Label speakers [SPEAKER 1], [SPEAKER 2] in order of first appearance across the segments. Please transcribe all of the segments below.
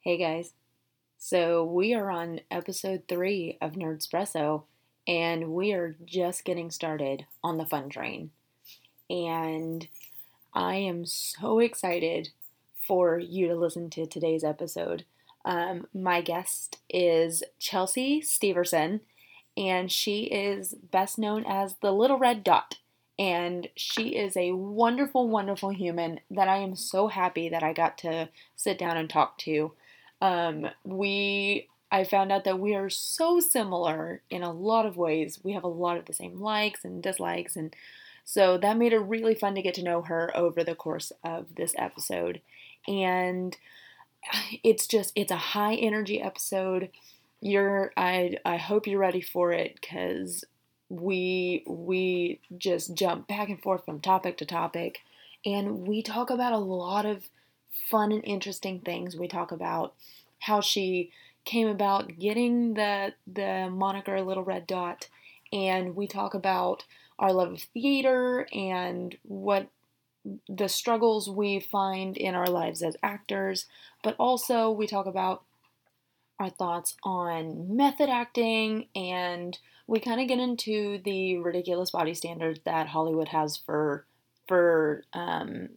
[SPEAKER 1] Hey guys. So we are on episode three of Nerdspresso, and we are just getting started on the fun train. And I am so excited for you to listen to today's episode. Um, my guest is Chelsea Steverson, and she is best known as the Little Red Dot. And she is a wonderful, wonderful human that I am so happy that I got to sit down and talk to. Um, we, I found out that we are so similar in a lot of ways. We have a lot of the same likes and dislikes, and so that made it really fun to get to know her over the course of this episode. And it's just, it's a high energy episode. You're, I, I hope you're ready for it because we, we just jump back and forth from topic to topic, and we talk about a lot of fun and interesting things. We talk about how she came about getting the the moniker Little Red Dot, and we talk about our love of theater and what the struggles we find in our lives as actors, but also we talk about our thoughts on method acting and we kind of get into the ridiculous body standards that Hollywood has for for um,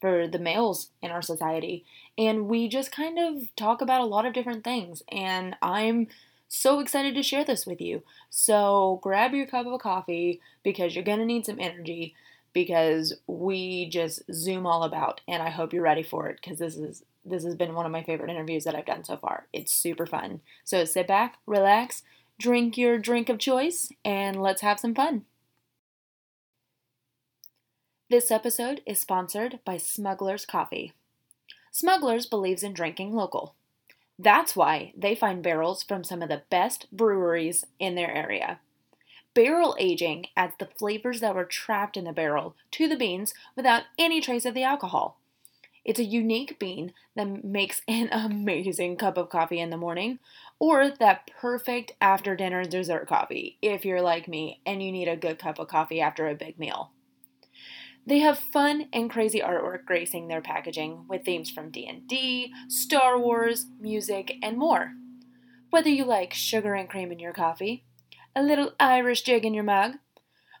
[SPEAKER 1] for the males in our society. And we just kind of talk about a lot of different things. And I'm so excited to share this with you. So grab your cup of coffee because you're going to need some energy because we just zoom all about and I hope you're ready for it because this is this has been one of my favorite interviews that I've done so far. It's super fun. So sit back, relax, drink your drink of choice and let's have some fun. This episode is sponsored by Smuggler's Coffee. Smuggler's believes in drinking local. That's why they find barrels from some of the best breweries in their area. Barrel aging adds the flavors that were trapped in the barrel to the beans without any trace of the alcohol. It's a unique bean that makes an amazing cup of coffee in the morning or that perfect after dinner dessert coffee if you're like me and you need a good cup of coffee after a big meal. They have fun and crazy artwork gracing their packaging with themes from D&D, Star Wars, music, and more. Whether you like sugar and cream in your coffee, a little Irish jig in your mug,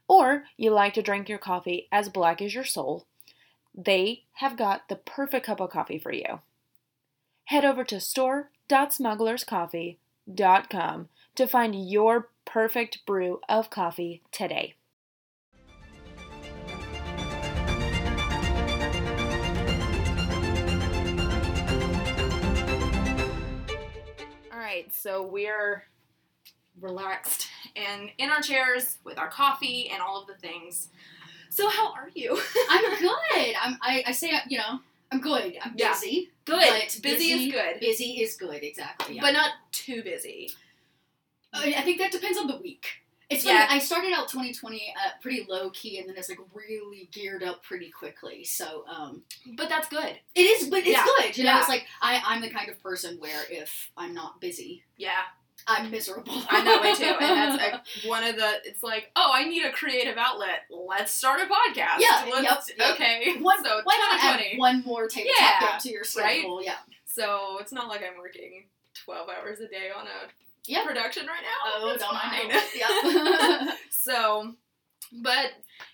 [SPEAKER 1] or you like to drink your coffee as black as your soul, they have got the perfect cup of coffee for you. Head over to store.smugglerscoffee.com to find your perfect brew of coffee today. right, so we're relaxed and in our chairs with our coffee and all of the things. So how are you?
[SPEAKER 2] I'm good. I'm, I, I say, you know, I'm good. I'm
[SPEAKER 1] Yeah.
[SPEAKER 2] busy.
[SPEAKER 1] good.
[SPEAKER 2] But
[SPEAKER 1] Busy, is good,
[SPEAKER 2] Busy is good, exactly. Yeah.
[SPEAKER 1] but not too busy.
[SPEAKER 2] I I think that depends on the week. It's funny,
[SPEAKER 1] Yeah.
[SPEAKER 2] I started out 2020 uh, pretty low key, and then it's like really geared up pretty quickly. So um,
[SPEAKER 1] But that's good.
[SPEAKER 2] it is, but it's
[SPEAKER 1] Yeah.
[SPEAKER 2] good. You know,
[SPEAKER 1] Yeah.
[SPEAKER 2] it's like I, I'm the kind of person where if I'm not busy,
[SPEAKER 1] Yeah,
[SPEAKER 2] I'm miserable.
[SPEAKER 1] I'm that way too, and that's like, one of the. It's like, oh, I need a creative outlet. Let's start a podcast.
[SPEAKER 2] Yeah,
[SPEAKER 1] Let's,
[SPEAKER 2] yep, yep.
[SPEAKER 1] Okay.
[SPEAKER 2] One-
[SPEAKER 1] so
[SPEAKER 2] Why not add
[SPEAKER 1] 2020.
[SPEAKER 2] one more tabletop
[SPEAKER 1] Yeah,
[SPEAKER 2] game to your schedule? Yeah.
[SPEAKER 1] So it's not like I'm working 12 hours a day on a
[SPEAKER 2] Yeah.
[SPEAKER 1] production right now.
[SPEAKER 2] Oh,
[SPEAKER 1] It's
[SPEAKER 2] don't
[SPEAKER 1] fine.
[SPEAKER 2] I? Yeah.
[SPEAKER 1] So, but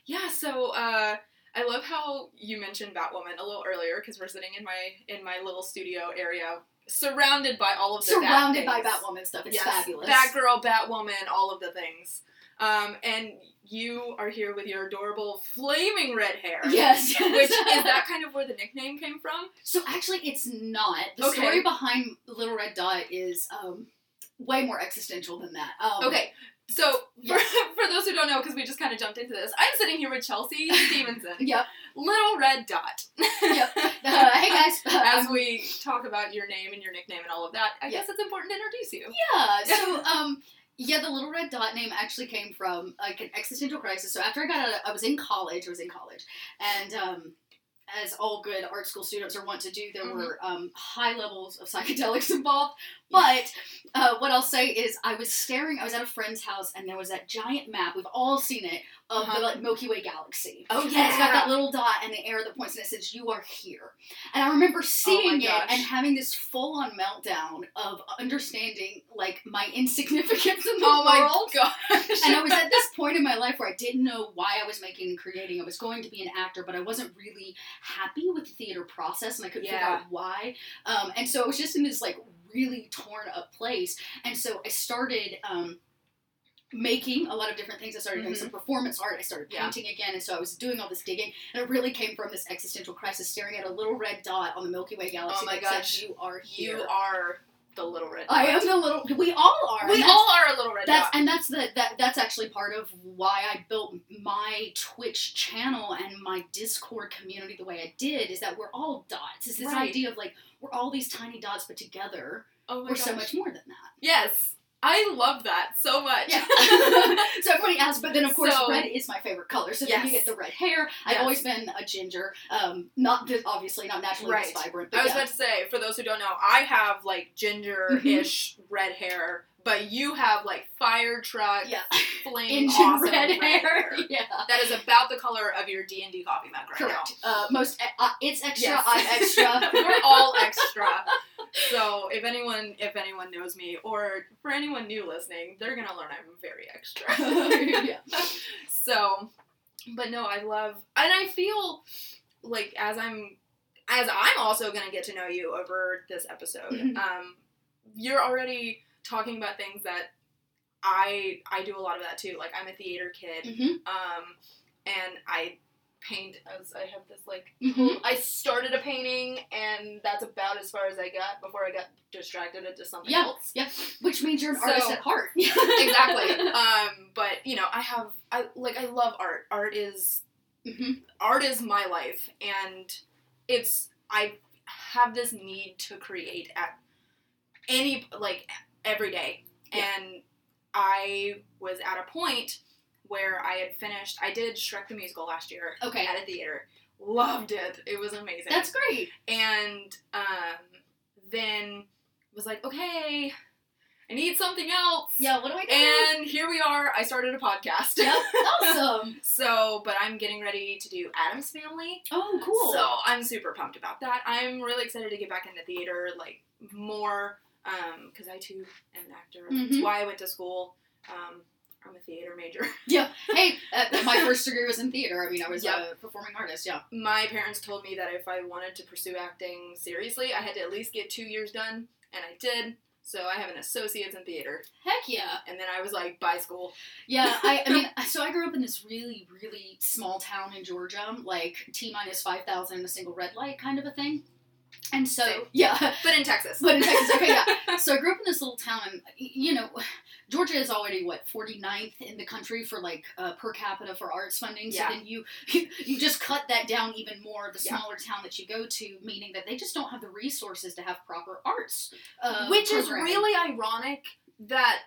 [SPEAKER 1] yeah, so uh, I love how you mentioned Batwoman a little earlier because we're sitting in my in my little studio area, surrounded by all of the
[SPEAKER 2] Surrounded by
[SPEAKER 1] Bat things.
[SPEAKER 2] Batwoman stuff. It's
[SPEAKER 1] yes,
[SPEAKER 2] fabulous.
[SPEAKER 1] Batgirl, Batwoman, all of the things. Um, and you are here with your adorable flaming red hair.
[SPEAKER 2] Yes.
[SPEAKER 1] Which is that kind of where the nickname came from?
[SPEAKER 2] So actually, it's not. The
[SPEAKER 1] Okay.
[SPEAKER 2] story behind Little Red Dot is um, way more existential than that. Um,
[SPEAKER 1] Okay, so for, for those who don't know, because we just kind of jumped into this, I'm sitting here with Chelsea Stevenson,
[SPEAKER 2] Yep.
[SPEAKER 1] little red dot.
[SPEAKER 2] Yep. Uh, hey guys.
[SPEAKER 1] as
[SPEAKER 2] Um,
[SPEAKER 1] we talk about your name and your nickname and all of that, I guess it's important to introduce you.
[SPEAKER 2] yeah. So um, yeah, the Little Red Dot name actually came from like an existential crisis. So after I got out, of- I was in college. I was in college, and um. As all good art school students are wont to do, there
[SPEAKER 1] Mhm.
[SPEAKER 2] were um, high levels of psychedelics involved. But uh, what I'll say is, I was staring. I was at a friend's house, and there was that giant map. We've all seen it of
[SPEAKER 1] Uh-huh.
[SPEAKER 2] the like Milky Way galaxy.
[SPEAKER 1] Oh
[SPEAKER 2] And it's got that little dot in the air that points and it says, You are here. And I remember seeing it
[SPEAKER 1] Oh gosh.
[SPEAKER 2] and having this full on meltdown of understanding like my insignificance in the
[SPEAKER 3] Oh my
[SPEAKER 2] world.
[SPEAKER 3] gosh.
[SPEAKER 2] And I was at this point in my life where I didn't know why I was making and creating. I was going to be an actor, but I wasn't really happy with the theater process and I couldn't figure
[SPEAKER 3] Yeah.
[SPEAKER 2] out why. Um, and so I was just in this like really torn up place. And so I started um, making a lot of different things. I started doing
[SPEAKER 3] Mhm.
[SPEAKER 2] some performance art. I started
[SPEAKER 3] Yeah.
[SPEAKER 2] painting again. And so I was doing all this digging. And it really came from this existential crisis staring at a little red dot on the Milky Way galaxy
[SPEAKER 3] Oh my
[SPEAKER 2] that
[SPEAKER 3] gosh.
[SPEAKER 2] said, You are here.
[SPEAKER 3] you are the little red.
[SPEAKER 2] I
[SPEAKER 3] dot.
[SPEAKER 2] am the little. We all are.
[SPEAKER 3] We
[SPEAKER 2] and that's-
[SPEAKER 3] all are a little red.
[SPEAKER 2] that's
[SPEAKER 3] dot.
[SPEAKER 2] and that's the that that's actually part of why I built my Twitch channel and my Discord community the way I did is that we're all dots. It's this
[SPEAKER 3] Right.
[SPEAKER 2] idea of like we're all these tiny dots, but together
[SPEAKER 3] oh my
[SPEAKER 2] we're
[SPEAKER 3] gosh.
[SPEAKER 2] so much more than that.
[SPEAKER 3] Yes. I love that so much.
[SPEAKER 2] Yeah. so everybody asks, but then of course
[SPEAKER 3] So-
[SPEAKER 2] red is my favorite color. So then you
[SPEAKER 3] Yes.
[SPEAKER 2] get the red hair.
[SPEAKER 3] Yes.
[SPEAKER 2] I've always been a ginger, um, not this, obviously not naturally this
[SPEAKER 3] Right.
[SPEAKER 2] vibrant. But
[SPEAKER 3] I was
[SPEAKER 2] yeah.
[SPEAKER 3] about to say, for those who don't know, I have like ginger-ish
[SPEAKER 2] Mm-hmm.
[SPEAKER 3] red hair, but you have like fire truck,
[SPEAKER 2] yeah,
[SPEAKER 3] flame,
[SPEAKER 2] engine
[SPEAKER 3] awesome
[SPEAKER 2] red, hair. Yeah.
[SPEAKER 3] That is about the color of your D and D coffee mug right
[SPEAKER 2] Correct. Uh, most uh, it's extra.
[SPEAKER 3] Yes.
[SPEAKER 2] I'm
[SPEAKER 3] now.
[SPEAKER 2] extra.
[SPEAKER 3] We're all extra. So if anyone if anyone knows me, or for anyone new listening, they're gonna learn I'm very extra.
[SPEAKER 2] yeah.
[SPEAKER 3] So, but no, I love, and I feel like as I'm, as I'm also gonna get to know you over this episode.
[SPEAKER 2] Mhm.
[SPEAKER 3] Um, you're already talking about things that I I do a lot of that too. Like I'm a theater kid,
[SPEAKER 2] hmm
[SPEAKER 3] um, and I paint as I have this like
[SPEAKER 2] hmm
[SPEAKER 3] I started a painting, and that's about as far as I got before I got distracted into something
[SPEAKER 2] Yeah.
[SPEAKER 3] else.
[SPEAKER 2] Yeah, which means you're an
[SPEAKER 3] So-
[SPEAKER 2] artist at heart.
[SPEAKER 3] exactly. Um, but you know, I have I like I love art. Art is
[SPEAKER 2] hmm
[SPEAKER 3] art is my life and it's i have this need to create at any like every day
[SPEAKER 2] Yeah.
[SPEAKER 3] and i was at a point where i had finished i did shrek the musical last year
[SPEAKER 2] Okay,
[SPEAKER 3] at a theater loved it it was amazing
[SPEAKER 2] that's great.
[SPEAKER 3] and um, then was like okay i need something else
[SPEAKER 2] Yeah, what do I do?
[SPEAKER 3] and here we are i started a podcast
[SPEAKER 2] Yep, awesome.
[SPEAKER 3] so but i'm getting ready to do adam's family
[SPEAKER 2] Oh, cool.
[SPEAKER 3] so I'm super pumped about that. I'm really excited to get back into theater, like more, because I too am an actor. That's
[SPEAKER 2] Mhm.
[SPEAKER 3] why I went to school. Um, I'm a theater major.
[SPEAKER 2] hey, uh, my first degree was in theater. I mean, I was
[SPEAKER 3] Yep.
[SPEAKER 2] a performing artist. Yeah.
[SPEAKER 3] My parents told me that if I wanted to pursue acting seriously, I had to at least get two years done, and I did. So I have an associate's in theater,
[SPEAKER 2] Heck yeah.
[SPEAKER 3] and then I was like, by school.
[SPEAKER 2] Yeah, I, I mean, so I grew up in this really, really small town in Georgia, like T minus 5,000 and a single red light kind of a thing. And so,
[SPEAKER 3] Same.
[SPEAKER 2] yeah,
[SPEAKER 3] But in Texas.
[SPEAKER 2] But in Texas, okay, yeah. So I grew up in this little town, and y- you know, Georgia is already what 49th in the country for like uh, per capita for arts funding.
[SPEAKER 3] Yeah.
[SPEAKER 2] So then you you just cut that down even more. The
[SPEAKER 3] Yeah.
[SPEAKER 2] smaller town that you go to, meaning that they just don't have the resources to have proper arts, uh,
[SPEAKER 3] Which is
[SPEAKER 2] programming.
[SPEAKER 3] really ironic that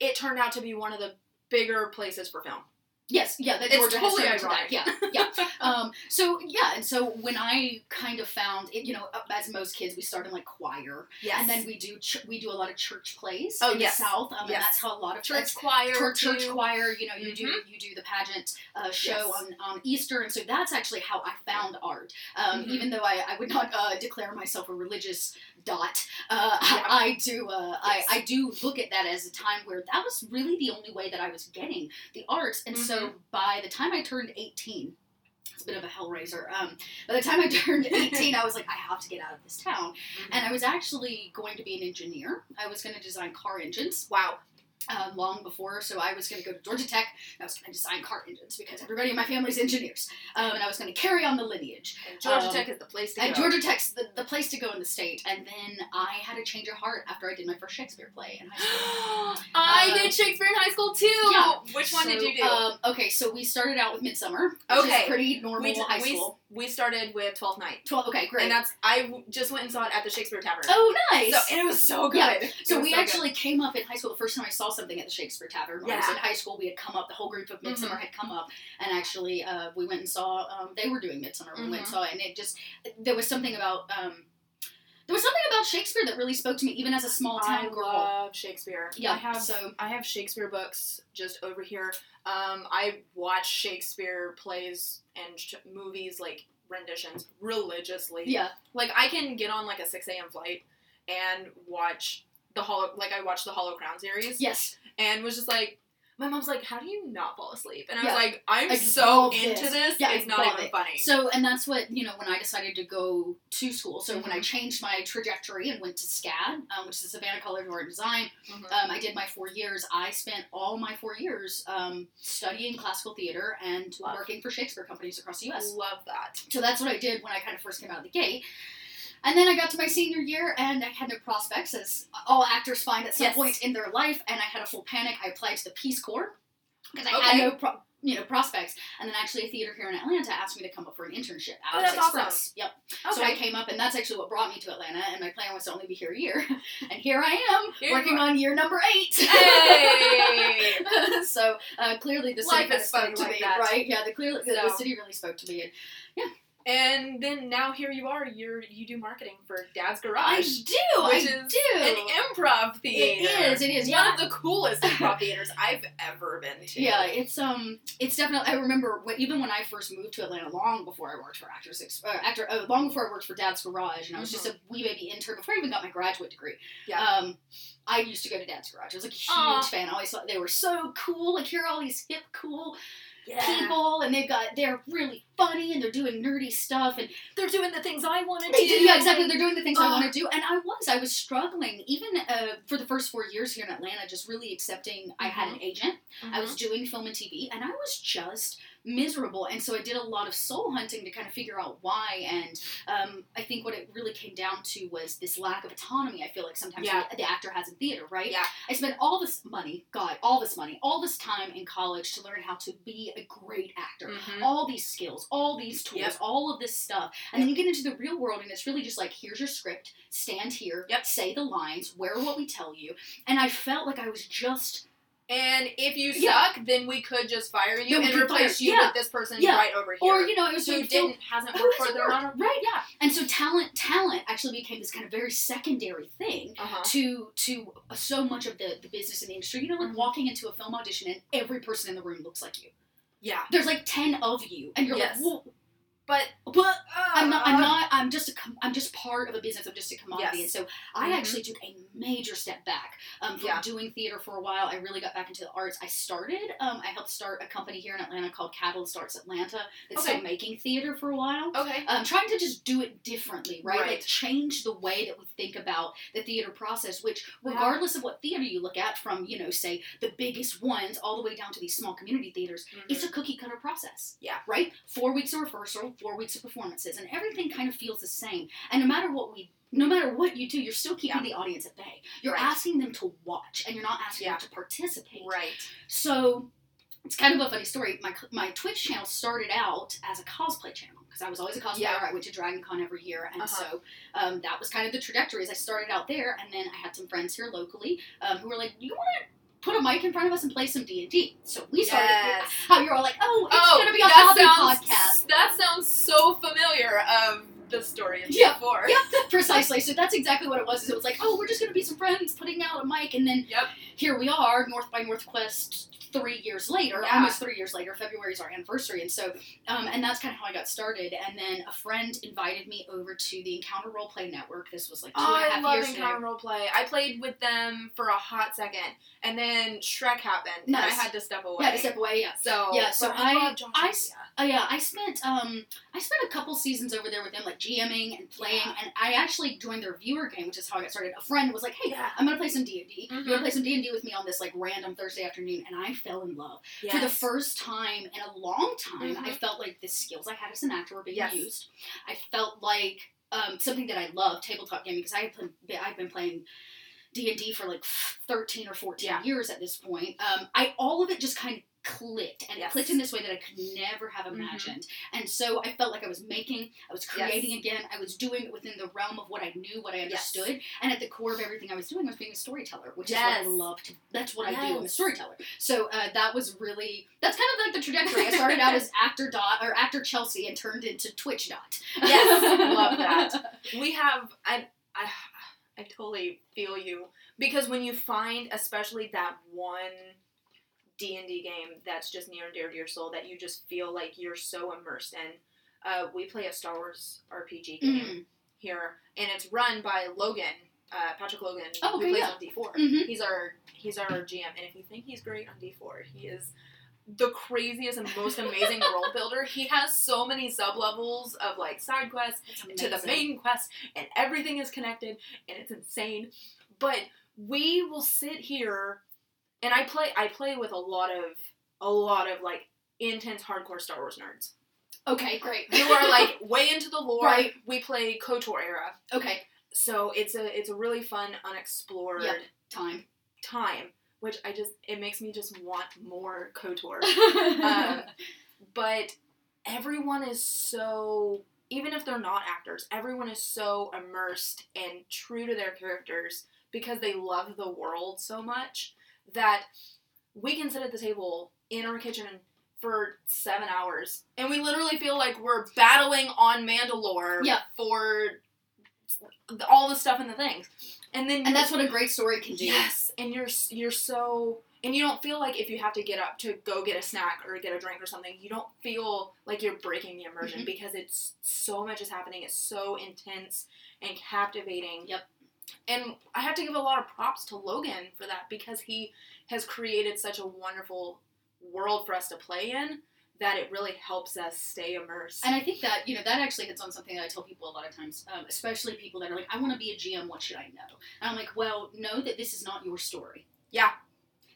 [SPEAKER 3] it turned out to be one of the bigger places for film.
[SPEAKER 2] yes, yeah. That
[SPEAKER 3] It's
[SPEAKER 2] Georgia
[SPEAKER 3] totally
[SPEAKER 2] has turned into that. Yeah, yeah. um, so yeah, and so when I kind of found it, you know, uh, as most kids, we start in like choir,
[SPEAKER 3] Yes.
[SPEAKER 2] and then we do ch- we do a lot of church plays
[SPEAKER 3] Oh,
[SPEAKER 2] in
[SPEAKER 3] yes.
[SPEAKER 2] the South, um,
[SPEAKER 3] Yes.
[SPEAKER 2] and that's how a lot of
[SPEAKER 3] church choir,
[SPEAKER 2] church, church
[SPEAKER 3] too.
[SPEAKER 2] choir. You know, you do you do the pageant uh, show
[SPEAKER 3] Mm-hmm. Yes.
[SPEAKER 2] on, on Easter, and so that's actually how I found art. Um,
[SPEAKER 3] Mhm.
[SPEAKER 2] Even though I, I would not uh, declare myself a religious dot, uh,
[SPEAKER 3] Yeah.
[SPEAKER 2] I, I do uh,
[SPEAKER 3] Yes.
[SPEAKER 2] I, I do look at that as a time where that was really the only way that I was getting the arts, and
[SPEAKER 3] Mm-hmm.
[SPEAKER 2] so by the time I turned eighteen. It's a bit of a hellraiser. Um, by the time I turned 18, I was like, I have to get out of this town. And I was actually going to be an engineer. I was going to design car engines
[SPEAKER 3] wow.
[SPEAKER 2] um, long before. So I was going to go to Georgia Tech. And I was going to design car engines because everybody in my family's engineers, um, and I was going to carry on the lineage.
[SPEAKER 3] And Georgia
[SPEAKER 2] Um,
[SPEAKER 3] Tech is the place to
[SPEAKER 2] And
[SPEAKER 3] go.
[SPEAKER 2] Georgia Tech's the, the place to go in the state. And then I had a change of heart after I did my first Shakespeare play in high school.
[SPEAKER 3] I
[SPEAKER 2] Uh,
[SPEAKER 3] did Shakespeare in high school too.
[SPEAKER 2] yeah.
[SPEAKER 3] Which one did
[SPEAKER 2] So,
[SPEAKER 3] you do?
[SPEAKER 2] Um, okay, so we started out with Midsummer. Which
[SPEAKER 3] Okay.
[SPEAKER 2] is pretty normal
[SPEAKER 3] we, d-
[SPEAKER 2] high
[SPEAKER 3] we,
[SPEAKER 2] school.
[SPEAKER 3] we started with Twelfth Night,
[SPEAKER 2] Twelve. Okay, great.
[SPEAKER 3] and that's I w- just went and saw it at the Shakespeare Tavern.
[SPEAKER 2] oh, nice.
[SPEAKER 3] So and it was so good.
[SPEAKER 2] Yeah.
[SPEAKER 3] It
[SPEAKER 2] So
[SPEAKER 3] was
[SPEAKER 2] we
[SPEAKER 3] good.
[SPEAKER 2] actually came up in high school. The first time I saw something at the Shakespeare Tavern when I was
[SPEAKER 3] Yeah. Mm-hmm.
[SPEAKER 2] in high school, we had come up. The whole group of Midsummer had come up, and actually uh, we went and saw.
[SPEAKER 3] Mm-hmm.
[SPEAKER 2] Um, they were doing Midsummer. We went and saw it, and it just there was something about. Um, there was something about Shakespeare that really spoke to me, even as a small town
[SPEAKER 3] I
[SPEAKER 2] girl.
[SPEAKER 3] love Shakespeare.
[SPEAKER 2] Yeah,
[SPEAKER 3] I have
[SPEAKER 2] so-
[SPEAKER 3] I have Shakespeare books just over here. Um, I watch Shakespeare plays and sh- movies like renditions religiously.
[SPEAKER 2] yeah,
[SPEAKER 3] Like I can get on like a six a.m. flight and watch the Hollow. Like I watched the Hollow Crown series
[SPEAKER 2] yes,
[SPEAKER 3] and was just like. My mom's like, "How do you not fall asleep?" And I
[SPEAKER 2] Yeah.
[SPEAKER 3] was like, "I'm
[SPEAKER 2] I
[SPEAKER 3] so
[SPEAKER 2] love
[SPEAKER 3] into
[SPEAKER 2] this.
[SPEAKER 3] this.
[SPEAKER 2] Yeah, I
[SPEAKER 3] it's not
[SPEAKER 2] love
[SPEAKER 3] even
[SPEAKER 2] it."
[SPEAKER 3] funny."
[SPEAKER 2] So, and that's what, you know, when I decided to go to school. So, when I
[SPEAKER 3] Mhm.
[SPEAKER 2] changed my trajectory and went to SCAD, um, which is the Savannah College of Art and Design,
[SPEAKER 3] Mhm.
[SPEAKER 2] um, I did my four years. I spent all my four years um, studying classical theater and
[SPEAKER 3] Love.
[SPEAKER 2] working for Shakespeare companies across the
[SPEAKER 3] I
[SPEAKER 2] U.S.
[SPEAKER 3] love that.
[SPEAKER 2] So that's what I did when I kind of first came out of the gate. And then I got to my senior year and I had no prospects, as all actors find at some
[SPEAKER 3] Yes.
[SPEAKER 2] point in their life. And I had a full panic. I applied to the Peace Corps because I
[SPEAKER 3] Okay.
[SPEAKER 2] had no pro- you know prospects. And then actually, a theater here in Atlanta asked me to come up for an internship. at
[SPEAKER 3] Oh,
[SPEAKER 2] Alex
[SPEAKER 3] that's
[SPEAKER 2] Express.
[SPEAKER 3] awesome.
[SPEAKER 2] Yep.
[SPEAKER 3] Okay.
[SPEAKER 2] So I came up, and that's actually what brought me to Atlanta. And my plan was to only be here a year, and here I am
[SPEAKER 3] Here you
[SPEAKER 2] working
[SPEAKER 3] are.
[SPEAKER 2] on year number eight.
[SPEAKER 3] Hey!
[SPEAKER 2] so uh, clearly, the
[SPEAKER 3] Life
[SPEAKER 2] city kinda
[SPEAKER 3] is funny
[SPEAKER 2] spoke to
[SPEAKER 3] like
[SPEAKER 2] me,
[SPEAKER 3] that.
[SPEAKER 2] right? Yeah, the clearly the, the
[SPEAKER 3] So.
[SPEAKER 2] city really spoke to me, and
[SPEAKER 3] And then now here you are. You're you do marketing for Dad's
[SPEAKER 2] I
[SPEAKER 3] Garage,
[SPEAKER 2] do, I
[SPEAKER 3] which is
[SPEAKER 2] do.
[SPEAKER 3] an improv theater.
[SPEAKER 2] It is, it is.
[SPEAKER 3] one
[SPEAKER 2] Yeah.
[SPEAKER 3] of the coolest improv theaters I've ever been to.
[SPEAKER 2] Yeah, it's um, it's definitely. I remember when, even when I first moved to Atlanta, long before I worked for Actors Ex- uh, Actor, uh, long before I worked for Dad's Garage, and I was just a wee baby intern before I even got my graduate degree.
[SPEAKER 3] Mm-hmm. Yeah.
[SPEAKER 2] Um, I used to go to Dad's Garage. I was like a huge
[SPEAKER 3] Aw.
[SPEAKER 2] fan. I always thought they were so cool. Like here are all these hip, cool
[SPEAKER 3] yeah.
[SPEAKER 2] people, and they've got they're really funny, and they're doing nerdy stuff, and
[SPEAKER 3] They're doing the things I wanted to.
[SPEAKER 2] They do, yeah, exactly. They're doing the things I
[SPEAKER 3] Ugh.
[SPEAKER 2] want to do, and I was. I was struggling even uh, for the first four years here in Atlanta, just really accepting. I had
[SPEAKER 3] Mm-hmm.
[SPEAKER 2] an agent. I was doing film and TV, and I was just miserable. And so I did a lot of soul hunting to kind of figure out why. And um, I think what it really came down to was this lack of autonomy. I feel like sometimes
[SPEAKER 3] Yeah.
[SPEAKER 2] the, the actor has in theater, right?
[SPEAKER 3] Yeah.
[SPEAKER 2] I spent all this money, God, all this money, all this time in college to learn how to be a great actor
[SPEAKER 3] Mhm.
[SPEAKER 2] all these skills, all these tools,
[SPEAKER 3] Yep.
[SPEAKER 2] all of this stuff. And then you get into the real world and it's really just like, here's your script, stand here,
[SPEAKER 3] Yep.
[SPEAKER 2] say the lines, wear what we tell you. And I felt like I was just
[SPEAKER 3] And if you
[SPEAKER 2] Yeah.
[SPEAKER 3] suck, then we could just fire you
[SPEAKER 2] Then we
[SPEAKER 3] and
[SPEAKER 2] could
[SPEAKER 3] replace
[SPEAKER 2] fire-
[SPEAKER 3] you
[SPEAKER 2] yeah.
[SPEAKER 3] with this person
[SPEAKER 2] Yeah.
[SPEAKER 3] right over here.
[SPEAKER 2] or you Oh, know, it was
[SPEAKER 3] who
[SPEAKER 2] really
[SPEAKER 3] didn't hasn't
[SPEAKER 2] who
[SPEAKER 3] worked
[SPEAKER 2] hasn't
[SPEAKER 3] for their
[SPEAKER 2] worked?
[SPEAKER 3] honor.
[SPEAKER 2] right, yeah. And so talent talent actually became this kind of very secondary thing.
[SPEAKER 3] Uh-huh.
[SPEAKER 2] To to so much of the, the business and the industry, you know, like
[SPEAKER 3] Mhm.
[SPEAKER 2] walking into a film audition and every person in the room looks like you.
[SPEAKER 3] Yeah.
[SPEAKER 2] There's like ten of you, and you're
[SPEAKER 3] Yes.
[SPEAKER 2] like, well,
[SPEAKER 3] But
[SPEAKER 2] what? I'm not. I'm
[SPEAKER 3] uh,
[SPEAKER 2] not. I'm just a. Com- I'm just part of a business. I'm just a commodity.
[SPEAKER 3] Yes.
[SPEAKER 2] And so I
[SPEAKER 3] Mhm.
[SPEAKER 2] actually took a major step back um, from
[SPEAKER 3] Yeah.
[SPEAKER 2] doing theater for a while. I really got back into the arts. I started. Um, I helped start a company here in Atlanta called Catalyst Arts Atlanta. That's
[SPEAKER 3] Okay.
[SPEAKER 2] been making theater for a while.
[SPEAKER 3] Okay.
[SPEAKER 2] Um, trying to just do it differently, right?
[SPEAKER 3] Right.
[SPEAKER 2] Like change the way that we think about the theater process, which
[SPEAKER 3] Yeah.
[SPEAKER 2] regardless of what theater you look at, from you know, say the biggest ones all the way down to these small community theaters, it's a cookie cutter process.
[SPEAKER 3] Mm-hmm. Yeah.
[SPEAKER 2] Right? Four weeks of rehearsal, four weeks of performances, and everything kind of feels the same. And no matter what we no matter what you do, you're still keeping the
[SPEAKER 3] Yeah.
[SPEAKER 2] audience at bay. You're
[SPEAKER 3] Right.
[SPEAKER 2] asking them to watch and you're not asking
[SPEAKER 3] Yeah.
[SPEAKER 2] them to participate.
[SPEAKER 3] Mm-hmm. right.
[SPEAKER 2] So it's kind of a funny story. My, my Twitch channel started out as a cosplay channel because I was always a cosplayer.
[SPEAKER 3] Yeah.
[SPEAKER 2] I went to Dragon Con every year, and
[SPEAKER 3] Uh-huh.
[SPEAKER 2] so um, that was kind of the trajectory. As I started out there, and then I had some friends here locally um, who were like, "You want to put a mic in front of us and play some D and D?" So we started.
[SPEAKER 3] Yes.
[SPEAKER 2] How you're all like, "Oh, it's
[SPEAKER 3] oh,
[SPEAKER 2] gonna be a
[SPEAKER 3] that
[SPEAKER 2] hobby
[SPEAKER 3] sounds,
[SPEAKER 2] podcast."
[SPEAKER 3] That sounds so familiar of the story of
[SPEAKER 2] Yeah,
[SPEAKER 3] before.
[SPEAKER 2] Yep, precisely. So that's exactly what it was. Is it was like, "Oh, we're just gonna be some friends putting out a mic," and then
[SPEAKER 3] Yep.
[SPEAKER 2] here we are, North by Northwest, three years later,
[SPEAKER 3] Yeah.
[SPEAKER 2] almost three years later. February is our anniversary, and so, um, and that's kind of how I got started. And then a friend invited me over to the Encounter Roleplay Network. This was like two
[SPEAKER 3] Oh,
[SPEAKER 2] and a half
[SPEAKER 3] I love
[SPEAKER 2] years ago.
[SPEAKER 3] Encounter Roleplay. I played with them for a hot second, and then Shrek happened, and I
[SPEAKER 2] Nice.
[SPEAKER 3] had to step away.
[SPEAKER 2] Yeah, to step away. Yeah.
[SPEAKER 3] So
[SPEAKER 2] Yeah, so
[SPEAKER 3] but
[SPEAKER 2] I-
[SPEAKER 3] love Josh
[SPEAKER 2] I
[SPEAKER 3] and
[SPEAKER 2] s-
[SPEAKER 3] Leah.
[SPEAKER 2] Oh yeah, I spent um I spent a couple seasons over there with them, like GMing and playing,
[SPEAKER 3] Yeah.
[SPEAKER 2] and I actually joined their viewer game, which is how I got started. A friend was like, "Hey,
[SPEAKER 3] Yeah.
[SPEAKER 2] I'm gonna play some D and D. You wanna
[SPEAKER 3] Mhm.
[SPEAKER 2] play some D and D with me on this like random Thursday afternoon?" And I fell in love for the
[SPEAKER 3] Yes.
[SPEAKER 2] first time in a long time. I
[SPEAKER 3] Mhm.
[SPEAKER 2] felt like the skills I had as an actor were being
[SPEAKER 3] Yes.
[SPEAKER 2] used. I felt like um, something that I love tabletop gaming because I had been, I've been playing D and D for like thirteen or fourteen
[SPEAKER 3] Yeah.
[SPEAKER 2] years at this point. Um, I all of it just kind of clicked, and
[SPEAKER 3] Yes.
[SPEAKER 2] it clicked in this way that I could never have
[SPEAKER 3] Mhm.
[SPEAKER 2] imagined. And so I felt like I was making, I was
[SPEAKER 3] Yes.
[SPEAKER 2] creating again, I was doing it within the realm of what I knew, what I
[SPEAKER 3] Yes.
[SPEAKER 2] understood, and at the core of everything I was doing was being a storyteller, which
[SPEAKER 3] Yes.
[SPEAKER 2] is what I love to. That's what I do. I'm a
[SPEAKER 3] Yes.
[SPEAKER 2] storyteller. So uh, that was really that's kind of like the trajectory. I started out as actor dot or actor Chelsea and turned into Twitch dot.
[SPEAKER 3] Yes, love that. we have I, I I totally feel you because when you find, especially that one D and D game that's just near and dear to your soul that you just feel like you're so immersed in. Uh, we play a Star Wars RPG game
[SPEAKER 2] Mhm.
[SPEAKER 3] here, and it's run by Logan, uh, Patrick Logan,
[SPEAKER 2] Oh, okay,
[SPEAKER 3] who plays
[SPEAKER 2] yeah.
[SPEAKER 3] on D 4
[SPEAKER 2] Mhm.
[SPEAKER 3] He's our he's our GM, and if you think he's great on D four, he is the craziest and most amazing world builder. He has so many sub levels of like side quests
[SPEAKER 2] It's
[SPEAKER 3] to the
[SPEAKER 2] amazing.
[SPEAKER 3] main quest, and everything is connected, and it's insane. But we will sit here, and I play I play with a lot of a lot of like intense hardcore Star Wars nerds
[SPEAKER 2] Okay, great.
[SPEAKER 3] who are like way into the lore.
[SPEAKER 2] Right.
[SPEAKER 3] We play KOTOR era.
[SPEAKER 2] okay,
[SPEAKER 3] So it's a it's a really fun unexplored
[SPEAKER 2] Yep. time.
[SPEAKER 3] time, which I just it makes me just want more Kotor. um, but everyone is so even if they're not actors, everyone is so immersed and true to their characters because they love the world so much that we can sit at the table in our kitchen for seven hours and we literally feel like we're battling on Mandalore
[SPEAKER 2] Yep.
[SPEAKER 3] for all the stuff and the things. And then
[SPEAKER 2] and that's what a great story can do.
[SPEAKER 3] Yes, and you're s- you're so and you don't feel like if you have to get up to go get a snack or get a drink or something, you don't feel like you're breaking the immersion
[SPEAKER 2] Mhm.
[SPEAKER 3] because it's so much is happening. It's so intense and captivating.
[SPEAKER 2] Yep.
[SPEAKER 3] And I have to give a lot of props to Logan for that because he has created such a wonderful world for us to play in that it really helps us stay immersed.
[SPEAKER 2] And I think that you know that actually hits on something that I tell people a lot of times, um, especially people that are like, "I want to be a GM. What should I know?" And I'm like, "Well, know that this is not your story.
[SPEAKER 3] Yeah.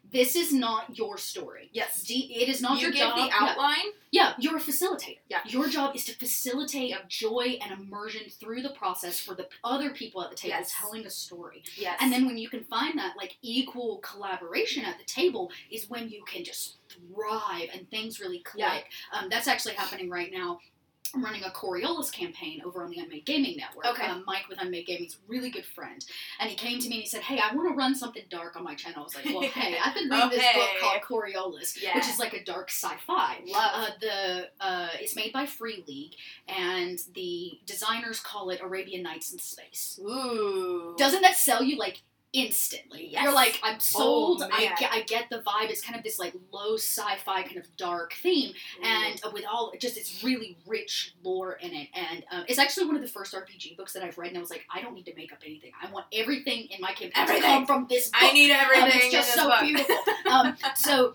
[SPEAKER 2] this is not your story.
[SPEAKER 3] yes.
[SPEAKER 2] D- it is not
[SPEAKER 3] you
[SPEAKER 2] your
[SPEAKER 3] give
[SPEAKER 2] job.
[SPEAKER 3] the
[SPEAKER 2] Yeah.
[SPEAKER 3] outline.
[SPEAKER 2] Yeah, you're a facilitator.
[SPEAKER 3] Yeah.
[SPEAKER 2] Your job is to facilitate joy and immersion through the process for the other people at the table
[SPEAKER 3] Yes.
[SPEAKER 2] telling a story.
[SPEAKER 3] Yes.
[SPEAKER 2] And then when you can find that like equal collaboration at the table is when you can just thrive and things really click.
[SPEAKER 3] Yeah.
[SPEAKER 2] Um, that's actually happening right now. I'm running a Coriolis campaign over on the Unmade Gaming Network.
[SPEAKER 3] Okay.
[SPEAKER 2] Um, Mike with Unmade Gaming's a really good friend. And he came to me and he said, Hey, I want to run something dark on my channel. I was like, Well, hey, I've been reading this book
[SPEAKER 3] Okay.
[SPEAKER 2] called Coriolis,
[SPEAKER 3] yeah.
[SPEAKER 2] which is like a dark sci fi
[SPEAKER 3] love.
[SPEAKER 2] uh, the uh, it's made by Free League, and the designers call it Arabian Nights in Space.
[SPEAKER 3] Ooh.
[SPEAKER 2] Doesn't that sell you like instantly?
[SPEAKER 3] Yes.
[SPEAKER 2] You're like, I'm sold.
[SPEAKER 3] Oh,
[SPEAKER 2] I
[SPEAKER 3] man.
[SPEAKER 2] get, I get the vibe. It's kind of this like low sci-fi kind of dark theme,
[SPEAKER 3] Mm-hmm.
[SPEAKER 2] and uh, with all just it's really rich lore in it, and um, it's actually one of the first RPG books that I've read, and I was like, I don't need to make up anything. I want everything in my campaign to
[SPEAKER 3] Everything.
[SPEAKER 2] come from this. Book.
[SPEAKER 3] I need everything
[SPEAKER 2] Um, it's
[SPEAKER 3] in
[SPEAKER 2] just
[SPEAKER 3] this
[SPEAKER 2] so
[SPEAKER 3] book.
[SPEAKER 2] beautiful. Um, so,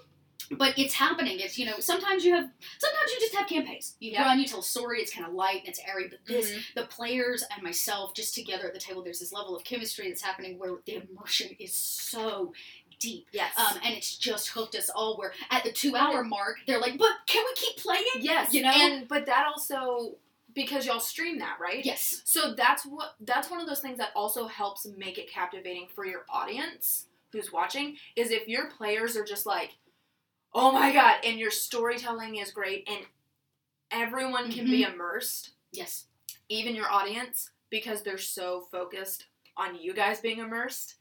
[SPEAKER 2] but it's happening. It's you know sometimes you have sometimes you just have campaigns. You
[SPEAKER 3] Yeah.
[SPEAKER 2] run, you tell a story. It's kind of light and it's airy. But this,
[SPEAKER 3] Mhm.
[SPEAKER 2] the players and myself just together at the table. There's this level of chemistry that's happening where the immersion is so deep.
[SPEAKER 3] Yes.
[SPEAKER 2] Um, and it's just hooked us all. Where at the two hour mark, they're like, "But can we keep playing?"
[SPEAKER 3] Yes,
[SPEAKER 2] You know?
[SPEAKER 3] and but that also because y'all stream that, right?
[SPEAKER 2] Yes.
[SPEAKER 3] So that's what that's one of those things that also helps make it captivating for your audience who's watching is if your players are just like, "Oh my god," and your storytelling is great and everyone can
[SPEAKER 2] Mm-hmm.
[SPEAKER 3] be immersed,
[SPEAKER 2] Yes.
[SPEAKER 3] even your audience because they're so focused on you guys being immersed.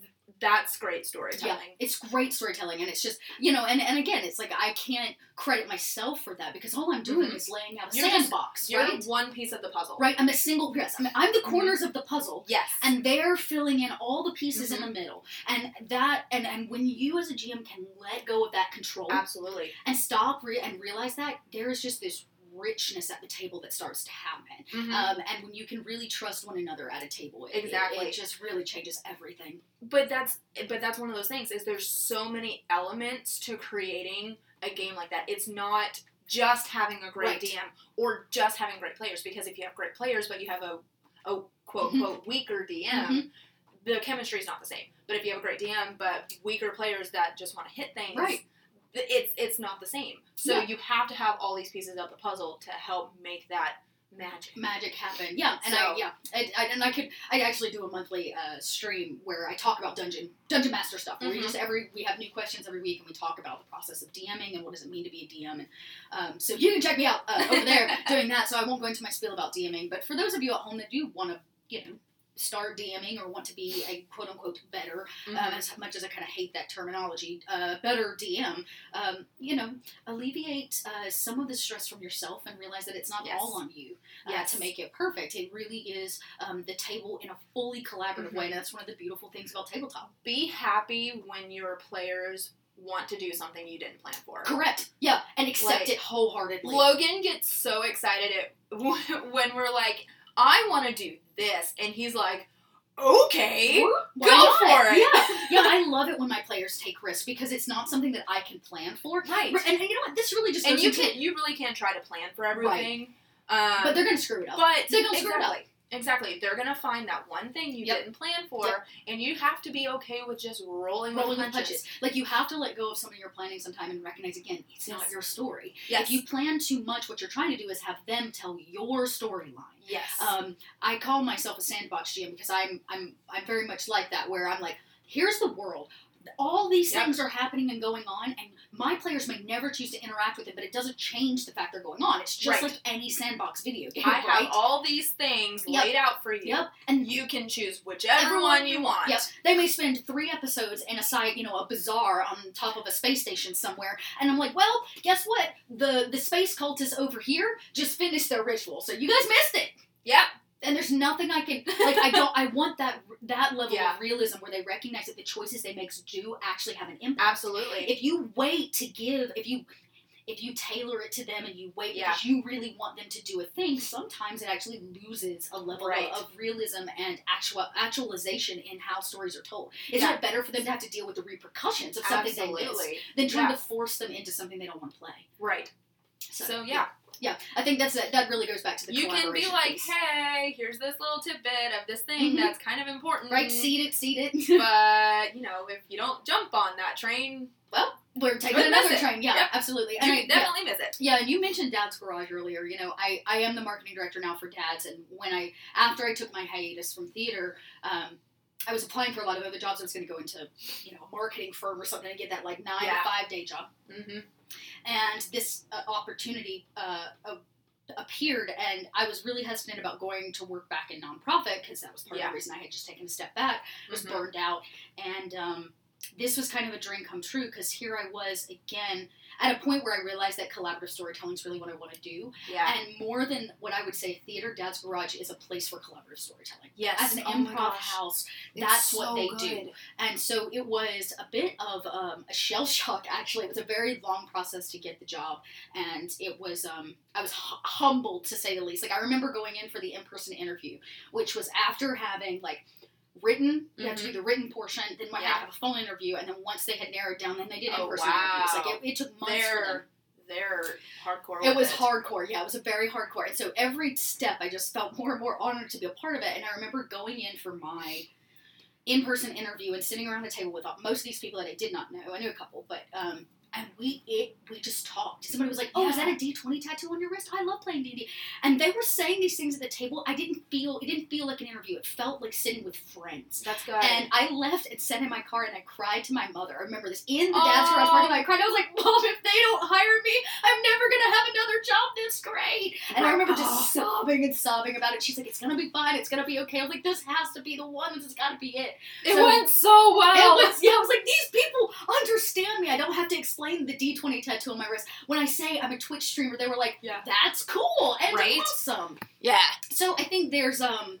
[SPEAKER 3] th- That's great storytelling.
[SPEAKER 2] It's great storytelling, and it's just you know, and and again, it's like I can't credit myself for that because all I'm doing
[SPEAKER 3] Mhm.
[SPEAKER 2] is laying out a
[SPEAKER 3] You're just-
[SPEAKER 2] sandbox,
[SPEAKER 3] You're Mm-hmm.
[SPEAKER 2] right?
[SPEAKER 3] one piece of the puzzle.
[SPEAKER 2] Right, I'm a single piece. I'm, I'm the corners of the puzzle,
[SPEAKER 3] Yes.
[SPEAKER 2] and they're filling in all the pieces
[SPEAKER 3] Mm-hmm.
[SPEAKER 2] in the middle. And that, and and when you as a GM can let go of that control
[SPEAKER 3] absolutely.
[SPEAKER 2] and stop re- and realize that there is just this richness at the table that starts to happen.
[SPEAKER 3] Mhm.
[SPEAKER 2] Um, and when you can really trust one another at a table, it, it-
[SPEAKER 3] Exactly.
[SPEAKER 2] it just really changes everything.
[SPEAKER 3] but that's but that's one of those things is there's so many elements to creating a game like that it's not just having a great
[SPEAKER 2] Right.
[SPEAKER 3] dm or just having great players because if you have great players but you have a, a quote
[SPEAKER 2] Mhm.
[SPEAKER 3] unquote weaker dm
[SPEAKER 2] Mm-hmm.
[SPEAKER 3] the chemistry is not the same but if you have a great dm but weaker players that just want to hit things
[SPEAKER 2] Right.
[SPEAKER 3] th- it's it's not the same so
[SPEAKER 2] Yeah.
[SPEAKER 3] you have to have all these pieces of the puzzle to help make that magic
[SPEAKER 2] magic happened. Yeah, and I
[SPEAKER 3] So-
[SPEAKER 2] yeah, I, I, and I could I actually do a monthly uh, stream where I talk about dungeon dungeon master stuff. Where we
[SPEAKER 3] Mhm.
[SPEAKER 2] just every we have new questions every week and we talk about the process of DMing and what does it mean to be a DM. And um, so you can check me out uh, over there doing that. So I won't go into my spiel about DMing, but for those of you at home that do want to you know start DMing or want to be a quote unquote better,
[SPEAKER 3] Mhm.
[SPEAKER 2] um, as much as I kind of hate that terminology, uh, better DM, um, you know, alleviate uh, some of the stress from yourself and realize that it's not
[SPEAKER 3] Yes.
[SPEAKER 2] all on you uh,
[SPEAKER 3] Yes.
[SPEAKER 2] to make it perfect. It really is um, the table in a fully collaborative way.
[SPEAKER 3] Mm-hmm.
[SPEAKER 2] And that's one of the beautiful things about tabletop.
[SPEAKER 3] Be happy when your players want to do something you didn't plan for.
[SPEAKER 2] Correct. Yeah. And accept
[SPEAKER 3] Like,
[SPEAKER 2] it wholeheartedly.
[SPEAKER 3] Logan gets so excited at when we're like, I want to do this, and he's like, okay.
[SPEAKER 2] Why
[SPEAKER 3] Go
[SPEAKER 2] not?
[SPEAKER 3] for it.
[SPEAKER 2] Yeah. Yeah. I love it when my players take risks because it's not something that I can plan for.
[SPEAKER 3] Right.
[SPEAKER 2] And, and you know what? This really just
[SPEAKER 3] And
[SPEAKER 2] goes
[SPEAKER 3] you
[SPEAKER 2] into-
[SPEAKER 3] can you really can't try to plan for everything. Um,
[SPEAKER 2] but they're gonna screw it up.
[SPEAKER 3] but
[SPEAKER 2] they're gonna
[SPEAKER 3] exactly,
[SPEAKER 2] screw it up.
[SPEAKER 3] exactly, they're gonna find that one thing you
[SPEAKER 2] Yep.
[SPEAKER 3] didn't plan for,
[SPEAKER 2] Yep.
[SPEAKER 3] and you have to be okay with just rolling,
[SPEAKER 2] Rolling with
[SPEAKER 3] with punches.
[SPEAKER 2] punches. Like you have to let go of some of your planning sometime and recognize again, it's not
[SPEAKER 3] Yes.
[SPEAKER 2] your story.
[SPEAKER 3] Yes,
[SPEAKER 2] If you plan too much, what you're trying to do is have them tell your storyline.
[SPEAKER 3] yes,
[SPEAKER 2] Um, I call myself a sandbox GM because I'm I'm I'm very much like that where I'm like, here's the world. All these
[SPEAKER 3] Yep.
[SPEAKER 2] things are happening and going on, and my players may never choose to interact with it, but it doesn't change the fact they're going on. It's just
[SPEAKER 3] Right.
[SPEAKER 2] like any sandbox video game.
[SPEAKER 3] I have
[SPEAKER 2] right?
[SPEAKER 3] all these things
[SPEAKER 2] Yep.
[SPEAKER 3] laid out for you.
[SPEAKER 2] Yep. And
[SPEAKER 3] You can choose whichever
[SPEAKER 2] Everyone
[SPEAKER 3] one
[SPEAKER 2] you
[SPEAKER 3] you want.
[SPEAKER 2] Yep. They may spend three episodes in a site, you know, a bazaar on top of a space station somewhere, and I'm like, well, guess what? The the space cultists over here just finished their ritual, so you guys missed it.
[SPEAKER 3] Yep.
[SPEAKER 2] And there's nothing I can like. I don't. I want that that level
[SPEAKER 3] Yeah.
[SPEAKER 2] of realism where they recognize that the choices they make do actually have an impact.
[SPEAKER 3] Absolutely.
[SPEAKER 2] If you wait to give, if you if you tailor it to them and you wait
[SPEAKER 3] Yeah.
[SPEAKER 2] because you really want them to do a thing, sometimes it actually loses a level
[SPEAKER 3] Right.
[SPEAKER 2] of realism and actual actualization in how stories are told. Isn't
[SPEAKER 3] Yeah.
[SPEAKER 2] it better for them to have to deal with the repercussions of something they missed
[SPEAKER 3] Absolutely.
[SPEAKER 2] than trying
[SPEAKER 3] Yeah.
[SPEAKER 2] to force them into something they don't want to play?
[SPEAKER 3] Right.
[SPEAKER 2] So,
[SPEAKER 3] So yeah,
[SPEAKER 2] yeah, I think that's that. That really goes back to the
[SPEAKER 3] you can be
[SPEAKER 2] collaboration
[SPEAKER 3] like,
[SPEAKER 2] piece.
[SPEAKER 3] hey, here's this little tidbit of this thing
[SPEAKER 2] Mhm.
[SPEAKER 3] that's kind of important.
[SPEAKER 2] right, seed it, seed it.
[SPEAKER 3] but you know, if you don't jump on that train,
[SPEAKER 2] well, we're taking
[SPEAKER 3] Well, that's
[SPEAKER 2] another
[SPEAKER 3] it.
[SPEAKER 2] train. Yeah,
[SPEAKER 3] Yep.
[SPEAKER 2] absolutely.
[SPEAKER 3] you
[SPEAKER 2] And I-
[SPEAKER 3] could
[SPEAKER 2] yeah.
[SPEAKER 3] definitely miss it.
[SPEAKER 2] Yeah, and you mentioned Dad's Garage earlier. You know, I, I am the marketing director now for Dad's, and when I after I took my hiatus from theater, um, I was applying for a lot of other jobs. I was going to go into you know a marketing firm or something and get that like nine
[SPEAKER 3] Yeah.
[SPEAKER 2] to five day job.
[SPEAKER 3] Mm-hmm.
[SPEAKER 2] And this uh, opportunity uh, a- appeared, and I was really hesitant about going to work back in nonprofit because that was part of
[SPEAKER 3] Yeah.
[SPEAKER 2] the reason I had just taken a step back was
[SPEAKER 3] Mm-hmm.
[SPEAKER 2] burned out and um, this was kind of a dream come true because here i was again at a point where i realized that collaborative storytelling is really what i want to do
[SPEAKER 3] Yeah.
[SPEAKER 2] and more than what i would say theater dad's garage is a place for collaborative storytelling
[SPEAKER 3] yes. Oh
[SPEAKER 2] as an improv house that's what they do and so it was a bit of um, a shell shock actually it was a very long process to get the job and it was um, i was hu- humbled to say the least like i remember going in for the in-person interview which was after having like written you have to do the written portion then i had
[SPEAKER 3] Mm-hmm. Yeah.
[SPEAKER 2] to have a phone interview and then once they had narrowed down then they did
[SPEAKER 3] Oh,
[SPEAKER 2] in-person interviews
[SPEAKER 3] wow.
[SPEAKER 2] like it, it took months for them
[SPEAKER 3] They're they're hardcore.
[SPEAKER 2] it
[SPEAKER 3] with
[SPEAKER 2] was hardcore. Yeah, it was a very hardcore. And so every step, I just felt more and more honored to be a part of it. And I remember going in for my in-person interview and sitting around a table with all, most of these people that I did not know. I knew a couple, but um, and we it we just talked. Somebody was like, "Oh, is that a D twenty tattoo on your wrist? I love playing D and D." And they were saying these things at the table. I didn't feel it didn't feel like an interview. It felt like sitting with friends.
[SPEAKER 3] That's good.
[SPEAKER 2] And I left and sat in my car and I cried to my mother. I remember this in the
[SPEAKER 3] Aw.
[SPEAKER 2] dad's garage party. I cried. I was like, Mom, if they don't hire me, I'm never gonna have another job this great. And I
[SPEAKER 3] Right.
[SPEAKER 2] remember
[SPEAKER 3] Aw.
[SPEAKER 2] just sobbing and sobbing about it. She's like, It's gonna be fine. It's gonna be okay. I was like, This has to be the one. This has got to be it.
[SPEAKER 3] Oh, it
[SPEAKER 2] so-
[SPEAKER 3] went so
[SPEAKER 2] And
[SPEAKER 3] well.
[SPEAKER 2] I was, yeah, I was like, These people understand me. I don't have to explain the D20 tattoo on my wrist. When I say I'm a Twitch streamer, they were like,
[SPEAKER 3] Yeah.
[SPEAKER 2] That's cool and
[SPEAKER 3] Right.
[SPEAKER 2] awesome
[SPEAKER 3] yeah.
[SPEAKER 2] so I think there's um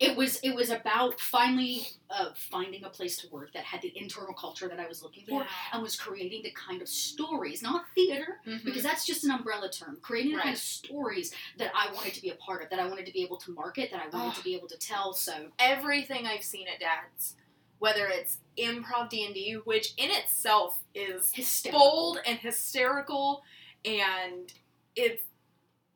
[SPEAKER 2] it was it was about finally uh, finding a place to work that had the internal culture that I was looking for and was creating the kind of stories, not theater,
[SPEAKER 3] Mhm.
[SPEAKER 2] because that's just an umbrella term. Creating the kind
[SPEAKER 3] Right.
[SPEAKER 2] of stories that I wanted to be a part of, that I wanted to be able to market, that I wanted
[SPEAKER 3] Ugh.
[SPEAKER 2] to be able to tell. So
[SPEAKER 3] everything I've seen at Dad's, whether it's improv D and D, which in itself is
[SPEAKER 2] hysterical.
[SPEAKER 3] bold and hysterical, and it's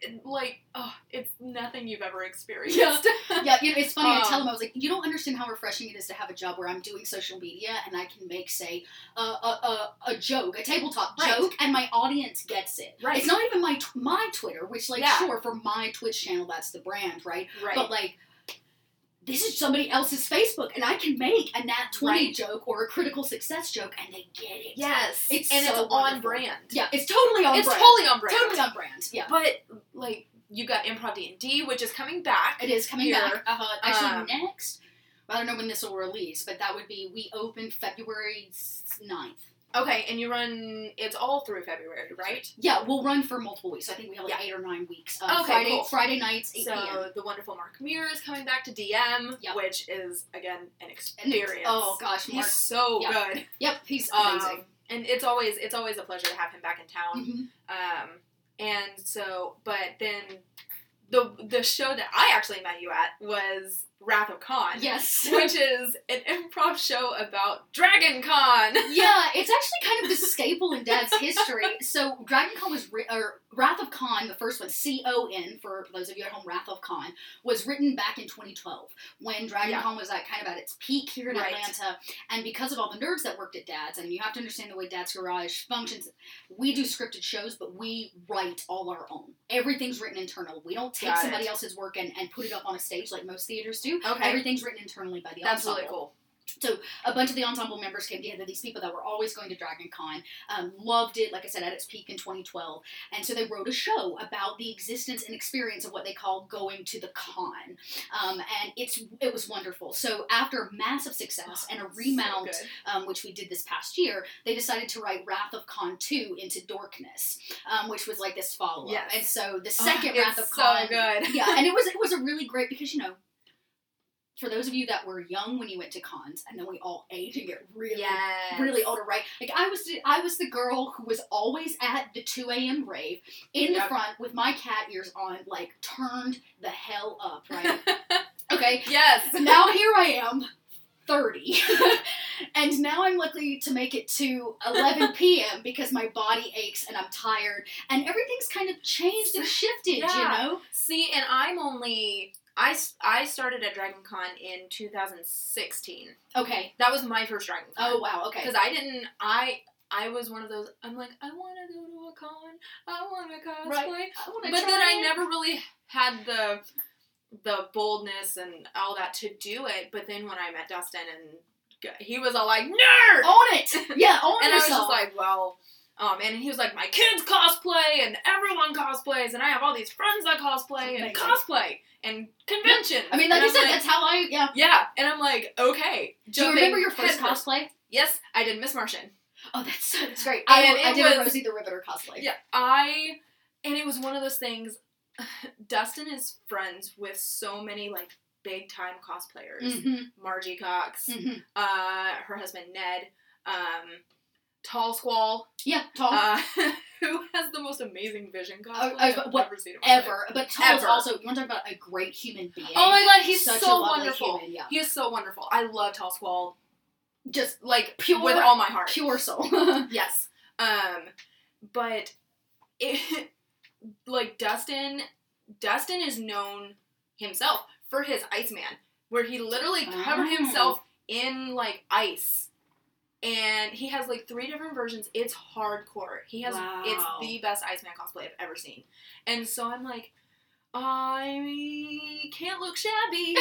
[SPEAKER 3] it- like oh, it's nothing you've ever experienced.
[SPEAKER 2] Yeah. yeah, you know, it's funny. I tell
[SPEAKER 3] Um,
[SPEAKER 2] them I was like, you don't understand how refreshing it is to have a job where I'm doing social media and I can make, say, a a, a, a joke, a tabletop
[SPEAKER 3] Right.
[SPEAKER 2] joke, and my audience gets it.
[SPEAKER 3] Right.
[SPEAKER 2] It's not even my tw- my Twitter, which like
[SPEAKER 3] Yeah.
[SPEAKER 2] sure for my Twitch channel that's the brand, right?
[SPEAKER 3] right.
[SPEAKER 2] But like. This is somebody else's Facebook, and I can make a Nat 20
[SPEAKER 3] Right.
[SPEAKER 2] joke or a critical success joke, and they get it.
[SPEAKER 3] yes,
[SPEAKER 2] It's
[SPEAKER 3] and
[SPEAKER 2] so
[SPEAKER 3] it's on
[SPEAKER 2] wonderful.
[SPEAKER 3] brand.
[SPEAKER 2] Yeah, it's totally on
[SPEAKER 3] it's
[SPEAKER 2] brand.
[SPEAKER 3] totally on brand.
[SPEAKER 2] Totally on brand. Yeah.
[SPEAKER 3] But like you got improv D and D, which is coming back.
[SPEAKER 2] It is coming
[SPEAKER 3] Here.
[SPEAKER 2] back. Uh, actually,
[SPEAKER 3] Um,
[SPEAKER 2] next, well, I don't know when this will release, but that would be we open February 9th.
[SPEAKER 3] Okay, and you run. It's all through February, right?
[SPEAKER 2] Yeah, we'll run for multiple weeks. So I think we have like
[SPEAKER 3] Yeah.
[SPEAKER 2] eight or nine weeks. Uh,
[SPEAKER 3] Okay,
[SPEAKER 2] Friday,
[SPEAKER 3] cool.
[SPEAKER 2] Friday nights, 8 p.m.
[SPEAKER 3] So the wonderful Mark Muir is coming back to DM,
[SPEAKER 2] Yep.
[SPEAKER 3] which is again an
[SPEAKER 2] And it's-
[SPEAKER 3] experience.
[SPEAKER 2] Oh gosh, Mark.
[SPEAKER 3] he's so
[SPEAKER 2] yeah.
[SPEAKER 3] good.
[SPEAKER 2] Yep, he's
[SPEAKER 3] Um,
[SPEAKER 2] amazing.
[SPEAKER 3] and it's always it's always a pleasure to have him back in town.
[SPEAKER 2] Mhm.
[SPEAKER 3] Um, and so, but then the the show that I actually met you at was Wrath of Khan,
[SPEAKER 2] Yes.
[SPEAKER 3] which is an improv show about Dragon Con.
[SPEAKER 2] yeah, it's actually kind of the staple in Dad's history. So Dragon Con was ri- or Wrath of Khan, the first one, C O N for those of you at home, Wrath of Khan was written back in 2012 when Dragon
[SPEAKER 3] Yeah.
[SPEAKER 2] Con was at kind of at its peak here in
[SPEAKER 3] Right.
[SPEAKER 2] Atlanta, and because of all the nerds that worked at Dad's, and you have to understand the way Dad's Garage functions. We do scripted shows, but we write all our own. Everything's written internal. We don't take
[SPEAKER 3] Got it.
[SPEAKER 2] somebody else's work and, and put it up on a stage like most theaters do.
[SPEAKER 3] Okay,
[SPEAKER 2] Everything's written internally by the
[SPEAKER 3] that's
[SPEAKER 2] ensemble
[SPEAKER 3] really cool.
[SPEAKER 2] a bunch of the ensemble members came together. These people that were always going to Dragon Con um, loved it, like I said, at its peak in 2012. And so they wrote a show about the existence and experience of what they call going to the con. Um, and it's it was wonderful. So after massive success and a remount,
[SPEAKER 3] Oh, So good.
[SPEAKER 2] um, which we did this past year, they decided to write Wrath of Khan 2 into Dorkness, um, which was like this follow up.
[SPEAKER 3] Yes.
[SPEAKER 2] And so the
[SPEAKER 3] Oh,
[SPEAKER 2] second
[SPEAKER 3] it's
[SPEAKER 2] Wrath of Khan
[SPEAKER 3] so good.
[SPEAKER 2] yeah, and it was it was a really great because you know, for those of you that were young when you went to cons, and then we all ate and get really
[SPEAKER 3] Yes.
[SPEAKER 2] really older, right? Like I was I was the girl who was always at the two a.m. rave in the
[SPEAKER 3] Yep.
[SPEAKER 2] front with my cat ears on, like turned the hell up, right? okay,
[SPEAKER 3] Yes.
[SPEAKER 2] but now here I am. 30. and now I'm likely to make it to 11 p.m. because my body aches and I'm tired and everything's kind of changed and shifted, you
[SPEAKER 3] Yeah.
[SPEAKER 2] know?
[SPEAKER 3] See, and I'm only I s- I started at Dragon Con in 2016.
[SPEAKER 2] Okay.
[SPEAKER 3] That was my first Dragon Con.
[SPEAKER 2] Oh, wow. Okay.
[SPEAKER 3] because I didn't. I I was one of those. I'm like, I want to go to a con. I want to cosplay.
[SPEAKER 2] Right.
[SPEAKER 3] But then I never really had the the boldness and all that to do it. But then when I met Dustin and g- he was all like nerd,
[SPEAKER 2] own it. Yeah, own
[SPEAKER 3] and I was
[SPEAKER 2] Oh, yourself.
[SPEAKER 3] just like, well. Um, and he was like, my kids cosplay, and everyone cosplays, and I have all these friends that cosplay, and
[SPEAKER 2] Amazing.
[SPEAKER 3] cosplay, and conventions.
[SPEAKER 2] I mean, like
[SPEAKER 3] And
[SPEAKER 2] you
[SPEAKER 3] I'm
[SPEAKER 2] said, that's how I. Yeah.
[SPEAKER 3] yeah. And I'm like, okay.
[SPEAKER 2] Do you remember
[SPEAKER 3] jumping
[SPEAKER 2] your first
[SPEAKER 3] headfirst.
[SPEAKER 2] cosplay?
[SPEAKER 3] Yes, I did Miss Martian.
[SPEAKER 2] Oh, that's that's great. I,
[SPEAKER 3] And
[SPEAKER 2] I
[SPEAKER 3] it
[SPEAKER 2] did a
[SPEAKER 3] was-
[SPEAKER 2] Rosie the Riveter cosplay.
[SPEAKER 3] Yeah, I and it was one of those things. Dustin is friends with so many like big time cosplayers.
[SPEAKER 2] Mhm,
[SPEAKER 3] Margie Cox,
[SPEAKER 2] mhm.
[SPEAKER 3] uh, her husband Ned, um, Tall Squall,
[SPEAKER 2] Yeah, tall.
[SPEAKER 3] uh, who has the most amazing vision cosplay
[SPEAKER 2] I-
[SPEAKER 3] I've
[SPEAKER 2] what-
[SPEAKER 3] ever seen. in my life.
[SPEAKER 2] ever, but tall is
[SPEAKER 3] ever.
[SPEAKER 2] also. You want to talk about a great human being?
[SPEAKER 3] Oh my god, he's
[SPEAKER 2] Such a
[SPEAKER 3] so
[SPEAKER 2] lovely
[SPEAKER 3] wonderful.
[SPEAKER 2] human, yeah.
[SPEAKER 3] He is so wonderful. I love Tall Squall,
[SPEAKER 2] Just
[SPEAKER 3] like
[SPEAKER 2] Pure-
[SPEAKER 3] with all my heart.
[SPEAKER 2] pure soul.
[SPEAKER 3] Yes. Um, but it, like Dustin, Dustin is known himself for his Iceman, where he literally covered
[SPEAKER 2] Oh.
[SPEAKER 3] himself in like ice, and he has like three different versions. It's hardcore. He has it's
[SPEAKER 2] Wow.
[SPEAKER 3] the best Iceman cosplay I've ever seen, and so I'm like. I can't look shabby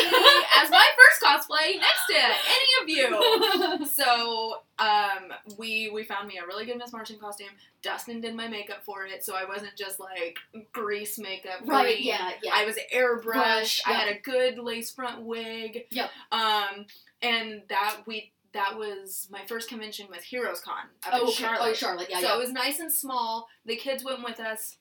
[SPEAKER 3] as my first cosplay next to any of you. So um, we we found me a really good Miss Martian costume. Dustin did my makeup for it, so I wasn't just like grease makeup.
[SPEAKER 2] right.
[SPEAKER 3] green.
[SPEAKER 2] Yeah. Yeah.
[SPEAKER 3] I was airbrushed.
[SPEAKER 2] Brush,
[SPEAKER 3] I
[SPEAKER 2] yeah.
[SPEAKER 3] had a good lace front wig.
[SPEAKER 2] Yep.
[SPEAKER 3] Um, and that we that was my first convention was Heroes Con up
[SPEAKER 2] oh,
[SPEAKER 3] in
[SPEAKER 2] okay.
[SPEAKER 3] Charlotte.
[SPEAKER 2] oh, Charlotte. Yeah.
[SPEAKER 3] so
[SPEAKER 2] yeah.
[SPEAKER 3] it was nice and small. The kids went with us.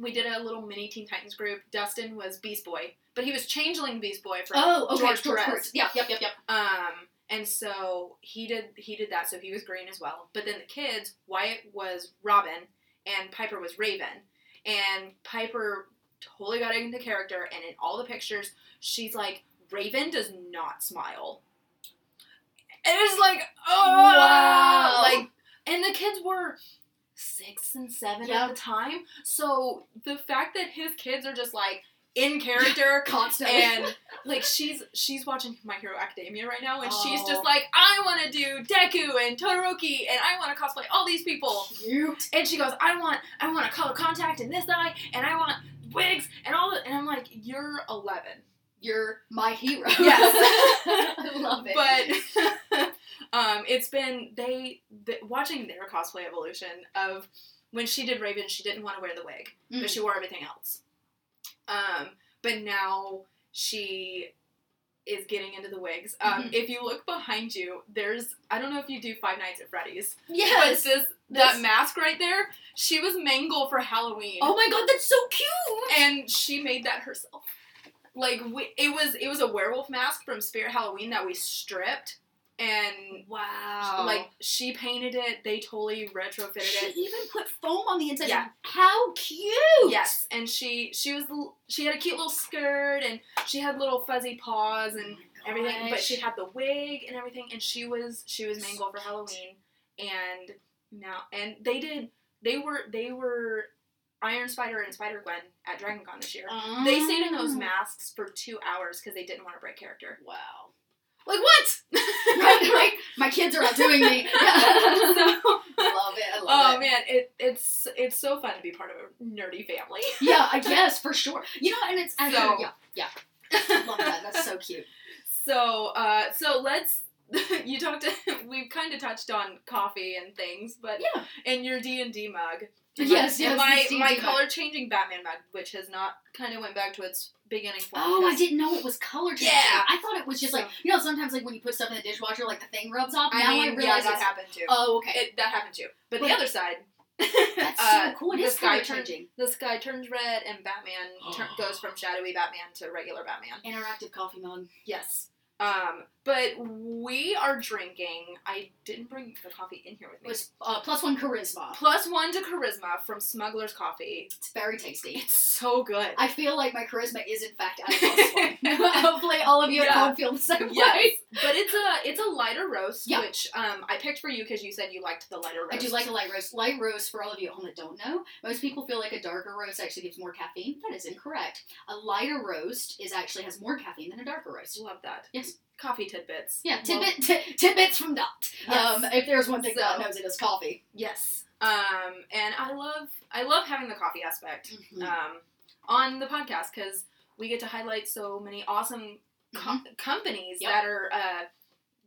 [SPEAKER 3] We did a little mini Teen Titans group. Dustin was Beast Boy, but he was changeling Beast Boy from
[SPEAKER 2] oh, okay.
[SPEAKER 3] George Perez.
[SPEAKER 2] Perez. Yep. Yep. Yep. Yep.
[SPEAKER 3] Um, and so he did he did that, so he was green as well. But then the kids, Wyatt was Robin and Piper was Raven. And Piper totally got into character and in all the pictures, she's like, Raven does not smile. And it's like, oh
[SPEAKER 2] Wow.
[SPEAKER 3] like and the kids were six and seven
[SPEAKER 2] Yeah.
[SPEAKER 3] at the time. So the fact that his kids are just like in character,
[SPEAKER 2] Constantly.
[SPEAKER 3] and like she's she's watching My Hero Academia right now, and she's
[SPEAKER 2] Oh.
[SPEAKER 3] just like, I want to do Deku and Todoroki, and I want to cosplay all these people.
[SPEAKER 2] cute.
[SPEAKER 3] And she goes, I want I want a color contact in this eye, and I want wigs and all. that. And I'm like, you're 11,
[SPEAKER 2] You're my hero.
[SPEAKER 3] Yes.
[SPEAKER 2] I love it.
[SPEAKER 3] but um, it's been they the, watching their cosplay evolution of when she did Raven, she didn't want to wear the wig,
[SPEAKER 2] Mm.
[SPEAKER 3] but she wore everything else. Um, but now she is getting into the wigs. Um,
[SPEAKER 2] Mhm.
[SPEAKER 3] If you look behind you, there's I don't know if you do Five Nights at Freddy's,
[SPEAKER 2] Yes.
[SPEAKER 3] but this, that
[SPEAKER 2] this-
[SPEAKER 3] mask right there, she was Mangle for Halloween,
[SPEAKER 2] Oh my god, that's so cute.
[SPEAKER 3] and she made that herself. Like we, it was it was a werewolf mask from Spirit Halloween that we stripped and.
[SPEAKER 2] Wow.
[SPEAKER 3] Like she painted it, they totally retrofitted
[SPEAKER 2] she
[SPEAKER 3] it.
[SPEAKER 2] even put foam on the inside.
[SPEAKER 3] Yeah.
[SPEAKER 2] How cute.
[SPEAKER 3] Yes, and she she was l- she had a cute little skirt and she had little fuzzy paws and everything. But she had the wig and everything, and she was she was
[SPEAKER 2] So
[SPEAKER 3] Mangle for Halloween, and now and they did they were they were Iron Spider and Spider Gwen at Dragon Con this year. They stayed in
[SPEAKER 2] Mm.
[SPEAKER 3] those masks for two hours because they didn't want to break character.
[SPEAKER 2] Wow. Like what? right, right. My kids are outdoing me. Yeah.
[SPEAKER 3] So-
[SPEAKER 2] love it. I love
[SPEAKER 3] oh
[SPEAKER 2] it.
[SPEAKER 3] man, it it's it's so fun to be part of a nerdy family.
[SPEAKER 2] Yeah, I guess for sure. You know, and it's I
[SPEAKER 3] So-
[SPEAKER 2] yeah, yeah. love that. That's so cute.
[SPEAKER 3] So, uh, so let's. you talked. We've kind of touched on coffee and things, but
[SPEAKER 2] Yeah.
[SPEAKER 3] and your D and D mug.
[SPEAKER 2] Yes,
[SPEAKER 3] And
[SPEAKER 2] yes,
[SPEAKER 3] My
[SPEAKER 2] this D&D
[SPEAKER 3] my
[SPEAKER 2] mug.
[SPEAKER 3] color changing Batman mug, which has not kind of went back to its beginning form.
[SPEAKER 2] Oh, I
[SPEAKER 3] because-
[SPEAKER 2] didn't know it was color changing.
[SPEAKER 3] Yeah.
[SPEAKER 2] I thought it was just like you know sometimes like when you put stuff in the dishwasher like the thing rubs off.
[SPEAKER 3] I
[SPEAKER 2] now
[SPEAKER 3] mean,
[SPEAKER 2] I
[SPEAKER 3] yeah,
[SPEAKER 2] realize
[SPEAKER 3] that
[SPEAKER 2] it's-
[SPEAKER 3] happened too.
[SPEAKER 2] Oh, okay.
[SPEAKER 3] It, that happened too. But the
[SPEAKER 2] Wait.
[SPEAKER 3] other side.
[SPEAKER 2] That's
[SPEAKER 3] uh,
[SPEAKER 2] so cool. It
[SPEAKER 3] the
[SPEAKER 2] is
[SPEAKER 3] sky
[SPEAKER 2] color
[SPEAKER 3] turn-
[SPEAKER 2] changing.
[SPEAKER 3] The sky turns red, and Batman tur- goes from shadowy Batman to regular Batman.
[SPEAKER 2] Interactive coffee mug.
[SPEAKER 3] Yes. Um, but we are drinking. I didn't bring the coffee in here with me.
[SPEAKER 2] was uh, plus one charisma.
[SPEAKER 3] Plus one to charisma from Smuggler's Coffee.
[SPEAKER 2] It's very tasty.
[SPEAKER 3] It's so good.
[SPEAKER 2] I feel like my charisma is in fact at a plus one. Hopefully, all of you at
[SPEAKER 3] Yeah.
[SPEAKER 2] home feel the same way.
[SPEAKER 3] yes, but it's a it's a lighter roast,
[SPEAKER 2] Yeah.
[SPEAKER 3] which um I picked for you because you said you liked the lighter roast.
[SPEAKER 2] I do like a light roast. Light roast, for all of you at home that don't know, most people feel like a darker roast actually gives more caffeine. That is incorrect. A lighter roast is actually has more caffeine than a darker roast.
[SPEAKER 3] love that.
[SPEAKER 2] Yes.
[SPEAKER 3] coffee tidbits.
[SPEAKER 2] Yeah,
[SPEAKER 3] Love-
[SPEAKER 2] tidbit, ti- tidbits from Dot. Um,
[SPEAKER 3] Yes.
[SPEAKER 2] if there's one thing Dot
[SPEAKER 3] So-
[SPEAKER 2] knows, it is coffee.
[SPEAKER 3] yes. Um, and I love I love having the coffee aspect
[SPEAKER 2] Uh,
[SPEAKER 3] um on the podcast because we get to highlight so many awesome co- companies
[SPEAKER 2] Yep.
[SPEAKER 3] that are uh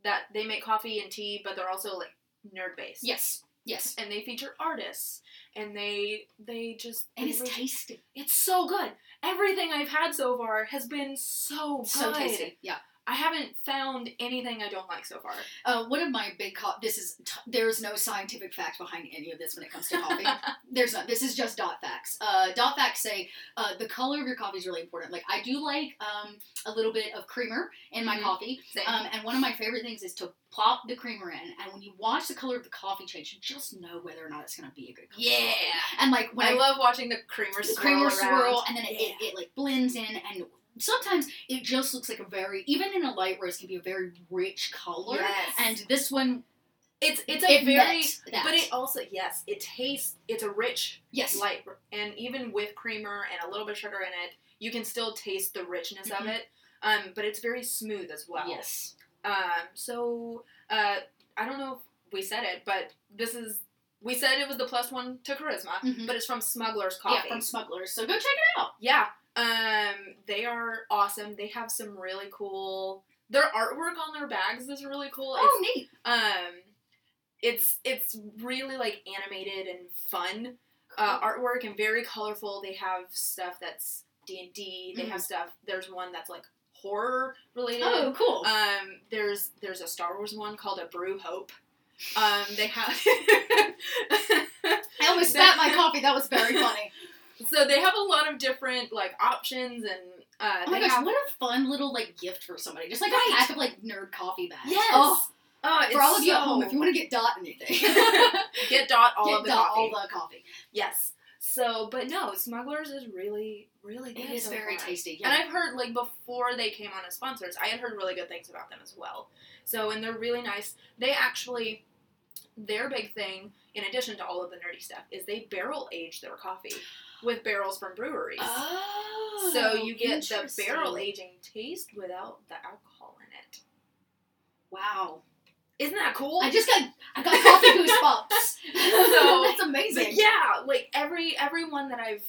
[SPEAKER 3] that they make coffee and tea, but they're also like nerd based.
[SPEAKER 2] Yes, yes,
[SPEAKER 3] And they feature artists, and they they just
[SPEAKER 2] and it's
[SPEAKER 3] they-
[SPEAKER 2] tasty.
[SPEAKER 3] It's so good. Everything I've had so far has been so Oh, good.
[SPEAKER 2] So tasty. Yeah.
[SPEAKER 3] I haven't found anything I don't like so far.
[SPEAKER 2] Uh, one of my big co- this is t- there's no scientific fact behind any of this when it comes to coffee. there's not. This is just dot facts. Uh, dot facts say uh, the color of your coffee is really important. Like I do like um, a little bit of creamer in my
[SPEAKER 3] Mhm.
[SPEAKER 2] coffee,
[SPEAKER 3] Same.
[SPEAKER 2] um, and one of my favorite things is to plop the creamer in, and when you watch the color of the coffee change, you just know whether or not it's gonna be a good. Coffee.
[SPEAKER 3] yeah.
[SPEAKER 2] And like when
[SPEAKER 3] I
[SPEAKER 2] I,
[SPEAKER 3] love watching the creamer
[SPEAKER 2] the
[SPEAKER 3] swirl.
[SPEAKER 2] creamer swirl,
[SPEAKER 3] around.
[SPEAKER 2] and then it,
[SPEAKER 3] Yeah.
[SPEAKER 2] it, it like blends in and. Sometimes it just looks like a very even in a light roast can be a very rich color,
[SPEAKER 3] Yes.
[SPEAKER 2] and this one
[SPEAKER 3] it's it's a
[SPEAKER 2] it
[SPEAKER 3] very
[SPEAKER 2] met that.
[SPEAKER 3] but it also yes, it tastes it's a rich
[SPEAKER 2] yes
[SPEAKER 3] light and even with creamer and a little bit of sugar in it, you can still taste the richness of
[SPEAKER 2] Mhm.
[SPEAKER 3] it. Um, but it's very smooth as well.
[SPEAKER 2] yes
[SPEAKER 3] Um, so uh, I don't know if we said it, but this is we said it was the plus one to charisma,
[SPEAKER 2] Mhm.
[SPEAKER 3] but it's from Smuggler's
[SPEAKER 2] yeah
[SPEAKER 3] Coffee.
[SPEAKER 2] from smugglers so go check it out
[SPEAKER 3] Yeah, um, they are awesome. They have some really cool. Their artwork on their bags is really cool.
[SPEAKER 2] oh
[SPEAKER 3] It's,
[SPEAKER 2] neat
[SPEAKER 3] um, it's it's really like animated and fun uh, artwork and very colorful. They have stuff that's D and D. They
[SPEAKER 2] Mhm.
[SPEAKER 3] have stuff. There's one that's like horror related.
[SPEAKER 2] oh cool
[SPEAKER 3] Um, there's there's a Star Wars one called A Brew Hope. Um, they have
[SPEAKER 2] i almost spat my coffee that was very funny
[SPEAKER 3] so they have a lot of different like options and uh,
[SPEAKER 2] oh my
[SPEAKER 3] they
[SPEAKER 2] gosh
[SPEAKER 3] have
[SPEAKER 2] what a fun little like gift for somebody just like
[SPEAKER 3] Right.
[SPEAKER 2] a pack of like nerd coffee bags
[SPEAKER 3] yes.
[SPEAKER 2] oh,
[SPEAKER 3] Oh, it's
[SPEAKER 2] for all of you at
[SPEAKER 3] so-
[SPEAKER 2] home if you want to get dot anything
[SPEAKER 3] get dot all
[SPEAKER 2] get
[SPEAKER 3] of the
[SPEAKER 2] dot
[SPEAKER 3] coffee.
[SPEAKER 2] all the coffee
[SPEAKER 3] yes. So, but no, Smugglers is really really good.
[SPEAKER 2] it is
[SPEAKER 3] so
[SPEAKER 2] very
[SPEAKER 3] far.
[SPEAKER 2] tasty
[SPEAKER 3] And
[SPEAKER 2] yeah
[SPEAKER 3] I've heard like before they came on as sponsors, I had heard really good things about them as well. So and they're really nice. They actually their big thing, in addition to all of the nerdy stuff, is they barrel age their coffee with barrels from breweries.
[SPEAKER 2] oh
[SPEAKER 3] so you get the
[SPEAKER 2] interesting.
[SPEAKER 3] barrel aging taste without the alcohol in it.
[SPEAKER 2] wow
[SPEAKER 3] Isn't that cool?
[SPEAKER 2] i just got i got coffee goosebumps
[SPEAKER 3] So-
[SPEAKER 2] that's amazing
[SPEAKER 3] But yeah, like every everyone that I've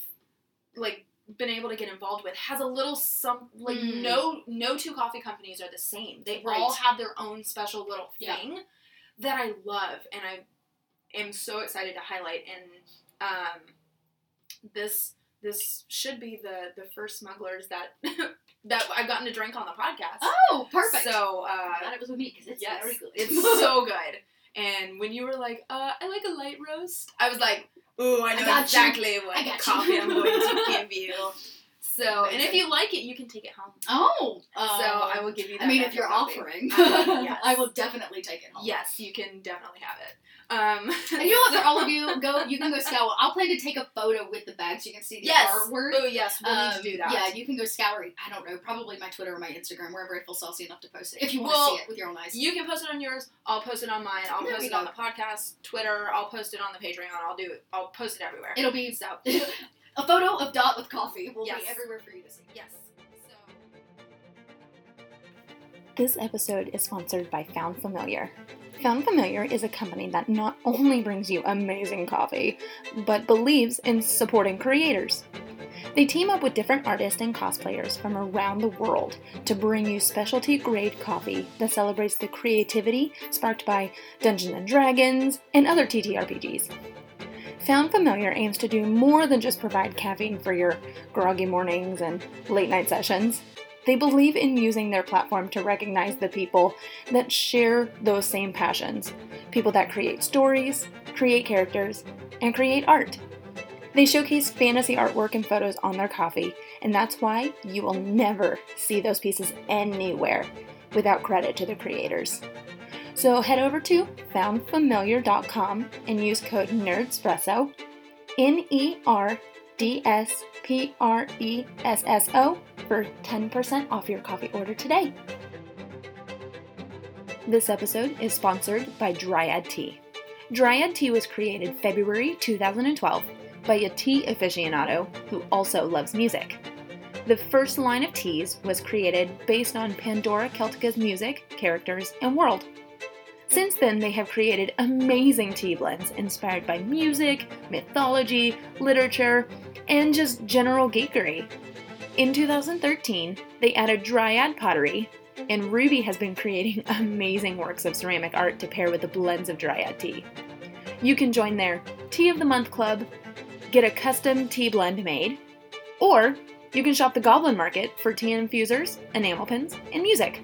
[SPEAKER 3] like been able to get involved with has a little some like
[SPEAKER 2] Mm.
[SPEAKER 3] no no two coffee companies are the same. They
[SPEAKER 2] Right.
[SPEAKER 3] all have their own special little
[SPEAKER 2] Yeah.
[SPEAKER 3] thing that I love and I am so excited to highlight and um this this should be the the first smugglers that that I've gotten to drink on the podcast.
[SPEAKER 2] Oh, perfect.
[SPEAKER 3] So uh,
[SPEAKER 2] I'm glad it was with me because it's
[SPEAKER 3] yes,
[SPEAKER 2] very good.
[SPEAKER 3] it's so good. And when you were like, uh, I like a light roast, I was like, ooh, I
[SPEAKER 2] I
[SPEAKER 3] know
[SPEAKER 2] got you.
[SPEAKER 3] exactly
[SPEAKER 2] I
[SPEAKER 3] what
[SPEAKER 2] got you.
[SPEAKER 3] coffee I'm going to give you. So, and if
[SPEAKER 2] Amazing.
[SPEAKER 3] you like it, you can take it home.
[SPEAKER 2] oh, um,
[SPEAKER 3] so I will give you. That
[SPEAKER 2] I mean,
[SPEAKER 3] back
[SPEAKER 2] if
[SPEAKER 3] for
[SPEAKER 2] you're
[SPEAKER 3] coffee.
[SPEAKER 2] offering,
[SPEAKER 3] Um, yes.
[SPEAKER 2] I will definitely take it home.
[SPEAKER 3] yes, you can definitely have it. Um,
[SPEAKER 2] And you know what? For all of you, go. You can go scour. I'll plan to take a photo with the bags. You can see the
[SPEAKER 3] yes,
[SPEAKER 2] artwork.
[SPEAKER 3] oh yes, we
[SPEAKER 2] Um,
[SPEAKER 3] need to do that.
[SPEAKER 2] Yeah, you can go scour. I don't know, probably my Twitter or my Instagram, wherever I feel saucy enough to post it. If you want
[SPEAKER 3] Well,
[SPEAKER 2] to see it with your own eyes.
[SPEAKER 3] You can post it on yours. I'll post it on mine. I'll
[SPEAKER 2] There
[SPEAKER 3] post
[SPEAKER 2] we
[SPEAKER 3] it on
[SPEAKER 2] go.
[SPEAKER 3] the podcast, Twitter. I'll post it on the Patreon. I'll do. it. I'll post it everywhere.
[SPEAKER 2] It'll be
[SPEAKER 3] so
[SPEAKER 2] a photo of Dot with coffee will
[SPEAKER 3] Yes.
[SPEAKER 2] be everywhere for you to see.
[SPEAKER 3] yes. So.
[SPEAKER 1] This episode is sponsored by Found Familiar. Found Familiar is a company that not only brings you amazing coffee, but believes in supporting creators. They team up with different artists and cosplayers from around the world to bring you specialty grade coffee that celebrates the creativity sparked by Dungeons and Dragons and other TTRPGs. Found Familiar aims to do more than just provide caffeine for your groggy mornings and late night sessions. They believe in using their platform to recognize the people that share those same passions, people that create stories, create characters, and create art. They showcase fantasy artwork and photos on their coffee, and that's why you will never see those pieces anywhere without credit to the creators. So head over to foundfamiliar.com and use code NERDSPRESSO, N E R D S P R E S S O, for 10% off your coffee order today. This episode is sponsored by Dryad Tea. Dryad Tea was created February 2012 by a tea aficionado who also loves music. The first line of teas was created based on Pandora Celtica's music, characters, and world. Since then, they have created amazing tea blends inspired by music, mythology, literature, and just general geekery. In 2013, they added dryad pottery, and Ruby has been creating amazing works of ceramic art to pair with the blends of dryad tea. You can join their Tea of the Month Club, get a custom tea blend made, or you can shop the Goblin Market for tea infusers, enamel pins, and music.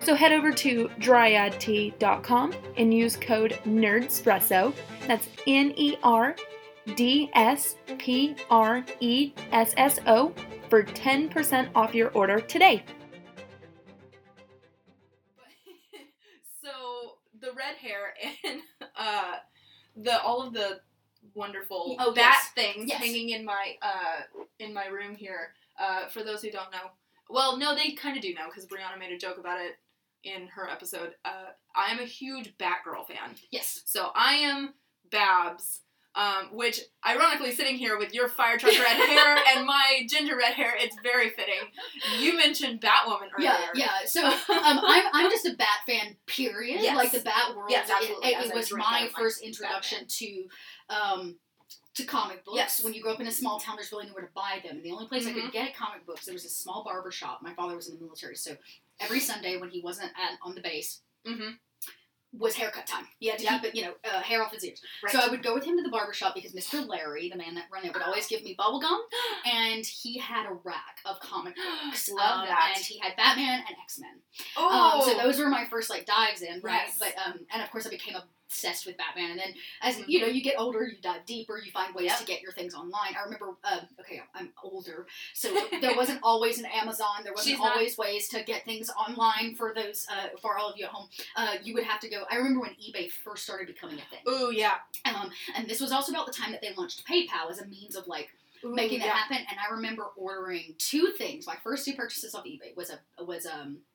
[SPEAKER 1] So head over to dryadtea.com and use code NERDSPRESSO, that's N E R D S P R E S S O, for 10% off your order today.
[SPEAKER 3] so the red hair and uh, the all of the wonderful
[SPEAKER 2] Oh,
[SPEAKER 3] bat
[SPEAKER 2] yes.
[SPEAKER 3] things
[SPEAKER 2] Yes.
[SPEAKER 3] hanging in my uh, in my room here. Uh, for those who don't know, well, no, they kind of do know because Brianna made a joke about it in her episode. Uh, I am a huge Batgirl fan,
[SPEAKER 2] Yes.
[SPEAKER 3] so I am Babs. Um, which, ironically, sitting here with your fire truck red hair and my ginger red hair, it's very fitting. You mentioned Batwoman earlier.
[SPEAKER 2] Yeah, yeah. So um, I'm, I'm just a Bat fan, period.
[SPEAKER 3] Yes.
[SPEAKER 2] Like the Bat world.
[SPEAKER 3] Yes,
[SPEAKER 2] it-
[SPEAKER 3] absolutely.
[SPEAKER 2] It,
[SPEAKER 3] As
[SPEAKER 2] it
[SPEAKER 3] I
[SPEAKER 2] was
[SPEAKER 3] drink,
[SPEAKER 2] my
[SPEAKER 3] I'm like
[SPEAKER 2] first introduction to um, to comic books.
[SPEAKER 3] Yes.
[SPEAKER 2] When you grow up in a small town, there's really nowhere to buy them. And the only place I could get comic books, there was a small barber shop. My father was in the military, so every Sunday when he wasn't at, on the base,
[SPEAKER 3] Mm-hmm.
[SPEAKER 2] was haircut time. You had to
[SPEAKER 3] Yeah.
[SPEAKER 2] keep it, you know, uh, hair off his ears.
[SPEAKER 3] Right.
[SPEAKER 2] So I would go with him to the barber shop because Mr. Larry, the man that ran it, would always give me bubble gum, and he had a rack of comic books.
[SPEAKER 3] Love
[SPEAKER 2] um,
[SPEAKER 3] that.
[SPEAKER 2] And he had Batman and X Men.
[SPEAKER 3] oh,
[SPEAKER 2] Um, so those were my first like dives in, right?
[SPEAKER 3] Yes.
[SPEAKER 2] But um, and of course I became obsessed with Batman. And then as
[SPEAKER 3] Mhm.
[SPEAKER 2] you know, you get older, you dive deeper, you find ways
[SPEAKER 3] Yep.
[SPEAKER 2] to get your things online. I remember, um, okay, I'm older, so there wasn't always an Amazon. There wasn't
[SPEAKER 3] She's not-
[SPEAKER 2] always ways to get things online for those uh, for all of you at home. Uh, you would have to go. I remember when eBay first started becoming a thing,
[SPEAKER 3] Ooh, yeah.
[SPEAKER 2] um, and this was also about the time that they launched PayPal as a means of like
[SPEAKER 3] Ooh,
[SPEAKER 2] making it
[SPEAKER 3] yeah.
[SPEAKER 2] happen. And I remember ordering two things. My first two purchases off eBay was a was um.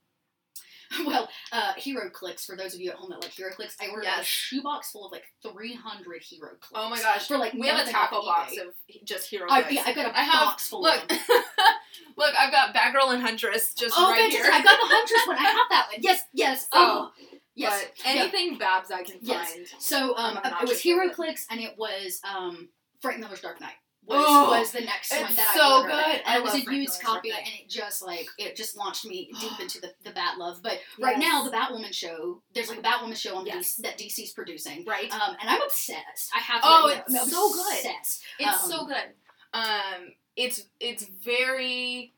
[SPEAKER 2] Well, uh, Hero Clicks, for those of you at home that like Hero Clicks, I ordered a
[SPEAKER 3] Yes.
[SPEAKER 2] shoebox full of like 300 Hero Clicks.
[SPEAKER 3] Oh my gosh.
[SPEAKER 2] For like,
[SPEAKER 3] We have a
[SPEAKER 2] nothing off
[SPEAKER 3] tackle
[SPEAKER 2] eBay.
[SPEAKER 3] box of just hero
[SPEAKER 2] I,
[SPEAKER 3] clicks.
[SPEAKER 2] yeah, I've got a
[SPEAKER 3] I have-
[SPEAKER 2] box full of
[SPEAKER 3] Look,
[SPEAKER 2] them.
[SPEAKER 3] look, I've got Batgirl and Huntress just
[SPEAKER 2] Oh,
[SPEAKER 3] right
[SPEAKER 2] fantastic.
[SPEAKER 3] here.
[SPEAKER 2] I've got the Huntress one. I have that one. Yes, yes. oh, yes.
[SPEAKER 3] But anything Babs I can
[SPEAKER 2] Yes.
[SPEAKER 3] find.
[SPEAKER 2] So um,
[SPEAKER 3] I'm
[SPEAKER 2] it
[SPEAKER 3] not
[SPEAKER 2] was
[SPEAKER 3] just gonna-
[SPEAKER 2] Hero Clicks, and it was um, Frank Miller's Dark Knight. Was,
[SPEAKER 3] Oh,
[SPEAKER 2] was the next one
[SPEAKER 3] it's
[SPEAKER 2] that
[SPEAKER 3] so
[SPEAKER 2] I ordered.
[SPEAKER 3] good.
[SPEAKER 2] And
[SPEAKER 3] I
[SPEAKER 2] it was
[SPEAKER 3] love
[SPEAKER 2] a
[SPEAKER 3] Frank
[SPEAKER 2] used
[SPEAKER 3] Miller's Dark
[SPEAKER 2] copy,
[SPEAKER 3] Knight.
[SPEAKER 2] and it just like it just launched me deep into the, the Bat love. But right now, the Batwoman show, there's like a Batwoman show on the
[SPEAKER 3] Yes.
[SPEAKER 2] DC, that DC's producing,
[SPEAKER 3] Right.
[SPEAKER 2] um, and I'm obsessed. I have. To
[SPEAKER 3] Oh,
[SPEAKER 2] let you know. I'm
[SPEAKER 3] it's so good.
[SPEAKER 2] Obsessed.
[SPEAKER 3] it's
[SPEAKER 2] um,
[SPEAKER 3] so good. um, it's it's very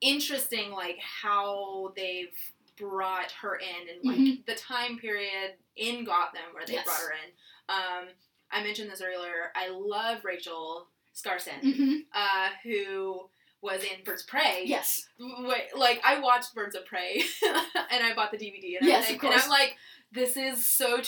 [SPEAKER 3] interesting, like how they've brought her in and like the time period in Gotham where they
[SPEAKER 2] Mm-hmm. Yes.
[SPEAKER 3] brought her in. Um, I mentioned this earlier. I love Rachel Scarson,
[SPEAKER 2] hmm
[SPEAKER 3] uh, who was in Birds of Prey.
[SPEAKER 2] Yes.
[SPEAKER 3] Wait, like I watched Birds of Prey, and I bought the DVD, and,
[SPEAKER 2] Yes,
[SPEAKER 3] everything,
[SPEAKER 2] of
[SPEAKER 3] and
[SPEAKER 2] course.
[SPEAKER 3] I'm like, this is so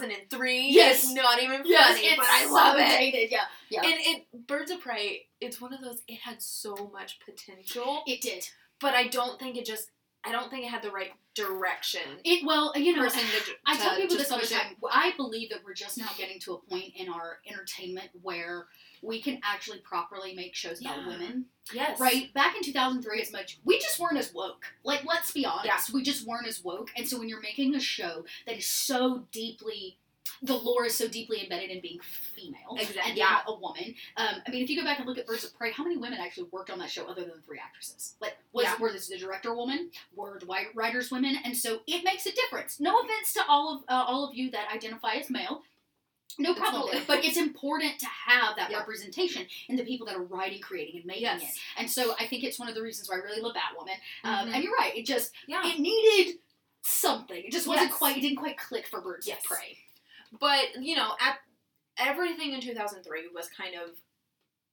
[SPEAKER 3] 2003.
[SPEAKER 2] Yes.
[SPEAKER 3] it's not even funny,
[SPEAKER 2] Yes, it's
[SPEAKER 3] but I
[SPEAKER 2] so
[SPEAKER 3] love it.
[SPEAKER 2] dated, Yeah, yeah.
[SPEAKER 3] And it Birds of Prey, it's one of those. It had so much potential,
[SPEAKER 2] it did.
[SPEAKER 3] but I don't think it just. I don't think it had the right direction.
[SPEAKER 2] It well, you know,
[SPEAKER 3] person to, to,
[SPEAKER 2] I tell people
[SPEAKER 3] to
[SPEAKER 2] this all the
[SPEAKER 3] push it.
[SPEAKER 2] time. I believe that we're just now getting to a point in our entertainment where we can actually properly make shows about
[SPEAKER 3] Yeah.
[SPEAKER 2] women.
[SPEAKER 3] Yes,
[SPEAKER 2] Right? Back in 2003, as much, we just weren't as woke. Like, let's be honest.
[SPEAKER 3] Yeah.
[SPEAKER 2] We just weren't as woke. And so when you're making a show that is so deeply, the lore is so deeply embedded in being female.
[SPEAKER 3] Exact-
[SPEAKER 2] And
[SPEAKER 3] yeah.
[SPEAKER 2] being a woman. Um, I mean, if you go back and look at Birds of Prey, how many women actually worked on that show other than the three actresses? Like, was,
[SPEAKER 3] Yeah.
[SPEAKER 2] were this the director woman? Were the white writers women? And so it makes a difference. No offense to all of uh, all of you that identify as male. No
[SPEAKER 3] It's
[SPEAKER 2] problem,
[SPEAKER 3] okay.
[SPEAKER 2] but it's important to have that
[SPEAKER 3] Yeah.
[SPEAKER 2] representation in the people that are writing, creating, and making
[SPEAKER 3] Yes.
[SPEAKER 2] it. And so I think it's one of the reasons why I really love Batwoman. Um,
[SPEAKER 3] Mhm.
[SPEAKER 2] and you're right, it just
[SPEAKER 3] Yeah.
[SPEAKER 2] it needed something. It just wasn't
[SPEAKER 3] Ah. Yes.
[SPEAKER 2] quite. It didn't quite click for Birds
[SPEAKER 3] Yes.
[SPEAKER 2] of Prey.
[SPEAKER 3] but you know, at everything in 2003 was kind of,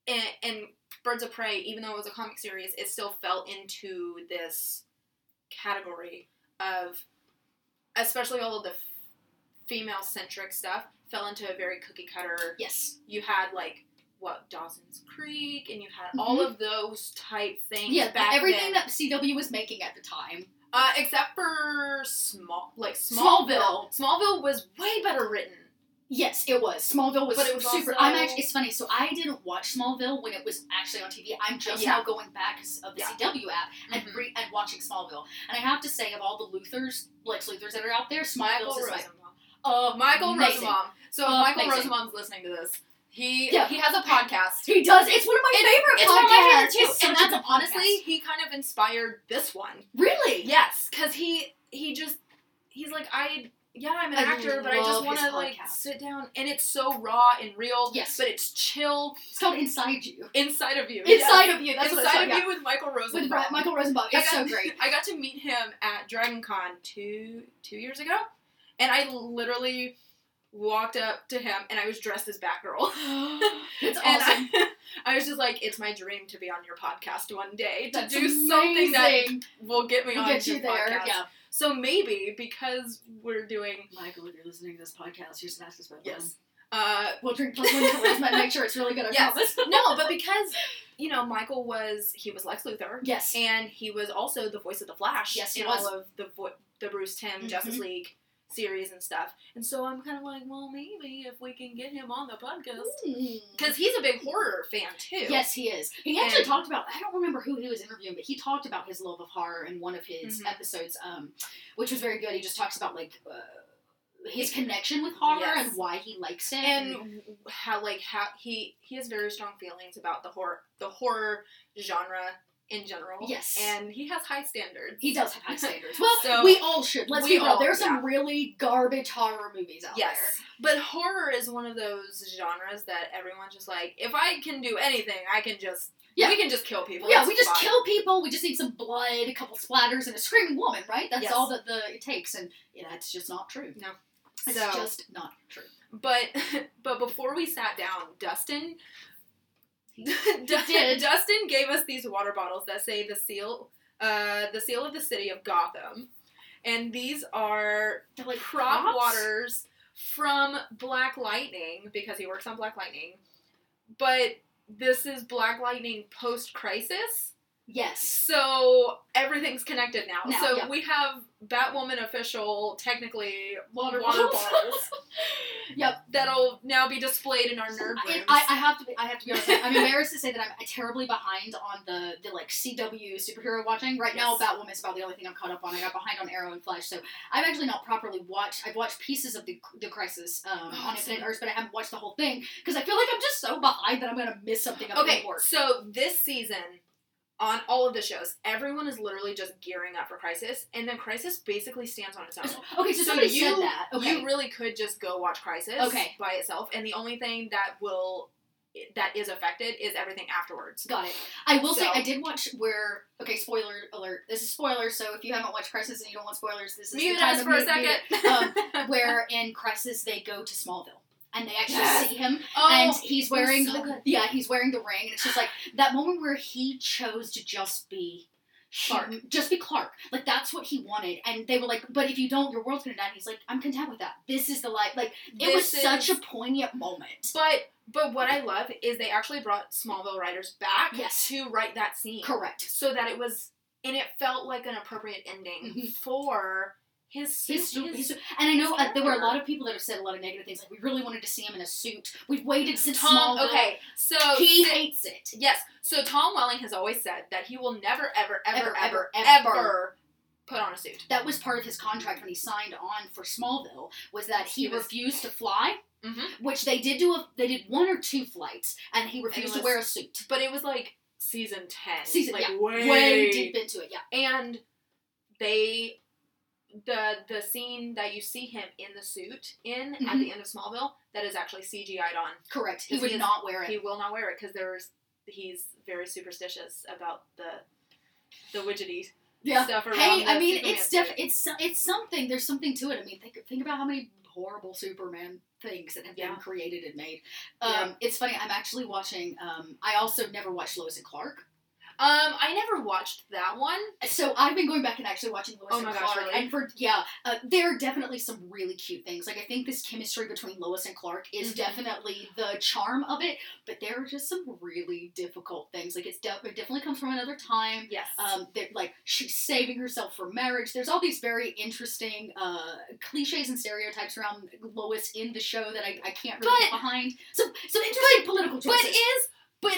[SPEAKER 3] and, and Birds of Prey, even though it was a comic series, it still fell into this category of, especially all of the female centric stuff, fell into a very cookie cutter.
[SPEAKER 2] Yes.
[SPEAKER 3] You had like what Dawson's Creek, and you had all of those type things.
[SPEAKER 2] Mm-hmm. Yeah.
[SPEAKER 3] back
[SPEAKER 2] everything
[SPEAKER 3] then.
[SPEAKER 2] that CW was making at the time.
[SPEAKER 3] Uh, except for small, like
[SPEAKER 2] Smallville.
[SPEAKER 3] Smallville. Smallville was way better written.
[SPEAKER 2] Yes, it was. Smallville was,
[SPEAKER 3] But it was
[SPEAKER 2] super.
[SPEAKER 3] also-
[SPEAKER 2] I'm actually. It's funny. So I didn't watch Smallville when it was actually on TV. I'm just
[SPEAKER 3] Yeah.
[SPEAKER 2] now going back 'cause of the
[SPEAKER 3] Yeah.
[SPEAKER 2] CW app and
[SPEAKER 3] Mhm.
[SPEAKER 2] re- and watching Smallville. And I have to say, of all the Luthers, Lex Luthers that are out there,
[SPEAKER 3] Michael
[SPEAKER 2] Smallville's is my.
[SPEAKER 3] Rosenbaum. Uh,
[SPEAKER 2] Oh,
[SPEAKER 3] Michael
[SPEAKER 2] amazing. Uh,
[SPEAKER 3] Rosenbaum. So if
[SPEAKER 2] Amazing.
[SPEAKER 3] Michael Rosenbaum's listening to this. He
[SPEAKER 2] Yeah.
[SPEAKER 3] he has a podcast.
[SPEAKER 2] He does. It's one of my
[SPEAKER 3] It's-
[SPEAKER 2] favorite.
[SPEAKER 3] It's
[SPEAKER 2] podcasts.
[SPEAKER 3] one of my favorite
[SPEAKER 2] It's
[SPEAKER 3] too, and
[SPEAKER 2] such a
[SPEAKER 3] that's
[SPEAKER 2] good
[SPEAKER 3] honestly
[SPEAKER 2] podcast.
[SPEAKER 3] he kind of inspired this one.
[SPEAKER 2] really.
[SPEAKER 3] Yes, because he he just he's like I yeah I'm an
[SPEAKER 2] I
[SPEAKER 3] actor, but I
[SPEAKER 2] love
[SPEAKER 3] just
[SPEAKER 2] his
[SPEAKER 3] want to like
[SPEAKER 2] podcast.
[SPEAKER 3] sit down and it's so raw and real.
[SPEAKER 2] Yes.
[SPEAKER 3] but it's chill
[SPEAKER 2] It's called Inside You.
[SPEAKER 3] inside of you.
[SPEAKER 2] Inside
[SPEAKER 3] Yes.
[SPEAKER 2] of You. That's
[SPEAKER 3] inside
[SPEAKER 2] what
[SPEAKER 3] of
[SPEAKER 2] it's called.
[SPEAKER 3] you with Michael
[SPEAKER 2] yeah. With
[SPEAKER 3] Rosenbaum.
[SPEAKER 2] Bri- Michael Rosenbaum.
[SPEAKER 3] I
[SPEAKER 2] It's so
[SPEAKER 3] got-
[SPEAKER 2] great.
[SPEAKER 3] I got to meet him at Dragon Con two two years ago, and I literally walked up to him and I was dressed as Batgirl.
[SPEAKER 2] It's
[SPEAKER 3] And
[SPEAKER 2] awesome.
[SPEAKER 3] I, I was just like, it's my dream to be on your podcast one day to
[SPEAKER 2] That's
[SPEAKER 3] do something that
[SPEAKER 2] amazing.
[SPEAKER 3] will get me
[SPEAKER 2] We'll
[SPEAKER 3] on
[SPEAKER 2] get
[SPEAKER 3] your
[SPEAKER 2] you there.
[SPEAKER 3] podcast.
[SPEAKER 2] Yeah.
[SPEAKER 3] So maybe because we're doing
[SPEAKER 2] Michael, if you're listening to this podcast, here's an ask us about
[SPEAKER 3] yes, uh,
[SPEAKER 2] We'll drink plus one charisma and make sure it's really good. I
[SPEAKER 3] Yes.
[SPEAKER 2] promise.
[SPEAKER 3] no, but because you know Michael was he was Lex Luthor
[SPEAKER 2] Yes.
[SPEAKER 3] and he was also the voice of the Flash
[SPEAKER 2] Yes, he
[SPEAKER 3] in
[SPEAKER 2] was. Mm-hmm.
[SPEAKER 3] all of the vo- the Bruce Tim Justice League series and stuff. And so I'm kind of like, well, maybe if we can get him on the podcast because he's a big horror fan too.
[SPEAKER 2] Mm. Yes, he is. He actually
[SPEAKER 3] And-
[SPEAKER 2] talked about. I don't remember who he was interviewing, but he talked about his love of horror in one of his
[SPEAKER 3] Mhm.
[SPEAKER 2] episodes, um, which was very good. He just talks about like uh, his connection with horror
[SPEAKER 3] Yes.
[SPEAKER 2] and why he likes it.
[SPEAKER 3] and how like how he he has very strong feelings about the horror the horror genre in general.
[SPEAKER 2] Yes.
[SPEAKER 3] and he has high standards.
[SPEAKER 2] he does have high standards. Well,
[SPEAKER 3] So-
[SPEAKER 2] we all should. Let's
[SPEAKER 3] we
[SPEAKER 2] be real.
[SPEAKER 3] all-
[SPEAKER 2] There's
[SPEAKER 3] yeah.
[SPEAKER 2] some really garbage horror movies out
[SPEAKER 3] Yes,
[SPEAKER 2] there.
[SPEAKER 3] but horror is one of those genres that everyone's just like, if I can do anything, I can just
[SPEAKER 2] Yeah.
[SPEAKER 3] we can just kill people.
[SPEAKER 2] yeah,
[SPEAKER 3] It's
[SPEAKER 2] we just
[SPEAKER 3] fine.
[SPEAKER 2] kill people. We just need some blood, a couple splatters, and a screaming woman, right? That's
[SPEAKER 3] Yes.
[SPEAKER 2] all that the it takes, and yeah, that's just not true.
[SPEAKER 3] No.
[SPEAKER 2] it's
[SPEAKER 3] So-
[SPEAKER 2] just not true.
[SPEAKER 3] But but before we sat down, Dustin.
[SPEAKER 2] did.
[SPEAKER 3] Dustin gave us these water bottles that say the seal, uh, the seal of the city of Gotham, and these are
[SPEAKER 2] They're like
[SPEAKER 3] prop
[SPEAKER 2] props?
[SPEAKER 3] waters from Black Lightning because he works on Black Lightning. But this is Black Lightning post crisis,
[SPEAKER 2] Yes.
[SPEAKER 3] so everything's connected now.
[SPEAKER 2] Now,
[SPEAKER 3] so
[SPEAKER 2] yeah.
[SPEAKER 3] we have Batwoman official, technically
[SPEAKER 2] Water
[SPEAKER 3] water
[SPEAKER 2] bottles.
[SPEAKER 3] bottles
[SPEAKER 2] Yep.
[SPEAKER 3] that'll now be displayed in our nerd
[SPEAKER 2] I,
[SPEAKER 3] rooms.
[SPEAKER 2] I, I have to be. I have to be honest. I'm embarrassed to say that I'm terribly behind on the the like CW superhero watching right now.
[SPEAKER 3] Yes.
[SPEAKER 2] Batwoman is about the only thing I'm caught up on. I got behind on Arrow and Flash, so I've actually not properly watched. I've watched pieces of the the Crisis um,
[SPEAKER 3] Oh,
[SPEAKER 2] on
[SPEAKER 3] awesome.
[SPEAKER 2] Infinite Earths, but I haven't watched the whole thing because I feel like I'm just so behind that I'm gonna miss something. of
[SPEAKER 3] okay,
[SPEAKER 2] importance.
[SPEAKER 3] so this season. On all of the shows, everyone is literally just gearing up for Crisis, and then Crisis basically stands on its own.
[SPEAKER 2] Okay, so,
[SPEAKER 3] So
[SPEAKER 2] somebody
[SPEAKER 3] you-
[SPEAKER 2] said that. Okay.
[SPEAKER 3] You really could just go watch Crisis
[SPEAKER 2] Okay.
[SPEAKER 3] by itself, and the only thing that will that is affected is everything afterwards.
[SPEAKER 2] Got it. I will say
[SPEAKER 3] So-
[SPEAKER 2] I did watch where. Okay, spoiler alert. This is spoilers, so if you haven't watched Crisis and you don't want spoilers, this is the
[SPEAKER 3] Mute
[SPEAKER 2] time
[SPEAKER 3] us
[SPEAKER 2] to
[SPEAKER 3] for a
[SPEAKER 2] mute- Um, mute
[SPEAKER 3] second.
[SPEAKER 2] it. where in Crisis they go to Smallville and they actually
[SPEAKER 3] Yes.
[SPEAKER 2] see him and
[SPEAKER 3] oh,
[SPEAKER 2] he's wearing
[SPEAKER 3] so
[SPEAKER 2] the,
[SPEAKER 3] good.
[SPEAKER 2] yeah he's wearing the ring and it's just like that moment where he chose to just be Clark just be Clark like that's what he wanted and they were like but if you don't your world's gonna die and he's like I'm content with that this is the life like it was
[SPEAKER 3] this is-
[SPEAKER 2] such a poignant moment
[SPEAKER 3] But but what I love is they actually brought Smallville writers back
[SPEAKER 2] Yes.
[SPEAKER 3] to write that scene,
[SPEAKER 2] correct
[SPEAKER 3] so that it was and it felt like an appropriate ending
[SPEAKER 2] Mhm.
[SPEAKER 3] for his
[SPEAKER 2] He's
[SPEAKER 3] his,
[SPEAKER 2] stu-
[SPEAKER 3] his
[SPEAKER 2] he's stu- and I know uh, there were a
[SPEAKER 3] character.
[SPEAKER 2] lot of people that have said a lot of negative things like we really wanted to see him in a suit we've waited since
[SPEAKER 3] Tom.
[SPEAKER 2] Smallville
[SPEAKER 3] Okay, so
[SPEAKER 2] he
[SPEAKER 3] si-
[SPEAKER 2] hates it
[SPEAKER 3] Yes. So Tom Welling has always said that he will never, ever, ever,
[SPEAKER 2] Ever,
[SPEAKER 3] ever,
[SPEAKER 2] ever,
[SPEAKER 3] ever,
[SPEAKER 2] ever
[SPEAKER 3] put on a suit.
[SPEAKER 2] that was part of his contract when he signed on for Smallville was that he,
[SPEAKER 3] He was-
[SPEAKER 2] refused to fly,
[SPEAKER 3] Mhm.
[SPEAKER 2] which they did do. A, they did one or two flights, and he refused
[SPEAKER 3] was
[SPEAKER 2] to wear a suit.
[SPEAKER 3] But it was like season ten,
[SPEAKER 2] Season-
[SPEAKER 3] like
[SPEAKER 2] yeah,
[SPEAKER 3] way,
[SPEAKER 2] Way deep into it, yeah.
[SPEAKER 3] and they the the scene that you see him in the suit in at
[SPEAKER 2] Mm-hmm.
[SPEAKER 3] the end of Smallville that is actually CGI'd on.
[SPEAKER 2] Correct. He
[SPEAKER 3] Because
[SPEAKER 2] would
[SPEAKER 3] he is-
[SPEAKER 2] not wear
[SPEAKER 3] He
[SPEAKER 2] it.
[SPEAKER 3] will not wear it because there's he's very superstitious about the the widgety
[SPEAKER 2] Yeah.
[SPEAKER 3] stuff around.
[SPEAKER 2] Hey, I
[SPEAKER 3] the
[SPEAKER 2] mean,
[SPEAKER 3] Superman
[SPEAKER 2] it's def-
[SPEAKER 3] suit.
[SPEAKER 2] it's so- it's something. There's something to it. I mean, think think about how many horrible Superman things that have been
[SPEAKER 3] Yeah.
[SPEAKER 2] created and made. Um,
[SPEAKER 3] Yeah.
[SPEAKER 2] It's funny. I'm actually watching. Um, I also never watched Lois and Clark.
[SPEAKER 3] Um, I never watched that one.
[SPEAKER 2] So I've been going back and actually watching Lois
[SPEAKER 3] Oh
[SPEAKER 2] and
[SPEAKER 3] my gosh,
[SPEAKER 2] Clark,
[SPEAKER 3] really?
[SPEAKER 2] and for yeah, uh, there are definitely some really cute things. Like I think this chemistry between Lois and Clark is
[SPEAKER 3] Mhm.
[SPEAKER 2] definitely the charm of it, but there are just some really difficult things. Like it's de- it definitely comes from another time.
[SPEAKER 3] Yes.
[SPEAKER 2] Um, that like she's saving herself for marriage. There's all these very interesting uh, cliches and stereotypes around Lois in the show that I, I can't really get
[SPEAKER 3] But-
[SPEAKER 2] behind. Some some interesting political
[SPEAKER 3] But
[SPEAKER 2] choices.
[SPEAKER 3] is but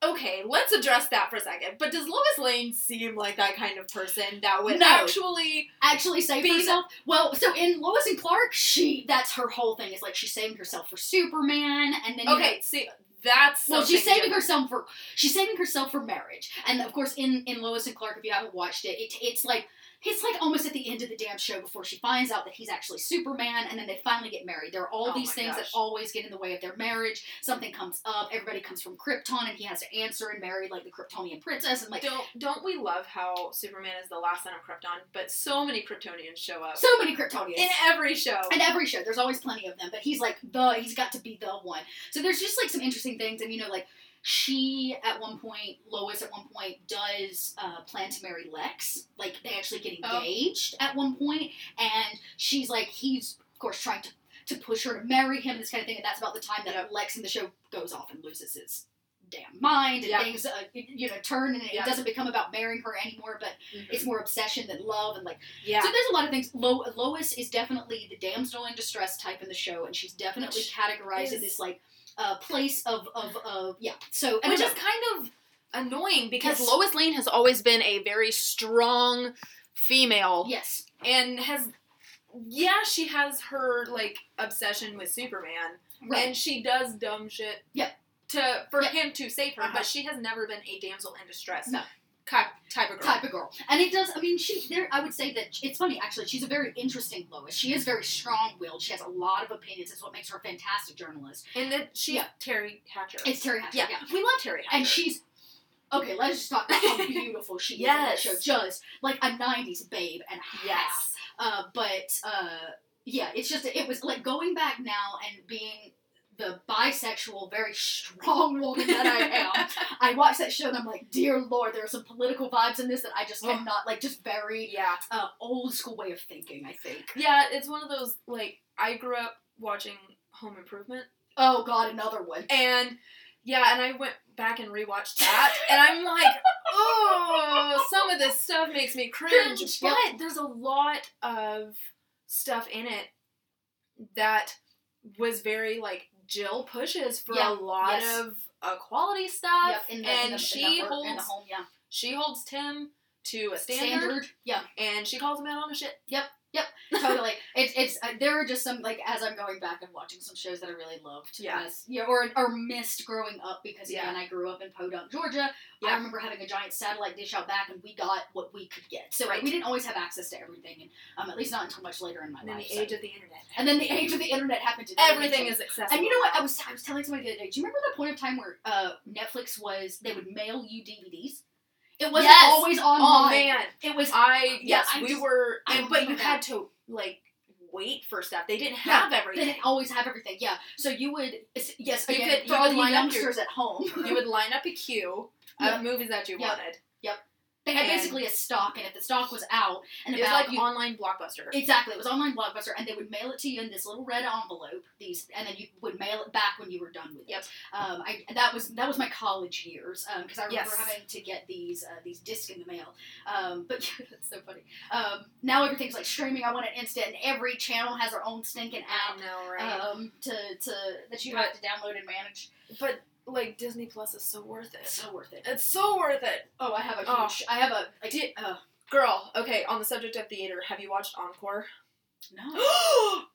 [SPEAKER 3] okay, let's address that for a second. But does Lois Lane seem like that kind of person that would
[SPEAKER 2] No.
[SPEAKER 3] actually
[SPEAKER 2] actually save
[SPEAKER 3] Being-
[SPEAKER 2] herself. Well, so in Lois and Clark, she that's her whole thing. Is like she's saving herself for Superman, and then you
[SPEAKER 3] Okay, see that's
[SPEAKER 2] Well, she's
[SPEAKER 3] something
[SPEAKER 2] saving
[SPEAKER 3] different.
[SPEAKER 2] herself for she's saving herself for marriage, and of course, in in Lois and Clark, if you haven't watched it, it it's like it's like almost at the end of the damn show before she finds out that he's actually Superman, and then they finally get married. There are all
[SPEAKER 3] Oh
[SPEAKER 2] these
[SPEAKER 3] my
[SPEAKER 2] things that
[SPEAKER 3] gosh.
[SPEAKER 2] always get in the way of their marriage. Something comes up, everybody comes from Krypton, and he has to answer and marry like the Kryptonian princess, and like
[SPEAKER 3] Don't don't we love how Superman is the last son of Krypton, but so many Kryptonians show up
[SPEAKER 2] so many Kryptonians
[SPEAKER 3] in every show.
[SPEAKER 2] And every show, there's always plenty of them, but he's like the he's got to be the one. So there's just like some interesting things, and you know, like she at one point, Lois at one point does uh, plan to marry Lex. Like they actually get
[SPEAKER 3] Oh.
[SPEAKER 2] engaged at one point, and she's like he's of course trying to to push her to marry him, this kind of thing. And that's about the time that
[SPEAKER 3] Yep.
[SPEAKER 2] Lex in the show goes off and loses his damn mind, and
[SPEAKER 3] Yeah.
[SPEAKER 2] things uh, you know turn, and it
[SPEAKER 3] Yeah.
[SPEAKER 2] doesn't become about marrying her anymore, but
[SPEAKER 3] Mhm.
[SPEAKER 2] it's more obsession than love, and like.
[SPEAKER 3] yeah.
[SPEAKER 2] So there's a lot of things. Lo- Lois is definitely the damsel in distress type in the show, and she's definitely
[SPEAKER 3] Which
[SPEAKER 2] categorized in
[SPEAKER 3] is-
[SPEAKER 2] this like uh, place of of of yeah. So I
[SPEAKER 3] Which
[SPEAKER 2] don't
[SPEAKER 3] is
[SPEAKER 2] know.
[SPEAKER 3] kind of annoying because
[SPEAKER 2] Yes.
[SPEAKER 3] Lois Lane has always been a very strong female
[SPEAKER 2] yes,
[SPEAKER 3] and has yeah, she has her like obsession with Superman.
[SPEAKER 2] right.
[SPEAKER 3] and she does dumb shit.
[SPEAKER 2] Yep.
[SPEAKER 3] To for
[SPEAKER 2] Yep.
[SPEAKER 3] him to save her,
[SPEAKER 2] Uh-huh.
[SPEAKER 3] but she has never been a damsel in distress.
[SPEAKER 2] No.
[SPEAKER 3] Type, type of girl.
[SPEAKER 2] Type of girl, and it does. I mean, she there. I would say that it's funny actually. She's a very interesting Lois. She is very strong-willed. She has a lot of opinions. It's what makes her a fantastic journalist.
[SPEAKER 3] And that she's
[SPEAKER 2] Yeah.
[SPEAKER 3] Terry Hatcher.
[SPEAKER 2] It's Terry Hatcher.
[SPEAKER 3] yeah. we love Terry Hatcher.
[SPEAKER 2] and she's okay. Let's just talk about how beautiful she is. in that
[SPEAKER 3] Yes.
[SPEAKER 2] show. just like a '90s babe and a half.
[SPEAKER 3] yes,
[SPEAKER 2] Uh, but uh, yeah, it's just it was like going back now and being the bisexual, very strong woman that I am. I watched that show and I'm like, dear lord, there are some political vibes in this that I just
[SPEAKER 3] Ugh.
[SPEAKER 2] cannot like. Just very
[SPEAKER 3] yeah,
[SPEAKER 2] uh, old school way of thinking. I think.
[SPEAKER 3] yeah. It's one of those like I grew up watching Home Improvement,
[SPEAKER 2] Oh god, another one.
[SPEAKER 3] and yeah, and I went back and rewatched that, and I'm like, oh, some of this stuff makes me cringe.
[SPEAKER 2] Cringe,
[SPEAKER 3] But
[SPEAKER 2] yep.
[SPEAKER 3] there's a lot of stuff in it that was very like Jill pushes for
[SPEAKER 2] Yeah,
[SPEAKER 3] a lot
[SPEAKER 2] yes.
[SPEAKER 3] of equality stuff,
[SPEAKER 2] Yep, in the,
[SPEAKER 3] and
[SPEAKER 2] in the,
[SPEAKER 3] she
[SPEAKER 2] in the, work-
[SPEAKER 3] holds
[SPEAKER 2] in the home, yeah.
[SPEAKER 3] she holds Tim to a standard,
[SPEAKER 2] yeah.
[SPEAKER 3] and she calls him out on his shit.
[SPEAKER 2] totally. It it's it's uh, there are just some like as I'm going back and watching some shows that I really loved.
[SPEAKER 3] Yeah.
[SPEAKER 2] as- yeah, or or missed growing up because
[SPEAKER 3] Yeah.
[SPEAKER 2] again I grew up in Podunk, Georgia. I
[SPEAKER 3] Yeah.
[SPEAKER 2] remember having a giant satellite dish out back, and we got what we could get. So
[SPEAKER 3] Right.
[SPEAKER 2] we didn't always have access to everything, and um, at least not until much later in my
[SPEAKER 3] And then
[SPEAKER 2] life.
[SPEAKER 3] the
[SPEAKER 2] so-
[SPEAKER 3] age of the internet.
[SPEAKER 2] and then the age of the internet happened. to
[SPEAKER 3] Everything is accessible.
[SPEAKER 2] And you know what? I
[SPEAKER 3] now.
[SPEAKER 2] was I was telling somebody the other day. Do you remember the point of time where uh, Netflix was they would mail you DVDs? It wasn't
[SPEAKER 3] Yes.
[SPEAKER 2] always online.
[SPEAKER 3] Oh man,
[SPEAKER 2] It was
[SPEAKER 3] I
[SPEAKER 2] Yeah,
[SPEAKER 3] yes,
[SPEAKER 2] I
[SPEAKER 3] we
[SPEAKER 2] just-
[SPEAKER 3] were,
[SPEAKER 2] I
[SPEAKER 3] and, but you
[SPEAKER 2] remember
[SPEAKER 3] had to like wait for stuff. They didn't
[SPEAKER 2] Yeah,
[SPEAKER 3] have
[SPEAKER 2] They
[SPEAKER 3] everything.
[SPEAKER 2] didn't always have everything. Yeah. So you would, it's- yes,
[SPEAKER 3] You
[SPEAKER 2] again,
[SPEAKER 3] could-
[SPEAKER 2] for
[SPEAKER 3] you
[SPEAKER 2] all
[SPEAKER 3] could
[SPEAKER 2] you
[SPEAKER 3] line up your-
[SPEAKER 2] youngsters at home,
[SPEAKER 3] You would line up a queue
[SPEAKER 2] Yeah.
[SPEAKER 3] of movies that you
[SPEAKER 2] Yeah.
[SPEAKER 3] wanted.
[SPEAKER 2] they had
[SPEAKER 3] And-
[SPEAKER 2] basically a stock, and if the stock was out, and
[SPEAKER 3] It was
[SPEAKER 2] about
[SPEAKER 3] like
[SPEAKER 2] you,
[SPEAKER 3] online blockbuster.
[SPEAKER 2] exactly, it was online blockbuster, and they would mail it to you in this little red envelope. These, and then you would mail it back when you were done with it.
[SPEAKER 3] Yep.
[SPEAKER 2] Um, I that was that was my college years because I remember
[SPEAKER 3] Yes.
[SPEAKER 2] having to get these uh, these discs in the mail. Um, but yeah, that's so funny. Um, now everything's like streaming. I want it instant, and every channel has their own stinking
[SPEAKER 3] I
[SPEAKER 2] app.
[SPEAKER 3] know, right?
[SPEAKER 2] Um, to, to that you have to download and manage.
[SPEAKER 3] but like Disney Plus is so worth
[SPEAKER 2] It's
[SPEAKER 3] it.
[SPEAKER 2] so worth it.
[SPEAKER 3] It's so worth it,
[SPEAKER 2] Oh, I have a
[SPEAKER 3] Oh.
[SPEAKER 2] huge. I have a. I did. Uh,
[SPEAKER 3] girl. Okay, on the subject of theater, have you watched Encore?
[SPEAKER 2] no.
[SPEAKER 3] okay,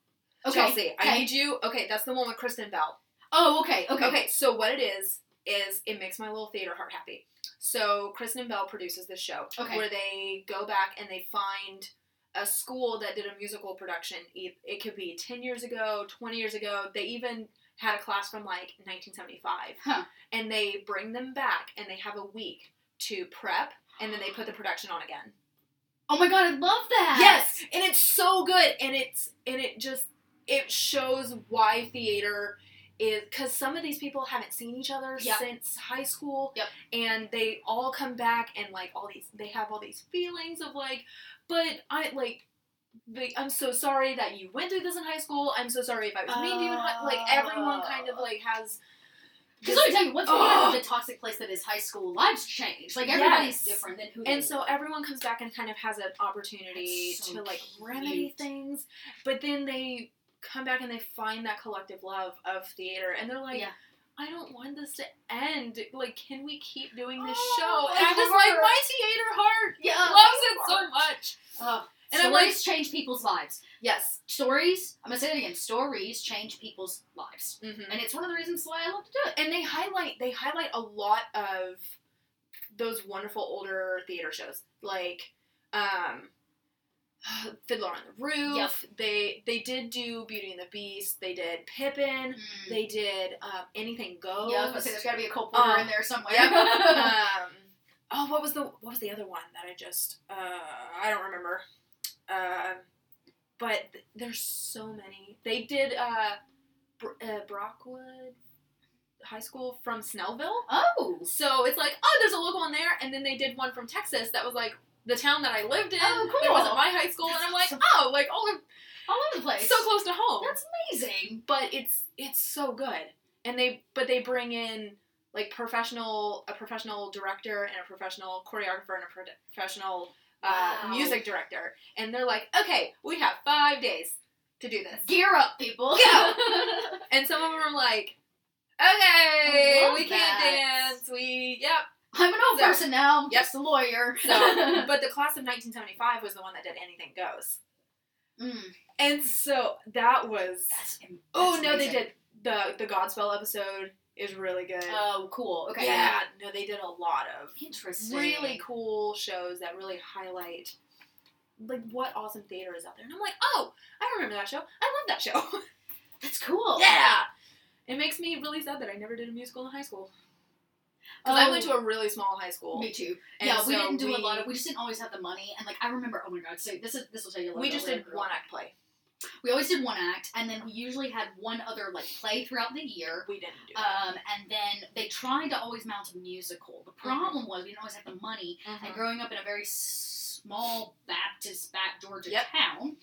[SPEAKER 2] Okay.
[SPEAKER 3] Chelsea, I
[SPEAKER 2] okay.
[SPEAKER 3] need you. Okay, that's the one with Kristen Bell.
[SPEAKER 2] Oh, okay. Okay.
[SPEAKER 3] Okay, so what it is is it makes my little theater heart happy. So Kristen Bell produces this show
[SPEAKER 2] Okay.
[SPEAKER 3] where they go back and they find a school that did a musical production. E- It could be ten years ago, twenty years ago. They even had a class from like 1975,
[SPEAKER 2] Huh.
[SPEAKER 3] and they bring them back and they have a week to prep, and then they put the production on again.
[SPEAKER 2] Oh my god, I love that.
[SPEAKER 3] Yes, and it's so good, and it's and it just it shows why theater is because some of these people haven't seen each other
[SPEAKER 2] Yep.
[SPEAKER 3] since high school,
[SPEAKER 2] Yep.
[SPEAKER 3] and they all come back and like all these they have all these feelings of like, but I like. Like, I'm so sorry that you went through this in high school. I'm so sorry if I was mean to you. In high, like everyone kind
[SPEAKER 2] Oh.
[SPEAKER 3] of like has.
[SPEAKER 2] Because let me tell you, once we
[SPEAKER 3] Ugh.
[SPEAKER 2] get into the toxic place that is high school, lives change. Like everybody's
[SPEAKER 3] Yes.
[SPEAKER 2] different than who. they
[SPEAKER 3] And so
[SPEAKER 2] were.
[SPEAKER 3] everyone comes back and kind of has an opportunity
[SPEAKER 2] That's so
[SPEAKER 3] to like
[SPEAKER 2] cute.
[SPEAKER 3] remedy things, but then they come back and they find that collective love of theater, and they're like,
[SPEAKER 2] Yeah.
[SPEAKER 3] "I don't want this to end. Like, can we keep doing this
[SPEAKER 2] Oh,
[SPEAKER 3] show?"
[SPEAKER 2] I
[SPEAKER 3] And I'm just
[SPEAKER 2] love
[SPEAKER 3] like,
[SPEAKER 2] her.
[SPEAKER 3] my theater heart
[SPEAKER 2] yeah,
[SPEAKER 3] loves it so much.
[SPEAKER 2] Uh,
[SPEAKER 3] And I'm
[SPEAKER 2] stories
[SPEAKER 3] like-
[SPEAKER 2] change people's lives.
[SPEAKER 3] Yes.
[SPEAKER 2] Stories. I'm gonna say that again. Stories change people's lives,
[SPEAKER 3] Mm-hmm.
[SPEAKER 2] and it's one of the reasons why I love to do it.
[SPEAKER 3] and they highlight they highlight a lot of those wonderful older theater shows like um Fiddler on the Roof. They they did do Beauty and the Beast. They did Pippin.
[SPEAKER 2] Mm.
[SPEAKER 3] They did um, Anything Goes.
[SPEAKER 2] Yeah, I was gonna say there's gotta be a Cole Porter
[SPEAKER 3] Oh.
[SPEAKER 2] in there somewhere.
[SPEAKER 3] Yep. um, oh, what was the what was the other one that I just uh, I don't remember. Um but th- there's so many. They did uh, Br- uh, Brockwood High School from Snellville.
[SPEAKER 2] oh.
[SPEAKER 3] So it's like, oh, there's a local one there, and then they did one from Texas that was like the town that I lived in.
[SPEAKER 2] Oh, cool.
[SPEAKER 3] It wasn't my high school, and I'm like, oh, like all of
[SPEAKER 2] All over the place.
[SPEAKER 3] so close to home.
[SPEAKER 2] That's amazing.
[SPEAKER 3] But it's it's so good, and they but they bring in like professional a professional director and a professional choreographer and a pro- professional uh,
[SPEAKER 2] Wow.
[SPEAKER 3] music director, and they're like, okay, we have five days to do this,
[SPEAKER 2] Gear up, people.
[SPEAKER 3] Go. and some of them are like. Okay,
[SPEAKER 2] love
[SPEAKER 3] we can't
[SPEAKER 2] that.
[SPEAKER 3] dance. We yep,
[SPEAKER 2] I'm an old
[SPEAKER 3] So-
[SPEAKER 2] person now. I'm
[SPEAKER 3] Yep.
[SPEAKER 2] just a lawyer.
[SPEAKER 3] So, mm, but the class of 1975 was the one that did Anything Goes.
[SPEAKER 2] Mm,
[SPEAKER 3] And so that was.
[SPEAKER 2] that's am-
[SPEAKER 3] Oh
[SPEAKER 2] that's
[SPEAKER 3] no, they
[SPEAKER 2] amazing.
[SPEAKER 3] did the the Godspell episode is really good.
[SPEAKER 2] Oh, cool. Okay.
[SPEAKER 3] Yeah, no, they did a lot of
[SPEAKER 2] Interesting.
[SPEAKER 3] really cool shows that really highlight like what awesome theater is out there. And I'm like, oh, I remember that show. I love that show.
[SPEAKER 2] That's cool.
[SPEAKER 3] yeah. It makes me really sad that I never did a musical in high school. Because I
[SPEAKER 2] Oh,
[SPEAKER 3] went to a really small high school.
[SPEAKER 2] Me too.
[SPEAKER 3] and
[SPEAKER 2] yeah, we
[SPEAKER 3] so
[SPEAKER 2] didn't do a lot of. We just didn't always have the money, and like I remember. Oh my god! So this is this will tell you. A lot
[SPEAKER 3] We
[SPEAKER 2] about
[SPEAKER 3] just
[SPEAKER 2] where I
[SPEAKER 3] did
[SPEAKER 2] grew up.
[SPEAKER 3] one act play.
[SPEAKER 2] We always did one act, and then we usually had one other like play throughout the year.
[SPEAKER 3] We didn't do.
[SPEAKER 2] Um, and then they tried to always mount a musical. The
[SPEAKER 3] Mm-hmm.
[SPEAKER 2] problem was we didn't always have the money,
[SPEAKER 3] Uh-huh.
[SPEAKER 2] and growing up in a very small Baptist back Georgia
[SPEAKER 3] Yep.
[SPEAKER 2] town,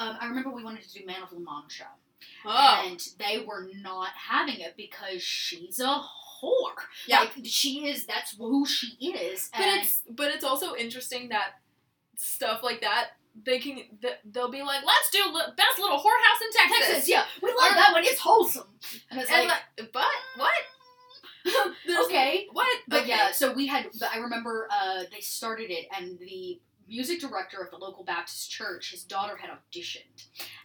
[SPEAKER 2] um, I remember we wanted to do Man of La Mancha.
[SPEAKER 3] Oh.
[SPEAKER 2] And they were not having it because she's a whore.
[SPEAKER 3] Yeah.
[SPEAKER 2] Like, she is, that's who she is.
[SPEAKER 3] But
[SPEAKER 2] and-
[SPEAKER 3] it's but it's also interesting that stuff like that they can th- they'll be like let's do li- best little whorehouse in Texas.
[SPEAKER 2] Texas, yeah. We love
[SPEAKER 3] Or-
[SPEAKER 2] that one. It's wholesome. And it's
[SPEAKER 3] And
[SPEAKER 2] like,
[SPEAKER 3] like, but what? There's-
[SPEAKER 2] okay.
[SPEAKER 3] What?
[SPEAKER 2] But
[SPEAKER 3] Okay.
[SPEAKER 2] yeah, so we had. But I remember uh, they started it, and the music director of the local Baptist church, his daughter had auditioned,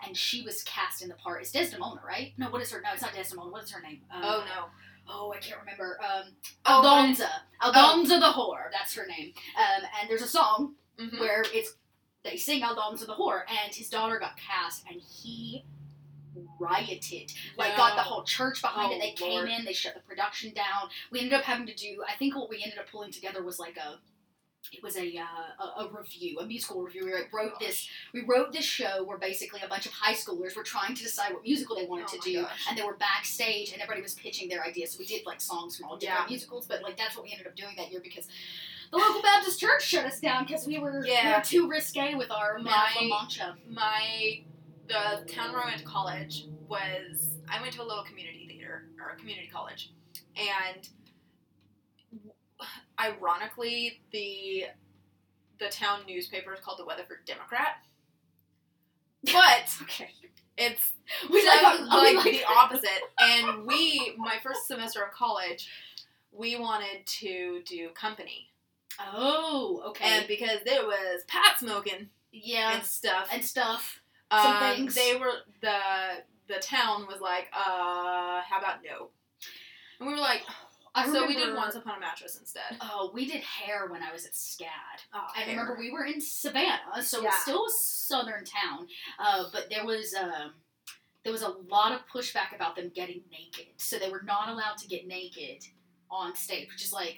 [SPEAKER 2] and she was cast in the part. It's Desdemona, right? No, what is her? No, it's not Desdemona. What is her name? Uh,
[SPEAKER 3] oh no.
[SPEAKER 2] Oh, I can't remember. Um,
[SPEAKER 3] Oh, what
[SPEAKER 2] Aldonza. Aldonza the whore. That's her name. Um, and there's a song
[SPEAKER 3] Mhm.
[SPEAKER 2] where it's they sing Aldonza the Whore, and his daughter got cast, and he rioted. Like, got the
[SPEAKER 3] No.
[SPEAKER 2] whole church behind
[SPEAKER 3] Oh,
[SPEAKER 2] it. They came
[SPEAKER 3] Lord.
[SPEAKER 2] in, they shut the production down. We ended up having to do, I think what we ended up pulling together was like a. It was a, uh, a a review, a musical review. We like,
[SPEAKER 3] Oh,
[SPEAKER 2] wrote this. We wrote this show where basically a bunch of high schoolers were trying to decide what musical they wanted
[SPEAKER 3] Oh
[SPEAKER 2] to
[SPEAKER 3] my
[SPEAKER 2] do,
[SPEAKER 3] gosh.
[SPEAKER 2] and they were backstage, and everybody was pitching their ideas. So we did like songs from all different
[SPEAKER 3] Yeah.
[SPEAKER 2] musicals, but like that's what we ended up doing that year because the local Baptist church shut us down because we were we
[SPEAKER 3] Yeah.
[SPEAKER 2] were too risque with our
[SPEAKER 3] My-
[SPEAKER 2] Mad La Mancha.
[SPEAKER 3] my the town where I went to college was I went to a little community theater or a community college, and ironically the the town newspaper is called the Weatherford Democrat, but
[SPEAKER 2] Okay,
[SPEAKER 3] it's
[SPEAKER 2] we like,
[SPEAKER 3] like,
[SPEAKER 2] we
[SPEAKER 3] like
[SPEAKER 2] like
[SPEAKER 3] the opposite. And we, my first semester of college, we wanted to do company,
[SPEAKER 2] oh okay
[SPEAKER 3] and because there was pot smoking
[SPEAKER 2] yeah
[SPEAKER 3] and stuff,
[SPEAKER 2] and stuff. Some
[SPEAKER 3] um,
[SPEAKER 2] things.
[SPEAKER 3] They were the the town was like, uh, how about no? And we were like,
[SPEAKER 2] I
[SPEAKER 3] so we did
[SPEAKER 2] remember-
[SPEAKER 3] Once Upon a Mattress instead.
[SPEAKER 2] Oh, we did hair when I was at SCAD.
[SPEAKER 3] Oh,
[SPEAKER 2] I remember we were in Savannah, so
[SPEAKER 3] Yeah.
[SPEAKER 2] it's still a southern town, uh, but there was um, there was a lot of pushback about them getting naked, so they were not allowed to get naked on stage, which is like.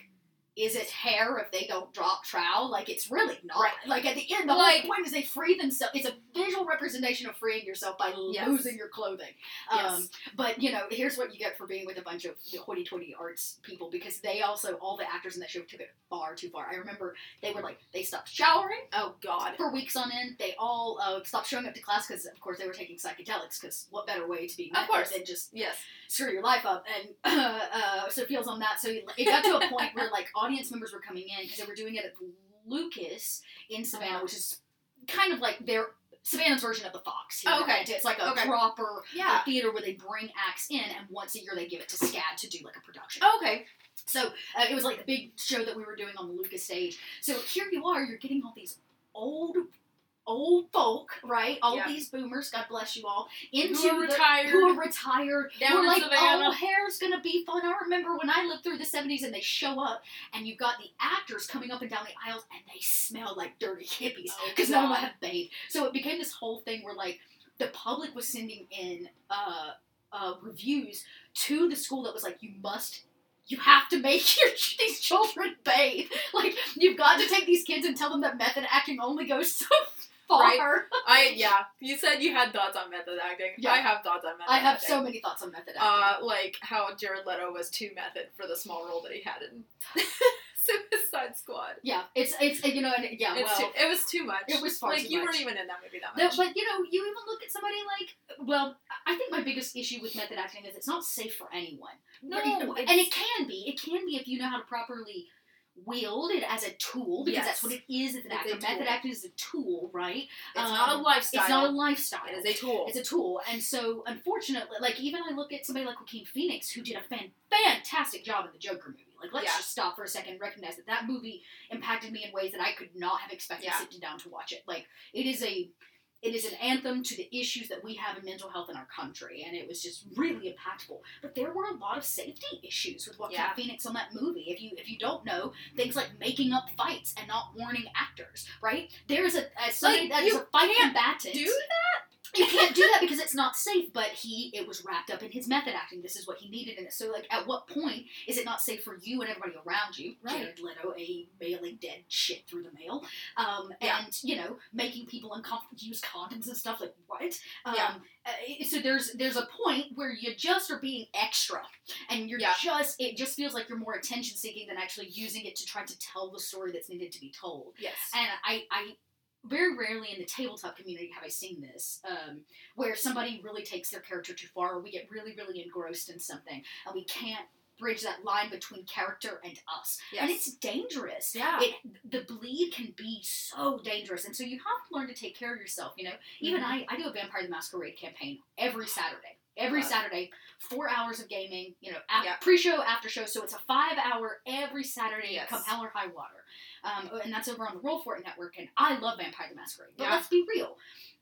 [SPEAKER 2] Is it hair if they don't drop trowel? Like it's really not.
[SPEAKER 3] Right.
[SPEAKER 2] Like at the end, the
[SPEAKER 3] Like-
[SPEAKER 2] whole point is they free themselves. It's a visual representation of freeing yourself by
[SPEAKER 3] Yes.
[SPEAKER 2] losing your clothing.
[SPEAKER 3] Yes.
[SPEAKER 2] Um, but you know, here's what you get for being with a bunch of hoity-toity arts people because they also all the actors in that show took it far too far. I remember they were like they stopped showering
[SPEAKER 3] oh God.
[SPEAKER 2] for weeks on end. They all uh, stopped showing up to class because of course they were taking psychedelics because what better way to be met
[SPEAKER 3] course.
[SPEAKER 2] than just
[SPEAKER 3] Yes.
[SPEAKER 2] screw your life up and uh, uh, so feels on that. So it got to a point where like audience members were coming in because they were doing it at Lucas in
[SPEAKER 3] Uh-huh.
[SPEAKER 2] Savannah, which is kind of like their Savannah's version of the Fox. here.
[SPEAKER 3] Oh, Okay.
[SPEAKER 2] it's like a
[SPEAKER 3] Okay.
[SPEAKER 2] proper
[SPEAKER 3] Yeah.
[SPEAKER 2] a theater where they bring acts in, and once a year they give it to SCAD to do like a production.
[SPEAKER 3] okay.
[SPEAKER 2] So uh, it was like the big show that we were doing on the Lucas stage. So here you are, you're getting all these old, old folk, right? All
[SPEAKER 3] Yeah.
[SPEAKER 2] these boomers, God bless you all,
[SPEAKER 3] Who
[SPEAKER 2] into
[SPEAKER 3] are
[SPEAKER 2] the-
[SPEAKER 3] retired?
[SPEAKER 2] who are retired.
[SPEAKER 3] Down
[SPEAKER 2] We're
[SPEAKER 3] in
[SPEAKER 2] like,
[SPEAKER 3] Savannah.
[SPEAKER 2] oh, hair's gonna be fun. I remember when I lived through the '70s, and they show up, and you've got the actors coming up and down the aisles, and they smell like dirty hippies
[SPEAKER 3] Oh,
[SPEAKER 2] because none of
[SPEAKER 3] God.
[SPEAKER 2] them have bathed. So it became this whole thing where like the public was sending in uh, uh, reviews to the school that was like, you must. You have to make your, these children bathe. Like you've got to take these kids and tell them that method acting only goes so far.
[SPEAKER 3] Right. I yeah. You said you had thoughts on method acting.
[SPEAKER 2] Yeah.
[SPEAKER 3] I have thoughts on method.
[SPEAKER 2] I have
[SPEAKER 3] acting.
[SPEAKER 2] so many thoughts on method acting.
[SPEAKER 3] Uh, like how Jared Leto was too method for the small role that he had in Suicide Squad.
[SPEAKER 2] yeah, it's it's you know and, yeah.
[SPEAKER 3] It's
[SPEAKER 2] Uh, well,
[SPEAKER 3] too, it was too much.
[SPEAKER 2] it was far
[SPEAKER 3] like
[SPEAKER 2] too
[SPEAKER 3] you
[SPEAKER 2] much.
[SPEAKER 3] weren't even in that movie that
[SPEAKER 2] No,
[SPEAKER 3] much.
[SPEAKER 2] but you know, you even look at somebody like, well, I I think my biggest issue with method acting is it's not safe for anyone. You know, and it can be. It can be if you know how to properly wield it as a tool, because
[SPEAKER 3] Yes.
[SPEAKER 2] that's what it is as an
[SPEAKER 3] It's a
[SPEAKER 2] actor.
[SPEAKER 3] tool.
[SPEAKER 2] Method acting is a tool, right?
[SPEAKER 3] it's not a
[SPEAKER 2] um,
[SPEAKER 3] lifestyle.
[SPEAKER 2] It's not a lifestyle.
[SPEAKER 3] It is a tool.
[SPEAKER 2] It's a tool. And so, unfortunately, like, even I look at somebody like Joaquin Phoenix, who did a fan- fantastic job in the Joker movie. Like, let's
[SPEAKER 3] Yeah.
[SPEAKER 2] just stop for a second and recognize that that movie impacted me in ways that I could not have expected
[SPEAKER 3] Yeah.
[SPEAKER 2] sitting down to watch it. Like, it is a. It is an anthem to the issues that we have in mental health in our country, and it was just really impactful. But there were a lot of safety issues with Joaquin
[SPEAKER 3] Yeah.
[SPEAKER 2] Phoenix on that movie. If you if you don't know, things like making up fights and not warning actors, right? There is a as somebody
[SPEAKER 3] Like,
[SPEAKER 2] that is
[SPEAKER 3] you
[SPEAKER 2] a fight
[SPEAKER 3] can't
[SPEAKER 2] combatant
[SPEAKER 3] Do that?
[SPEAKER 2] you can't do that because it's not safe but he it was wrapped up in his method acting this is what he needed in it so like at what point is it not safe for you and everybody around you
[SPEAKER 3] Right.
[SPEAKER 2] Jared Leto a mailing dead shit through the mail um,
[SPEAKER 3] Yeah.
[SPEAKER 2] and you know making people uncomfortable use condoms and stuff like what um,
[SPEAKER 3] Yeah.
[SPEAKER 2] uh, so there's there's a point where you just are being extra and you're
[SPEAKER 3] Yeah.
[SPEAKER 2] just it just feels like you're more attention seeking than actually using it to try to tell the story that's needed to be told
[SPEAKER 3] Yes.
[SPEAKER 2] and I, I very rarely in the tabletop community have I seen this, um, where somebody really takes their character too far, or we get really, really engrossed in something, and we can't bridge that line between character and us.
[SPEAKER 3] yes.
[SPEAKER 2] And it's dangerous.
[SPEAKER 3] yeah.
[SPEAKER 2] It, the bleed can be so dangerous, and so you have to learn to take care of yourself. You know, even
[SPEAKER 3] Mhm.
[SPEAKER 2] I, I do a Vampire the Masquerade campaign every Saturday. Every
[SPEAKER 3] Love.
[SPEAKER 2] Saturday, four hours of gaming. You know, af-
[SPEAKER 3] Yeah.
[SPEAKER 2] pre-show, after show. So it's a five-hour every Saturday,
[SPEAKER 3] Yes.
[SPEAKER 2] come hell or high uh, water. Um, and that's over on the Roll For It network. And I love Vampire the Masquerade, but
[SPEAKER 3] Yeah.
[SPEAKER 2] let's be real.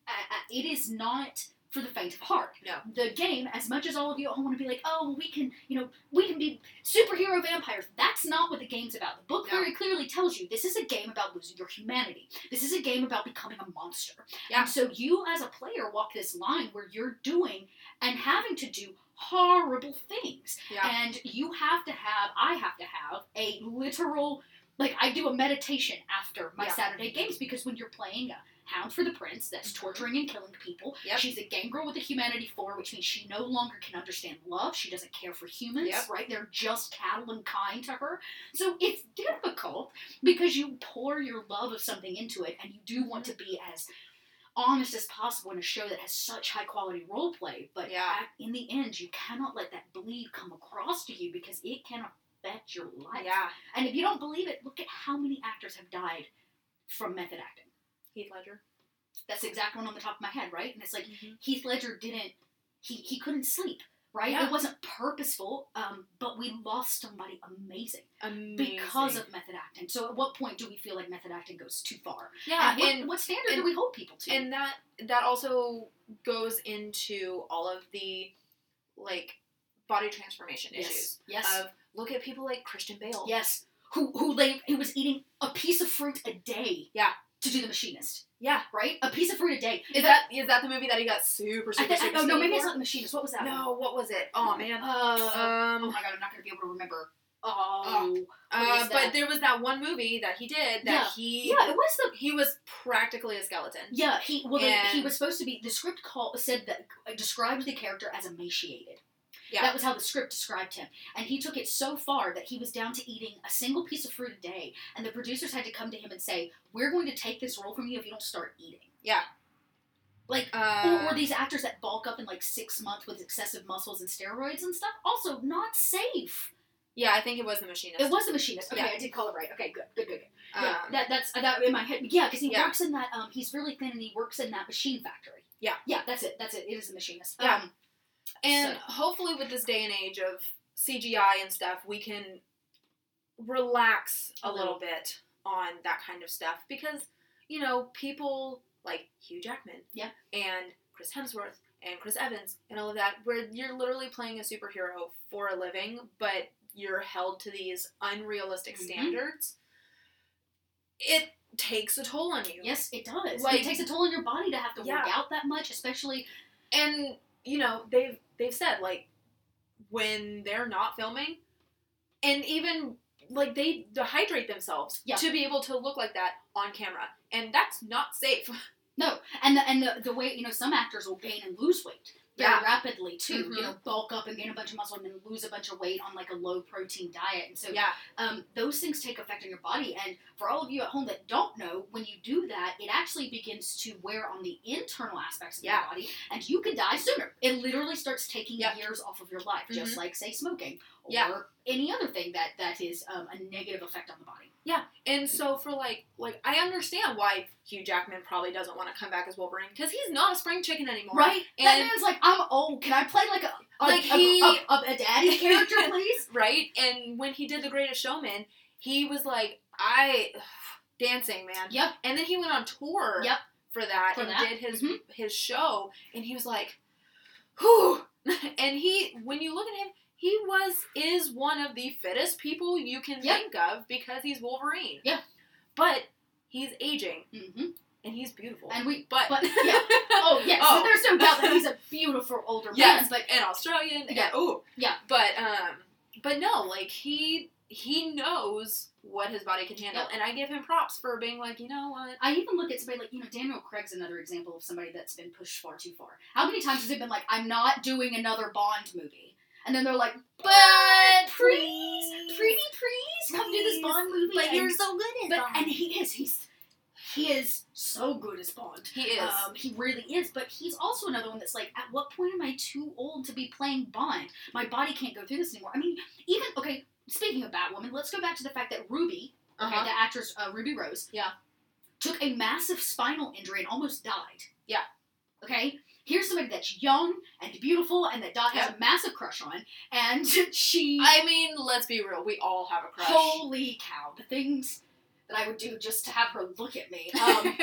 [SPEAKER 2] uh, uh, it is not for the faint of heart.
[SPEAKER 3] No.
[SPEAKER 2] The game, as much as all of you all want to be like, oh, we can, you know, we can be superhero vampires. That's not what the game's about. The book
[SPEAKER 3] No.
[SPEAKER 2] very clearly tells you this is a game about losing your humanity. This is a game about becoming a monster.
[SPEAKER 3] Yeah.
[SPEAKER 2] And so you, as a player, walk this line where you're doing and having to do horrible things.
[SPEAKER 3] Yeah.
[SPEAKER 2] And you have to have, I have to have a literal, like I do a meditation after my
[SPEAKER 3] Yeah.
[SPEAKER 2] Saturday games because when you're playing a Hound for the Prince that's torturing and killing people,
[SPEAKER 3] Mm-hmm. Yep.
[SPEAKER 2] she's a game girl with a humanity four, which means she no longer can understand love. She doesn't care for humans,
[SPEAKER 3] Yep.
[SPEAKER 2] right? They're just cattle and kind to her. So it's difficult because you pour your love of something into it and you do want to be as honest as possible in a show that has such high quality role play but
[SPEAKER 3] Yeah.
[SPEAKER 2] at- in the end you cannot let that bleed come across to you because it can affect your life
[SPEAKER 3] Yeah.
[SPEAKER 2] and if you don't believe it look at how many actors have died from method acting
[SPEAKER 3] Heath Ledger.
[SPEAKER 2] that's the exact one on the top of my head right and it's like
[SPEAKER 3] Mm-hmm.
[SPEAKER 2] Heath Ledger didn't he he couldn't sleep right
[SPEAKER 3] Yeah.
[SPEAKER 2] it wasn't purposeful um, but we lost somebody amazing
[SPEAKER 3] Amazing.
[SPEAKER 2] because of method acting so at what point do we feel like method acting goes too far
[SPEAKER 3] yeah,
[SPEAKER 2] and what,
[SPEAKER 3] and
[SPEAKER 2] what standard do
[SPEAKER 3] and-
[SPEAKER 2] we hold people to
[SPEAKER 3] and that that also goes into all of the like body transformation issues Um,
[SPEAKER 2] yes yes
[SPEAKER 3] of look at people like Christian Bale.
[SPEAKER 2] yes who who they who was eating a piece of fruit a day
[SPEAKER 3] Yeah.
[SPEAKER 2] to do the machinist
[SPEAKER 3] Yeah.
[SPEAKER 2] right a piece of fruit a day
[SPEAKER 3] Is that is that the movie that he got super
[SPEAKER 2] I
[SPEAKER 3] super
[SPEAKER 2] think I,
[SPEAKER 3] super
[SPEAKER 2] no no
[SPEAKER 3] sued
[SPEAKER 2] maybe it's
[SPEAKER 3] for?
[SPEAKER 2] not the machinist what was that one?
[SPEAKER 3] No, what was it? Oh man.
[SPEAKER 2] Uh, oh
[SPEAKER 3] Um
[SPEAKER 2] my god I'm not gonna be able to remember oh what
[SPEAKER 3] uh,
[SPEAKER 2] is that?
[SPEAKER 3] but there was that one movie that he did that
[SPEAKER 2] Yeah.
[SPEAKER 3] he
[SPEAKER 2] yeah it was the
[SPEAKER 3] he was practically a skeleton.
[SPEAKER 2] Yeah, he well they, he
[SPEAKER 3] And-
[SPEAKER 2] was supposed to be the script call said that uh, described the character as emaciated.
[SPEAKER 3] Yeah.
[SPEAKER 2] That was how the script described him. And he took it so far that he was down to eating a single piece of fruit a day and the producers had to come to him and say, "We're going to take this role from you if you don't start eating."
[SPEAKER 3] Yeah.
[SPEAKER 2] Like
[SPEAKER 3] Uh,
[SPEAKER 2] or, or these actors that bulk up in like 6 months with excessive muscles and steroids and stuff, also not safe.
[SPEAKER 3] yeah, I think it was the machinist.
[SPEAKER 2] It was a machinist. Okay,
[SPEAKER 3] Yeah.
[SPEAKER 2] I did call it right. Okay, good. Good, good, good.
[SPEAKER 3] um,
[SPEAKER 2] Yeah, that, that's uh, that in my head. Yeah, because he
[SPEAKER 3] Yeah.
[SPEAKER 2] works in that. Um, he's really thin, and he works in that machine factory.
[SPEAKER 3] Yeah.
[SPEAKER 2] yeah, that's it. That's it. It is a machinist.
[SPEAKER 3] Yeah.
[SPEAKER 2] Um,
[SPEAKER 3] And
[SPEAKER 2] So-
[SPEAKER 3] hopefully, with this day and age of CGI and stuff, we can relax a
[SPEAKER 2] A
[SPEAKER 3] little
[SPEAKER 2] little.
[SPEAKER 3] bit on that kind of stuff because, you know, people like Hugh Jackman
[SPEAKER 2] Yeah.
[SPEAKER 3] and Chris Hemsworth and Chris Evans and all of that, where you're literally playing a superhero for a living, but you're held to these unrealistic
[SPEAKER 2] Mhm.
[SPEAKER 3] standards, it takes a toll on you.
[SPEAKER 2] yes, it does.
[SPEAKER 3] Like-
[SPEAKER 2] it takes a toll on your body to have to work
[SPEAKER 3] Yeah.
[SPEAKER 2] out that much, especially.
[SPEAKER 3] and you know they've they've said like when they're not filming and even like they dehydrate themselves
[SPEAKER 2] Yeah.
[SPEAKER 3] to be able to look like that on camera and that's not safe
[SPEAKER 2] No, and the and the, the way you know some actors will gain and lose weight very
[SPEAKER 3] Yeah.
[SPEAKER 2] rapidly too.
[SPEAKER 3] Mhm.
[SPEAKER 2] You know, bulk up and gain a bunch of muscle and then lose a bunch of weight on like a low protein diet, and so
[SPEAKER 3] yeah
[SPEAKER 2] um, those things take effect on your body. And for all of you at home that don't know, when you do that, it actually begins to wear on the internal aspects of
[SPEAKER 3] Yeah.
[SPEAKER 2] your body, and you can die sooner. It literally starts taking
[SPEAKER 3] Yep.
[SPEAKER 2] years off of your life, just like say smoking or
[SPEAKER 3] Mm-hmm. Yeah.
[SPEAKER 2] any other thing that that is um, a negative effect on the body.
[SPEAKER 3] and so for like like i understand why hugh jackman probably doesn't want to come back as wolverine because he's not a spring chicken anymore
[SPEAKER 2] Right? that
[SPEAKER 3] And-
[SPEAKER 2] man's like, I'm old. Can I play like a a,
[SPEAKER 3] Like
[SPEAKER 2] a-
[SPEAKER 3] he-
[SPEAKER 2] a- a- a daddy character, please?
[SPEAKER 3] right and when he did the greatest showman he was like i dancing man
[SPEAKER 2] yep.
[SPEAKER 3] And then he went on tour
[SPEAKER 2] Yep.
[SPEAKER 3] for that
[SPEAKER 2] For
[SPEAKER 3] and
[SPEAKER 2] that.
[SPEAKER 3] did his
[SPEAKER 2] Mhm.
[SPEAKER 3] his show and he was like whew and he when you look at him he was is one of the fittest people you can
[SPEAKER 2] Yep.
[SPEAKER 3] think of because he's Wolverine.
[SPEAKER 2] Yeah.
[SPEAKER 3] But he's aging
[SPEAKER 2] hmm
[SPEAKER 3] and he's beautiful.
[SPEAKER 2] And we,
[SPEAKER 3] but,
[SPEAKER 2] but yeah. Oh yes.
[SPEAKER 3] Oh.
[SPEAKER 2] There's no doubt that he's a beautiful older man,
[SPEAKER 3] yes,
[SPEAKER 2] but
[SPEAKER 3] and Australian
[SPEAKER 2] Yeah.
[SPEAKER 3] and ooh.
[SPEAKER 2] Yeah.
[SPEAKER 3] But um but no, like he he knows what his body can handle and I give him props for being like, you know what?
[SPEAKER 2] I even look at somebody like, you know, Daniel Craig's another example of somebody that's been pushed far too far. How many times has it been like, I'm not doing another Bond movie? And then they're like, but please, pretty please, come do this
[SPEAKER 3] Please.
[SPEAKER 2] Bond movie. and,
[SPEAKER 3] so good
[SPEAKER 2] but, and he is, he's, he is so good as Bond.
[SPEAKER 3] He is.
[SPEAKER 2] Um, he really is, but he's also another one that's like, at what point am I too old to be playing Bond? My body can't go through this anymore. I mean, even okay. Speaking of Batwoman, let's go back to the fact that Ruby, okay,
[SPEAKER 3] Uh-huh.
[SPEAKER 2] the actress uh, Ruby Rose,
[SPEAKER 3] Yeah.
[SPEAKER 2] took a massive spinal injury and almost died.
[SPEAKER 3] Yeah.
[SPEAKER 2] Okay. Here's somebody that's young and beautiful and that Dot has a massive crush on, and she.
[SPEAKER 3] I mean, let's be real. We all have a crush.
[SPEAKER 2] Holy cow! The things that I would do just to have her look at me. Um,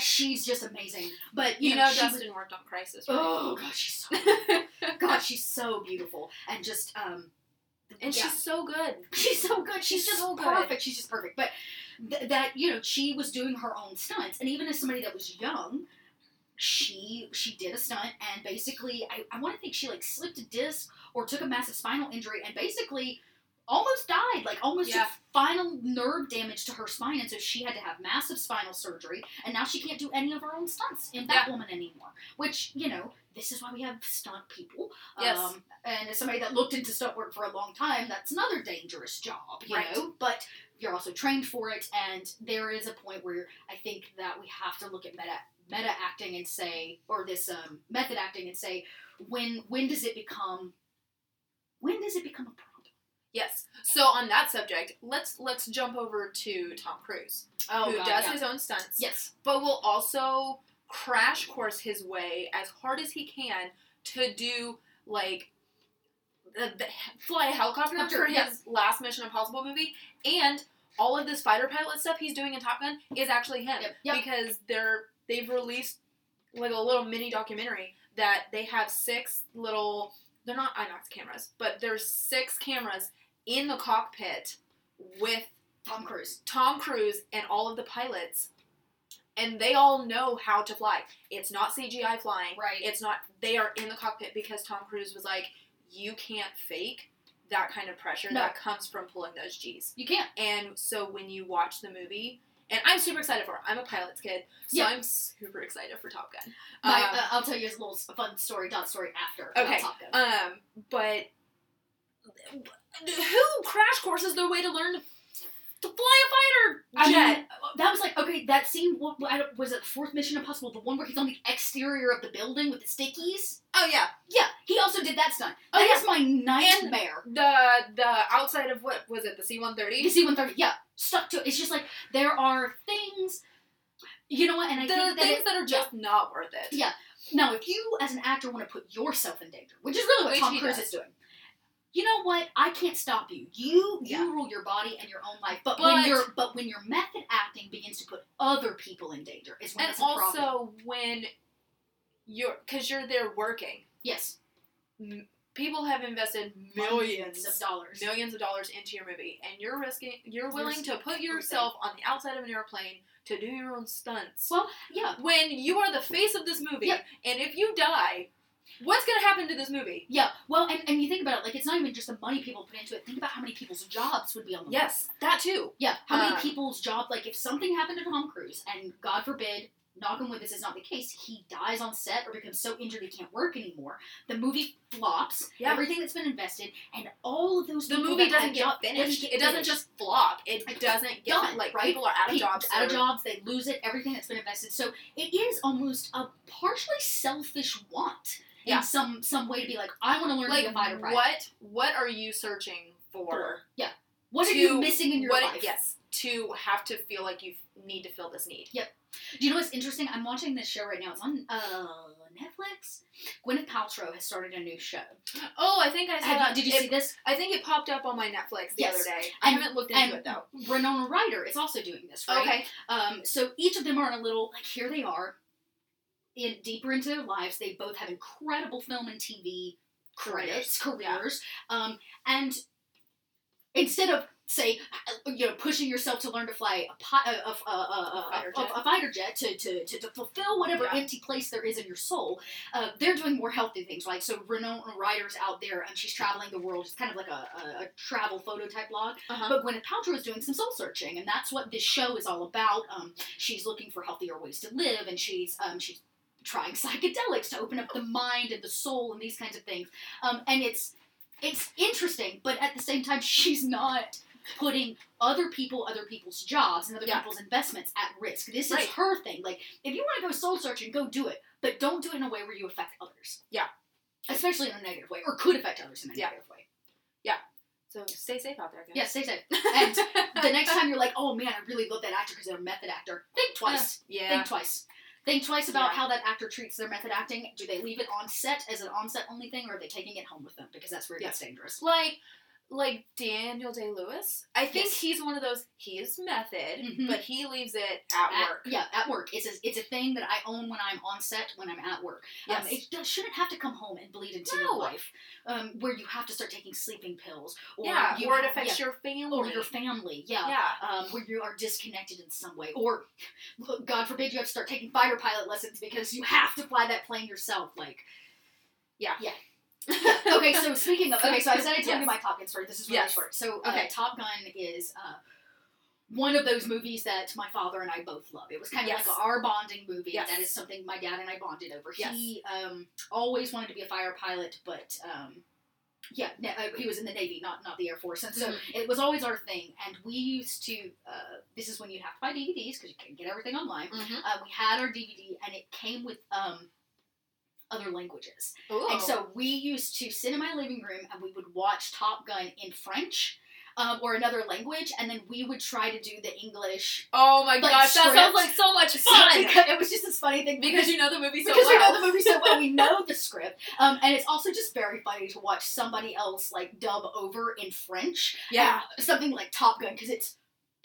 [SPEAKER 2] she's just amazing. But
[SPEAKER 3] You,
[SPEAKER 2] you,
[SPEAKER 3] know,
[SPEAKER 2] she was-
[SPEAKER 3] Justin worked on Crisis, right?
[SPEAKER 2] oh god, she's so God, she's so beautiful and just um
[SPEAKER 3] and
[SPEAKER 2] yeah.
[SPEAKER 3] she's so good.
[SPEAKER 2] she's so good. She's,
[SPEAKER 3] She's
[SPEAKER 2] just
[SPEAKER 3] so good.
[SPEAKER 2] perfect. She's just perfect. But th- that you know, she was doing her own stunts, and even as somebody that was young, she she did a stunt, and basically, I, I want to think she like slipped a disc or took a massive spinal injury, and basically almost died like almost
[SPEAKER 3] Yeah.
[SPEAKER 2] took final nerve damage to her spine and so she had to have massive spinal surgery and now she can't do any of her own stunts in batwoman anymore which you know this is why we have stunt people
[SPEAKER 3] Yes.
[SPEAKER 2] um, and as somebody that looked into stunt work for a long time, that's another dangerous job, you
[SPEAKER 3] Right.
[SPEAKER 2] know. But you're also trained for it, and there is a point where I think that we have to look at meta meta acting and say, or this um, method acting and say, when when does it become when does it become a problem?
[SPEAKER 3] Yes. So on that subject, let's let's jump over to Tom Cruise, who
[SPEAKER 2] Oh, God,
[SPEAKER 3] does
[SPEAKER 2] yeah.
[SPEAKER 3] his own stunts,
[SPEAKER 2] yes,
[SPEAKER 3] but will also crash course his way as hard as he can to do like the, the, fly a helicopter
[SPEAKER 2] Helicopter,
[SPEAKER 3] for his last Mission Impossible movie, and all of this fighter pilot stuff he's doing in Top Gun is actually him
[SPEAKER 2] Yep, yep.
[SPEAKER 3] because they're they've released like a little mini documentary that they have six little they're not IMAX cameras, but there's six cameras in the cockpit with
[SPEAKER 2] Tom Cruise.
[SPEAKER 3] Tom Cruise and all of the pilots, and they all know how to fly. It's not CGI flying.
[SPEAKER 2] Right.
[SPEAKER 3] It's not. They are in the cockpit because Tom Cruise was like, "You can't fake that kind of pressure
[SPEAKER 2] No.
[SPEAKER 3] that comes from pulling those G's."
[SPEAKER 2] You can't.
[SPEAKER 3] And so when you watch the movie, and I'm super excited for it. I'm a pilot's kid, so
[SPEAKER 2] Yeah.
[SPEAKER 3] I'm super excited for Top Gun.
[SPEAKER 2] My,
[SPEAKER 3] Um,
[SPEAKER 2] uh, I'll tell you a little s- fun story, dot story after.
[SPEAKER 3] Okay,
[SPEAKER 2] About Top Gun.
[SPEAKER 3] Um, but who crash courses their way to learn to, to fly a
[SPEAKER 2] I
[SPEAKER 3] fighter jet?
[SPEAKER 2] mean, that was like okay. That scene what, I don't- was it fourth Mission Impossible, the one where he's on the exterior of the building with the stickies.
[SPEAKER 3] oh yeah,
[SPEAKER 2] Yeah, he also did that stunt.
[SPEAKER 3] Oh,
[SPEAKER 2] That
[SPEAKER 3] yeah.
[SPEAKER 2] is my nightmare.
[SPEAKER 3] the the outside of what was it the C one thirty
[SPEAKER 2] You see, one thirty. Yeah, stuck to it. It's just like there are things. You know what? And I
[SPEAKER 3] the
[SPEAKER 2] think that
[SPEAKER 3] things
[SPEAKER 2] it-
[SPEAKER 3] that are just not worth it.
[SPEAKER 2] now, if you as an actor want to put yourself in danger, which is really what
[SPEAKER 3] Which
[SPEAKER 2] Tom
[SPEAKER 3] he
[SPEAKER 2] Cruise
[SPEAKER 3] does.
[SPEAKER 2] is doing. You know what? I can't stop you. You
[SPEAKER 3] Yeah.
[SPEAKER 2] you rule your body and your own life. But,
[SPEAKER 3] But-
[SPEAKER 2] when your but when your method acting begins to put other people in danger, is when
[SPEAKER 3] And
[SPEAKER 2] it's a
[SPEAKER 3] also
[SPEAKER 2] problem.
[SPEAKER 3] when you're because you're there working,
[SPEAKER 2] yes,
[SPEAKER 3] people have invested
[SPEAKER 2] millions of
[SPEAKER 3] millions
[SPEAKER 2] dollars.
[SPEAKER 3] millions of dollars into your movie, and you're risking you're
[SPEAKER 2] You're
[SPEAKER 3] willing to put yourself on the outside of an airplane to do your own stunts.
[SPEAKER 2] Well, yeah,
[SPEAKER 3] when you are the face of this movie,
[SPEAKER 2] Yep.
[SPEAKER 3] and if you die, what's gonna happen to this movie?
[SPEAKER 2] Yeah, well, and, and you think about it, like, it's not even just the money people put into it. Think about how many people's jobs would be on the line.
[SPEAKER 3] Yes, that too.
[SPEAKER 2] Yeah, how many
[SPEAKER 3] Um,
[SPEAKER 2] people's job, like, if something happened to Tom Cruise, and God forbid, knock on wood, this is not the case, he dies on set or becomes so injured he can't work anymore, the movie flops,
[SPEAKER 3] Yeah.
[SPEAKER 2] everything that's been invested, and all of those
[SPEAKER 3] The
[SPEAKER 2] people
[SPEAKER 3] movie
[SPEAKER 2] that
[SPEAKER 3] doesn't
[SPEAKER 2] had
[SPEAKER 3] get
[SPEAKER 2] job-
[SPEAKER 3] finished.
[SPEAKER 2] get
[SPEAKER 3] It doesn't
[SPEAKER 2] finished.
[SPEAKER 3] just flop. It
[SPEAKER 2] It's
[SPEAKER 3] doesn't get
[SPEAKER 2] done,
[SPEAKER 3] like
[SPEAKER 2] right?
[SPEAKER 3] people are out of
[SPEAKER 2] People
[SPEAKER 3] jobs.
[SPEAKER 2] out of
[SPEAKER 3] they're-
[SPEAKER 2] jobs, they lose it, everything that's been invested. So it is almost a partially selfish want
[SPEAKER 3] Yeah.
[SPEAKER 2] in some some way to be like, I want to learn
[SPEAKER 3] Like
[SPEAKER 2] to be a fighter pilot.
[SPEAKER 3] what? What are you searching for?
[SPEAKER 2] Yeah. What are
[SPEAKER 3] to-
[SPEAKER 2] you missing in your
[SPEAKER 3] what,
[SPEAKER 2] life?
[SPEAKER 3] Yes, to have to feel like you need to fill this need.
[SPEAKER 2] Do you know what's interesting? I'm watching this show right now. It's on uh, Netflix. Gwyneth Paltrow has started a new show.
[SPEAKER 3] Oh, I think I saw.
[SPEAKER 2] Have you, did you
[SPEAKER 3] it,
[SPEAKER 2] see this?
[SPEAKER 3] I think it popped up on my Netflix the
[SPEAKER 2] Yes.
[SPEAKER 3] other day. I
[SPEAKER 2] And-
[SPEAKER 3] haven't looked into
[SPEAKER 2] and-
[SPEAKER 3] it though.
[SPEAKER 2] Renona Ryder is also doing this, right?
[SPEAKER 3] Okay.
[SPEAKER 2] Um, so each of them are in a little like here they are, in deeper into their lives. They both have incredible film and TV credits, careers, um, and instead of say you know pushing yourself to learn to fly a, pi- a, a,
[SPEAKER 3] Fighter
[SPEAKER 2] a, a,
[SPEAKER 3] jet.
[SPEAKER 2] a, a fighter jet to, to, to, to fulfill whatever
[SPEAKER 3] Yeah.
[SPEAKER 2] empty place there is in your soul uh, they're doing more healthy things like so Renona Ryder's out there and she's traveling the world it's kind of like a, a, a travel photo type blog
[SPEAKER 3] Uh-huh.
[SPEAKER 2] but Gwyneth Paltrow is doing some soul searching, and that's what this show is all about. Um, she's looking for healthier ways to live, and she's um, she's trying psychedelics to open up the mind and the soul and these kinds of things. Um, and it's it's interesting, but at the same time, she's not putting other people, other people's jobs, and other
[SPEAKER 3] Yeah.
[SPEAKER 2] people's investments at risk. This
[SPEAKER 3] Right.
[SPEAKER 2] is her thing. Like, if you want to go soul searching, go do it, but don't do it in a way where you affect others.
[SPEAKER 3] Yeah.
[SPEAKER 2] Especially in a negative way, or could affect others in a
[SPEAKER 3] Yeah.
[SPEAKER 2] negative way.
[SPEAKER 3] So stay safe out there, guys.
[SPEAKER 2] Yeah, stay safe. And the next time you're like, oh man, I really love that actor because they're a method actor, think twice.
[SPEAKER 3] yeah.
[SPEAKER 2] Think twice. Think twice about
[SPEAKER 3] Yeah.
[SPEAKER 2] how that actor treats their method acting. Do they leave it on set as an on set only thing, or are they taking it home with them? Because that's where it
[SPEAKER 3] Yeah.
[SPEAKER 2] gets dangerous.
[SPEAKER 3] Like, like Daniel Day Lewis. I think
[SPEAKER 2] Yes.
[SPEAKER 3] he's one of those. He is method,
[SPEAKER 2] Mhm.
[SPEAKER 3] but he leaves it Mm-hmm. at,
[SPEAKER 2] At-
[SPEAKER 3] work.
[SPEAKER 2] Yeah, at work. It's a, it's a thing that I own when I'm on set, when I'm at work. Um,
[SPEAKER 3] Yes.
[SPEAKER 2] it do- shouldn't have to come home and bleed into your
[SPEAKER 3] No.
[SPEAKER 2] life, um, where you have to start taking sleeping pills, or
[SPEAKER 3] yeah,
[SPEAKER 2] you
[SPEAKER 3] or it
[SPEAKER 2] have-
[SPEAKER 3] affects your
[SPEAKER 2] yeah,
[SPEAKER 3] family.
[SPEAKER 2] or your family. Yeah.
[SPEAKER 3] yeah.
[SPEAKER 2] Um, where you are disconnected in some way, or look, God forbid, you have to start taking fighter pilot lessons because you have to fly that plane yourself. Like,
[SPEAKER 3] Yeah.
[SPEAKER 2] yeah. okay, so speaking of, okay, so I said I told you
[SPEAKER 3] Yes.
[SPEAKER 2] my Top Gun story. This is really
[SPEAKER 3] Yes.
[SPEAKER 2] short. So, okay,
[SPEAKER 3] Okay.
[SPEAKER 2] Top Gun is uh, one of those movies that my father and I both love. It was kind of
[SPEAKER 3] Yes.
[SPEAKER 2] like our bonding movie.
[SPEAKER 3] Yes.
[SPEAKER 2] That is something my dad and I bonded over.
[SPEAKER 3] Yes.
[SPEAKER 2] He um, always wanted to be a fire pilot, but um, yeah, no, uh, he was in the Navy, not not the Air Force, and so
[SPEAKER 3] Mhm.
[SPEAKER 2] it was always our thing. And we used to. Uh, this is when you have to buy DVDs because you can't get everything online.
[SPEAKER 3] Mhm.
[SPEAKER 2] Uh, we had our DVD, and it came with um, other languages.
[SPEAKER 3] Ooh.
[SPEAKER 2] And so we used to sit in my living room and we would watch Top Gun in French um, or another language, and then we would try to do the English.
[SPEAKER 3] oh my
[SPEAKER 2] like,
[SPEAKER 3] gosh, that sounds
[SPEAKER 2] script.
[SPEAKER 3] like so much
[SPEAKER 2] So
[SPEAKER 3] fun.
[SPEAKER 2] because- it was just this funny thing
[SPEAKER 3] because you know the movie so
[SPEAKER 2] because we
[SPEAKER 3] well.
[SPEAKER 2] know the movie so well, we know the script, um, and it's also just very funny to watch somebody else like dub over in French.
[SPEAKER 3] yeah.
[SPEAKER 2] uh, something like Top Gun because it's.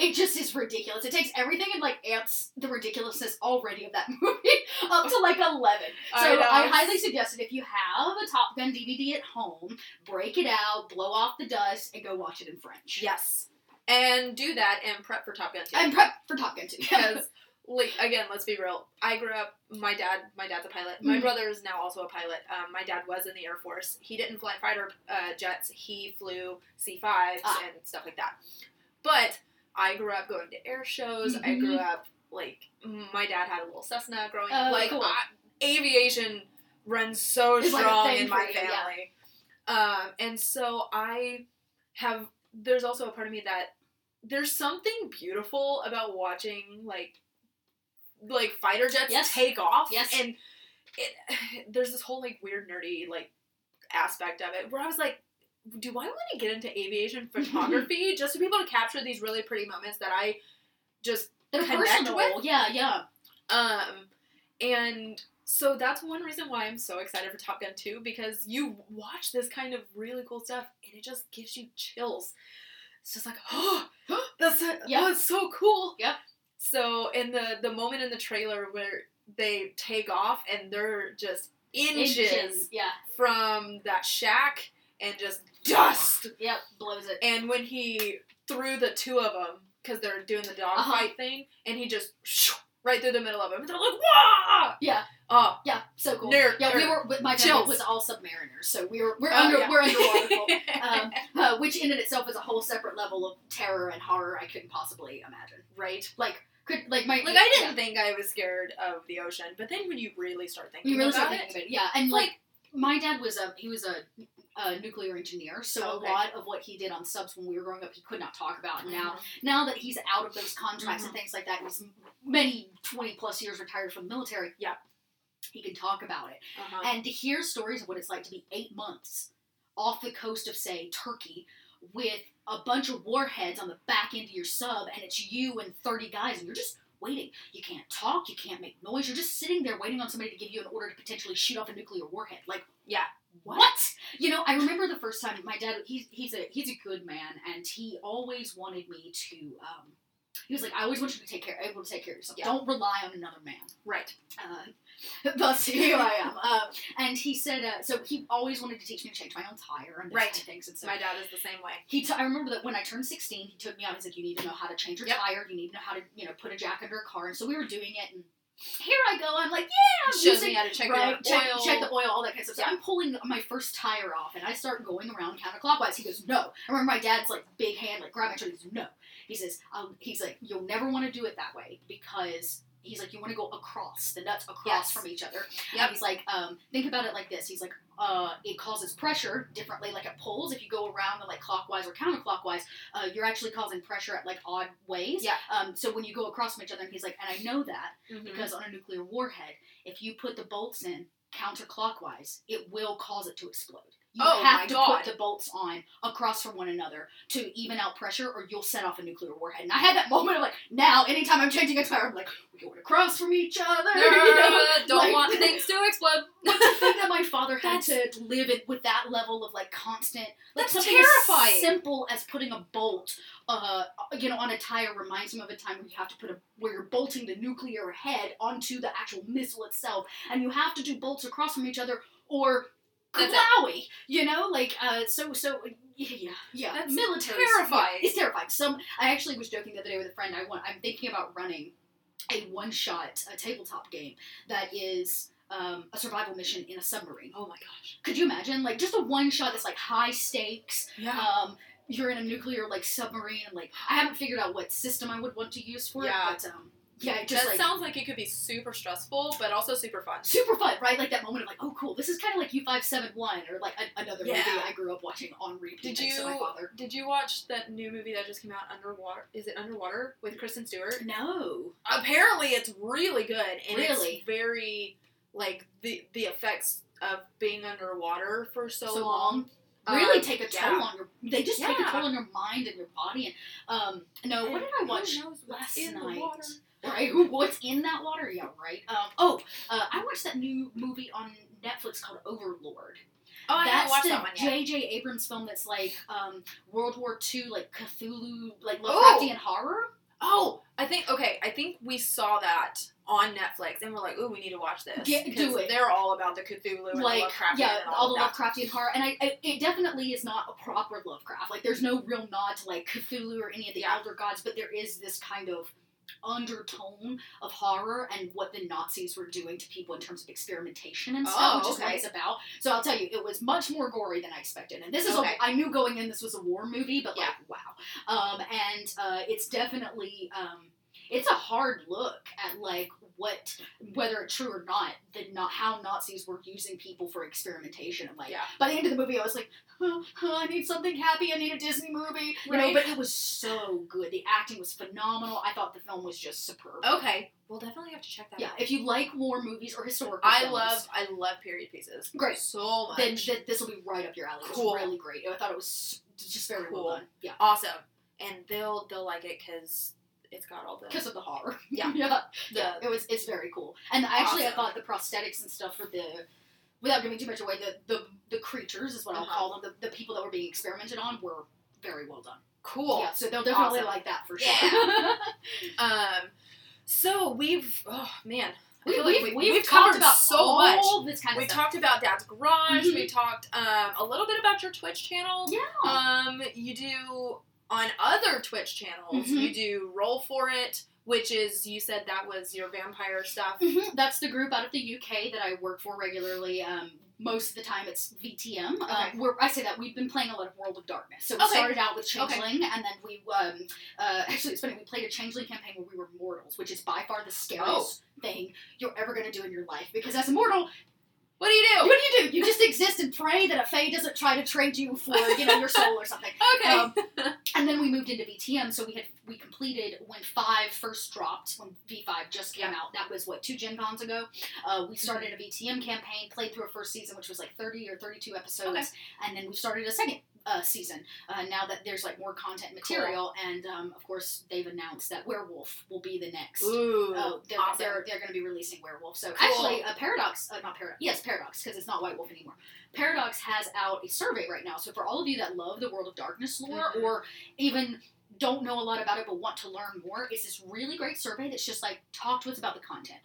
[SPEAKER 2] It just is ridiculous. It takes everything and like amps the ridiculousness already of that movie up to like eleven. So
[SPEAKER 3] know.
[SPEAKER 2] I, highly suggest it if you have a Top Gun DVD at home, break it out, blow off the dust, and go watch it in French.
[SPEAKER 3] yes, and do that and prep for Top Gun. too.
[SPEAKER 2] And prep for Top Gun too.
[SPEAKER 3] because like again let's be real i grew up my dad my dad's a pilot my
[SPEAKER 2] Mhm.
[SPEAKER 3] brother is now also a pilot um, my dad was in the air force he didn't fly fighter uh, jets he flew c5s
[SPEAKER 2] Ah.
[SPEAKER 3] and stuff like that but i grew up going to air shows i grew up like my dad had a little cessna growing up
[SPEAKER 2] Mm-hmm. Oh,
[SPEAKER 3] like
[SPEAKER 2] cool.
[SPEAKER 3] I- aviation runs so
[SPEAKER 2] It's like a
[SPEAKER 3] strong
[SPEAKER 2] thing
[SPEAKER 3] in my
[SPEAKER 2] for you, yeah.
[SPEAKER 3] family um, and so i have there's also a part of me that there's something beautiful about watching like like fighter jets
[SPEAKER 2] Yes.
[SPEAKER 3] take off
[SPEAKER 2] Yes.
[SPEAKER 3] and it, there's this whole like weird nerdy like aspect of it where i was like do i want to get into aviation photography just to be able to capture these really pretty moments that i just
[SPEAKER 2] They're
[SPEAKER 3] Connect
[SPEAKER 2] personal.
[SPEAKER 3] with.
[SPEAKER 2] Yeah, yeah.
[SPEAKER 3] um and so that's one reason why i'm so excited for top gun 2 because you watch this kind of really cool stuff and it just gives you chills it's just like oh that's it.
[SPEAKER 2] Yeah.
[SPEAKER 3] that's so cool
[SPEAKER 2] Yep.
[SPEAKER 3] so in the the moment in the trailer where they take off and they're just inches,
[SPEAKER 2] Engines, Yeah,
[SPEAKER 3] from that shack and just dust
[SPEAKER 2] yep. Blows it.
[SPEAKER 3] and when he threw the two of them because they're doing the dog
[SPEAKER 2] Uh-huh.
[SPEAKER 3] fight thing and he just shoo, right through the middle of them and they're like wah
[SPEAKER 2] Yeah.
[SPEAKER 3] oh
[SPEAKER 2] Yeah, so cool.
[SPEAKER 3] Nerd-
[SPEAKER 2] yeah, we were. My family
[SPEAKER 3] Chills.
[SPEAKER 2] was all submariners, so we were we're
[SPEAKER 3] Oh,
[SPEAKER 2] under
[SPEAKER 3] yeah.
[SPEAKER 2] we're underwater. folk. um, uh, which in and itself is a whole separate level of terror and horror I couldn't possibly imagine.
[SPEAKER 3] right
[SPEAKER 2] Like could like my
[SPEAKER 3] like I
[SPEAKER 2] yeah.
[SPEAKER 3] didn't think I was scared of the ocean but then when you really start thinking
[SPEAKER 2] You really
[SPEAKER 3] about
[SPEAKER 2] start
[SPEAKER 3] it
[SPEAKER 2] thinking about it. Yeah, and
[SPEAKER 3] Like-
[SPEAKER 2] like my dad was a he was a, a nuclear engineer, so
[SPEAKER 3] Oh, okay.
[SPEAKER 2] a lot of what he did on subs when we were growing up, he could not talk about. And Now, now that he's out of those contracts
[SPEAKER 3] Mm-hmm.
[SPEAKER 2] and things like that, he's many twenty plus years retired from the military.
[SPEAKER 3] Yeah.
[SPEAKER 2] he can talk about it.
[SPEAKER 3] Uh-huh.
[SPEAKER 2] And to hear stories of what it's like to be eight months off the coast of, say, Turkey with a bunch of warheads on the back end of your sub, and it's you and 30 guys, and you're just waiting. You can't talk, you can't make noise, you're just sitting there waiting on somebody to give you an order to potentially shoot off a nuclear warhead. Like,
[SPEAKER 3] Yeah.
[SPEAKER 2] What? You know, I remember the first time my dad. He's he's a he's a good man, and he always wanted me to. Um, he was like, I always want you to take care, able to take care of yourself.
[SPEAKER 3] Yeah.
[SPEAKER 2] Don't rely on another man
[SPEAKER 3] right
[SPEAKER 2] uh, thus who I am. Uh, and he said, uh, so he always wanted to teach me to change my own tire and those
[SPEAKER 3] Right.
[SPEAKER 2] kind of things. And so
[SPEAKER 3] my dad is the same way
[SPEAKER 2] he, t- I remember that when I turned 16, he took me out. He's like, you need to know how to change your
[SPEAKER 3] Yep.
[SPEAKER 2] tire. You need to know how to, you know, put a jack under a car. And so we were doing it. And here I go. I'm like, yeah, I'm
[SPEAKER 3] shows
[SPEAKER 2] using
[SPEAKER 3] me how to check
[SPEAKER 2] right,
[SPEAKER 3] your
[SPEAKER 2] check,
[SPEAKER 3] oil
[SPEAKER 2] check the oil, all that kind of stuff. So I'm pulling my first tire off, and I start going around counterclockwise. He goes, "No." I remember my dad's like big hand, like grab my shoulder. He goes, "No." He says, um, "He's like, you'll never want to do it that way because." He's like, you want to go across the nuts across
[SPEAKER 3] Yes.
[SPEAKER 2] from each other. Yeah.
[SPEAKER 3] Yep.
[SPEAKER 2] And he's like, um, think about it like this. He's like, uh, it causes pressure differently. Like it pulls. If you go around like clockwise or counterclockwise, uh, you're actually causing pressure at like odd ways.
[SPEAKER 3] Yeah.
[SPEAKER 2] Um, so when you go across from each other, and he's like, and I know that
[SPEAKER 3] Mhm.
[SPEAKER 2] because on a nuclear warhead, if you put the bolts in counterclockwise, it will cause it to explode. You
[SPEAKER 3] Oh
[SPEAKER 2] have
[SPEAKER 3] my
[SPEAKER 2] to
[SPEAKER 3] God.
[SPEAKER 2] put the bolts on across from one another to even out pressure, or you'll set off a nuclear warhead. And I had that moment of like, now anytime I'm changing a tire, I'm like, we're going across from each other. you know?
[SPEAKER 3] Nerd, don't
[SPEAKER 2] like-
[SPEAKER 3] want things to explode
[SPEAKER 2] But the thing that my father had and
[SPEAKER 3] That's-
[SPEAKER 2] to live it with that level of like constant. Like
[SPEAKER 3] That's
[SPEAKER 2] something
[SPEAKER 3] terrifying.
[SPEAKER 2] As simple as putting a bolt, uh, you know, on a tire reminds him of a time where you have to put a where you're bolting the nuclear head onto the actual missile itself, and you have to do bolts across from each other or.
[SPEAKER 3] That's it.
[SPEAKER 2] Wowie, you know, like uh, so, so yeah, yeah, yeah.
[SPEAKER 3] That's
[SPEAKER 2] military.
[SPEAKER 3] terrifying.
[SPEAKER 2] It's terrifying. Some I actually was joking the other day with a friend. I want. I'm thinking about running a one shot a tabletop game that is um, a survival mission in a submarine.
[SPEAKER 3] Oh my gosh.
[SPEAKER 2] Could you imagine? Like just a one shot that's like high stakes.
[SPEAKER 3] Yeah.
[SPEAKER 2] Um, you're in a nuclear like submarine, and like I haven't figured out what system I would want to use for
[SPEAKER 3] Yeah.
[SPEAKER 2] it. But um, yeah, it just
[SPEAKER 3] that
[SPEAKER 2] like.
[SPEAKER 3] sounds like it could be super stressful, but also super fun.
[SPEAKER 2] Super fun, right? Like that moment of like, oh, cool. This is kind of like U five seven one, or like a- another
[SPEAKER 3] Yeah.
[SPEAKER 2] movie I grew up watching on repeat.
[SPEAKER 3] Did
[SPEAKER 2] thanks to my
[SPEAKER 3] you-
[SPEAKER 2] father?
[SPEAKER 3] Did you watch that new movie that just came out, Underwater? Is it Underwater with Kristen Stewart?
[SPEAKER 2] No.
[SPEAKER 3] Apparently, it's really good and
[SPEAKER 2] Really?
[SPEAKER 3] it's very like the the effects of being underwater for so,
[SPEAKER 2] so
[SPEAKER 3] long.
[SPEAKER 2] long. really
[SPEAKER 3] Um,
[SPEAKER 2] take a
[SPEAKER 3] yeah.
[SPEAKER 2] toll on your. They just take a
[SPEAKER 3] Yeah.
[SPEAKER 2] toll on your mind and your body. And um, no, what
[SPEAKER 3] And
[SPEAKER 2] did I
[SPEAKER 3] who
[SPEAKER 2] watch?
[SPEAKER 3] knows what's
[SPEAKER 2] last
[SPEAKER 3] in the
[SPEAKER 2] night?
[SPEAKER 3] water?
[SPEAKER 2] Right, who- what's in that water? Yeah, right. Um, oh, uh, I watched that new movie on Netflix called Overlord.
[SPEAKER 3] Oh, I haven't
[SPEAKER 2] that's
[SPEAKER 3] watched
[SPEAKER 2] the
[SPEAKER 3] that one yet.
[SPEAKER 2] J.J. Abrams film that's like um, World War II, like Cthulhu, like
[SPEAKER 3] Oh!
[SPEAKER 2] Lovecraftian horror.
[SPEAKER 3] Oh, I think okay. I think we saw that on Netflix, and we're like, "Ooh, we need to watch this."
[SPEAKER 2] Get- do
[SPEAKER 3] 'Cause
[SPEAKER 2] it.
[SPEAKER 3] They're all about the Cthulhu and
[SPEAKER 2] Like
[SPEAKER 3] the Lovecraftian
[SPEAKER 2] yeah,
[SPEAKER 3] and
[SPEAKER 2] all
[SPEAKER 3] all,
[SPEAKER 2] the
[SPEAKER 3] of that.
[SPEAKER 2] Lovecraftian horror, and I, I, it definitely is not a proper Lovecraft. Like, there's no real nod to like Cthulhu or any of the
[SPEAKER 3] Yeah.
[SPEAKER 2] elder gods, but there is this kind of undertone of horror and what the Nazis were doing to people in terms of experimentation and stuff,
[SPEAKER 3] Oh,
[SPEAKER 2] which is what
[SPEAKER 3] okay.
[SPEAKER 2] it's about. So I'll tell you, it was much more gory than I expected. And this is,
[SPEAKER 3] Okay.
[SPEAKER 2] a, I knew going in this was a war movie, but like,
[SPEAKER 3] Yeah.
[SPEAKER 2] wow. Um, and uh, it's definitely, um, it's a hard look at like what, whether it's true or not, the not how Nazis were using people for experimentation. And like,
[SPEAKER 3] Yeah.
[SPEAKER 2] by the end of the movie, I was like, "Huh, huh, I need something happy. I need a Disney movie. You know,
[SPEAKER 3] Right.
[SPEAKER 2] but it was so good. The acting was phenomenal. I thought the film was just superb.
[SPEAKER 3] Okay, we'll definitely have to check that.
[SPEAKER 2] Yeah,
[SPEAKER 3] out.
[SPEAKER 2] if you like war movies or historical,
[SPEAKER 3] I
[SPEAKER 2] films,
[SPEAKER 3] love I love period pieces.
[SPEAKER 2] Great.
[SPEAKER 3] so much.
[SPEAKER 2] Then th- this will be right up your alley. It was
[SPEAKER 3] Cool.
[SPEAKER 2] really great. I thought it was s- just very
[SPEAKER 3] Cool.
[SPEAKER 2] well done. Yeah,
[SPEAKER 3] awesome, and they'll they'll like it because it's got all the
[SPEAKER 2] because of the horror.
[SPEAKER 3] Yeah.
[SPEAKER 2] yeah, yeah.
[SPEAKER 3] the
[SPEAKER 2] It was. It's very cool. And actually, I
[SPEAKER 3] Awesome.
[SPEAKER 2] thought the prosthetics and stuff for the. Without giving too much away, the the, the creatures is what I'll
[SPEAKER 3] Uh-huh.
[SPEAKER 2] call them. The, the people that were being experimented on were very well done.
[SPEAKER 3] cool.
[SPEAKER 2] Yeah, so they'll definitely
[SPEAKER 3] Awesome.
[SPEAKER 2] like that for
[SPEAKER 3] Yeah.
[SPEAKER 2] sure.
[SPEAKER 3] Um, so we've oh man, I
[SPEAKER 2] we,
[SPEAKER 3] feel
[SPEAKER 2] have
[SPEAKER 3] like
[SPEAKER 2] we've,
[SPEAKER 3] we-
[SPEAKER 2] we've
[SPEAKER 3] we've
[SPEAKER 2] talked
[SPEAKER 3] covered
[SPEAKER 2] about
[SPEAKER 3] so
[SPEAKER 2] all this kind of
[SPEAKER 3] we
[SPEAKER 2] stuff.
[SPEAKER 3] talked about Dad's garage.
[SPEAKER 2] Mhm.
[SPEAKER 3] We talked um a little bit about your Twitch channel.
[SPEAKER 2] yeah.
[SPEAKER 3] Um, you do on other Twitch
[SPEAKER 2] Mhm.
[SPEAKER 3] channels. You do roll for it, which is you said that was your vampire stuff.
[SPEAKER 2] Mhm. That's the group out of the UK that I work for regularly. Um, most of the time, it's VTM. Um,
[SPEAKER 3] Okay.
[SPEAKER 2] we're, I say that we've been playing a lot of World of Darkness. So we
[SPEAKER 3] Okay.
[SPEAKER 2] started out with
[SPEAKER 3] Okay.
[SPEAKER 2] Changeling, and then we um, uh, actually it's funny we played a Changeling campaign where we were mortals, which is by far the scariest
[SPEAKER 3] Oh.
[SPEAKER 2] thing you're ever going to do in your life because as a mortal,
[SPEAKER 3] What do you do?
[SPEAKER 2] what do you do? You just exist and pray that a fae doesn't try to trade you for you know your soul or something.
[SPEAKER 3] Okay.
[SPEAKER 2] Um, and then we moved into VTM, so we had we completed when five first dropped, when V five just came out. That was what two Gen Cons ago. Uh,
[SPEAKER 3] Mm-hmm.
[SPEAKER 2] we started a VTM campaign, played through a first season, which was like thirty or thirty two episodes,
[SPEAKER 3] Okay.
[SPEAKER 2] and then we started a second. Uh, season uh, now that there's like more content material and um, of course they've announced that werewolf will be the next
[SPEAKER 3] Ooh,
[SPEAKER 2] Oh, they're,
[SPEAKER 3] awesome.
[SPEAKER 2] they're, they're going to be releasing Werewolf. So
[SPEAKER 3] Cool.
[SPEAKER 2] actually, uh, Paradox, uh, not Paradox, yes, Paradox, because it's not White Wolf anymore. Paradox has out a survey right now. So for all of you that love the World of Darkness lore,
[SPEAKER 3] Mhm.
[SPEAKER 2] or even don't know a lot about it but want to learn more, it's this really great survey that's just like talk to us about the content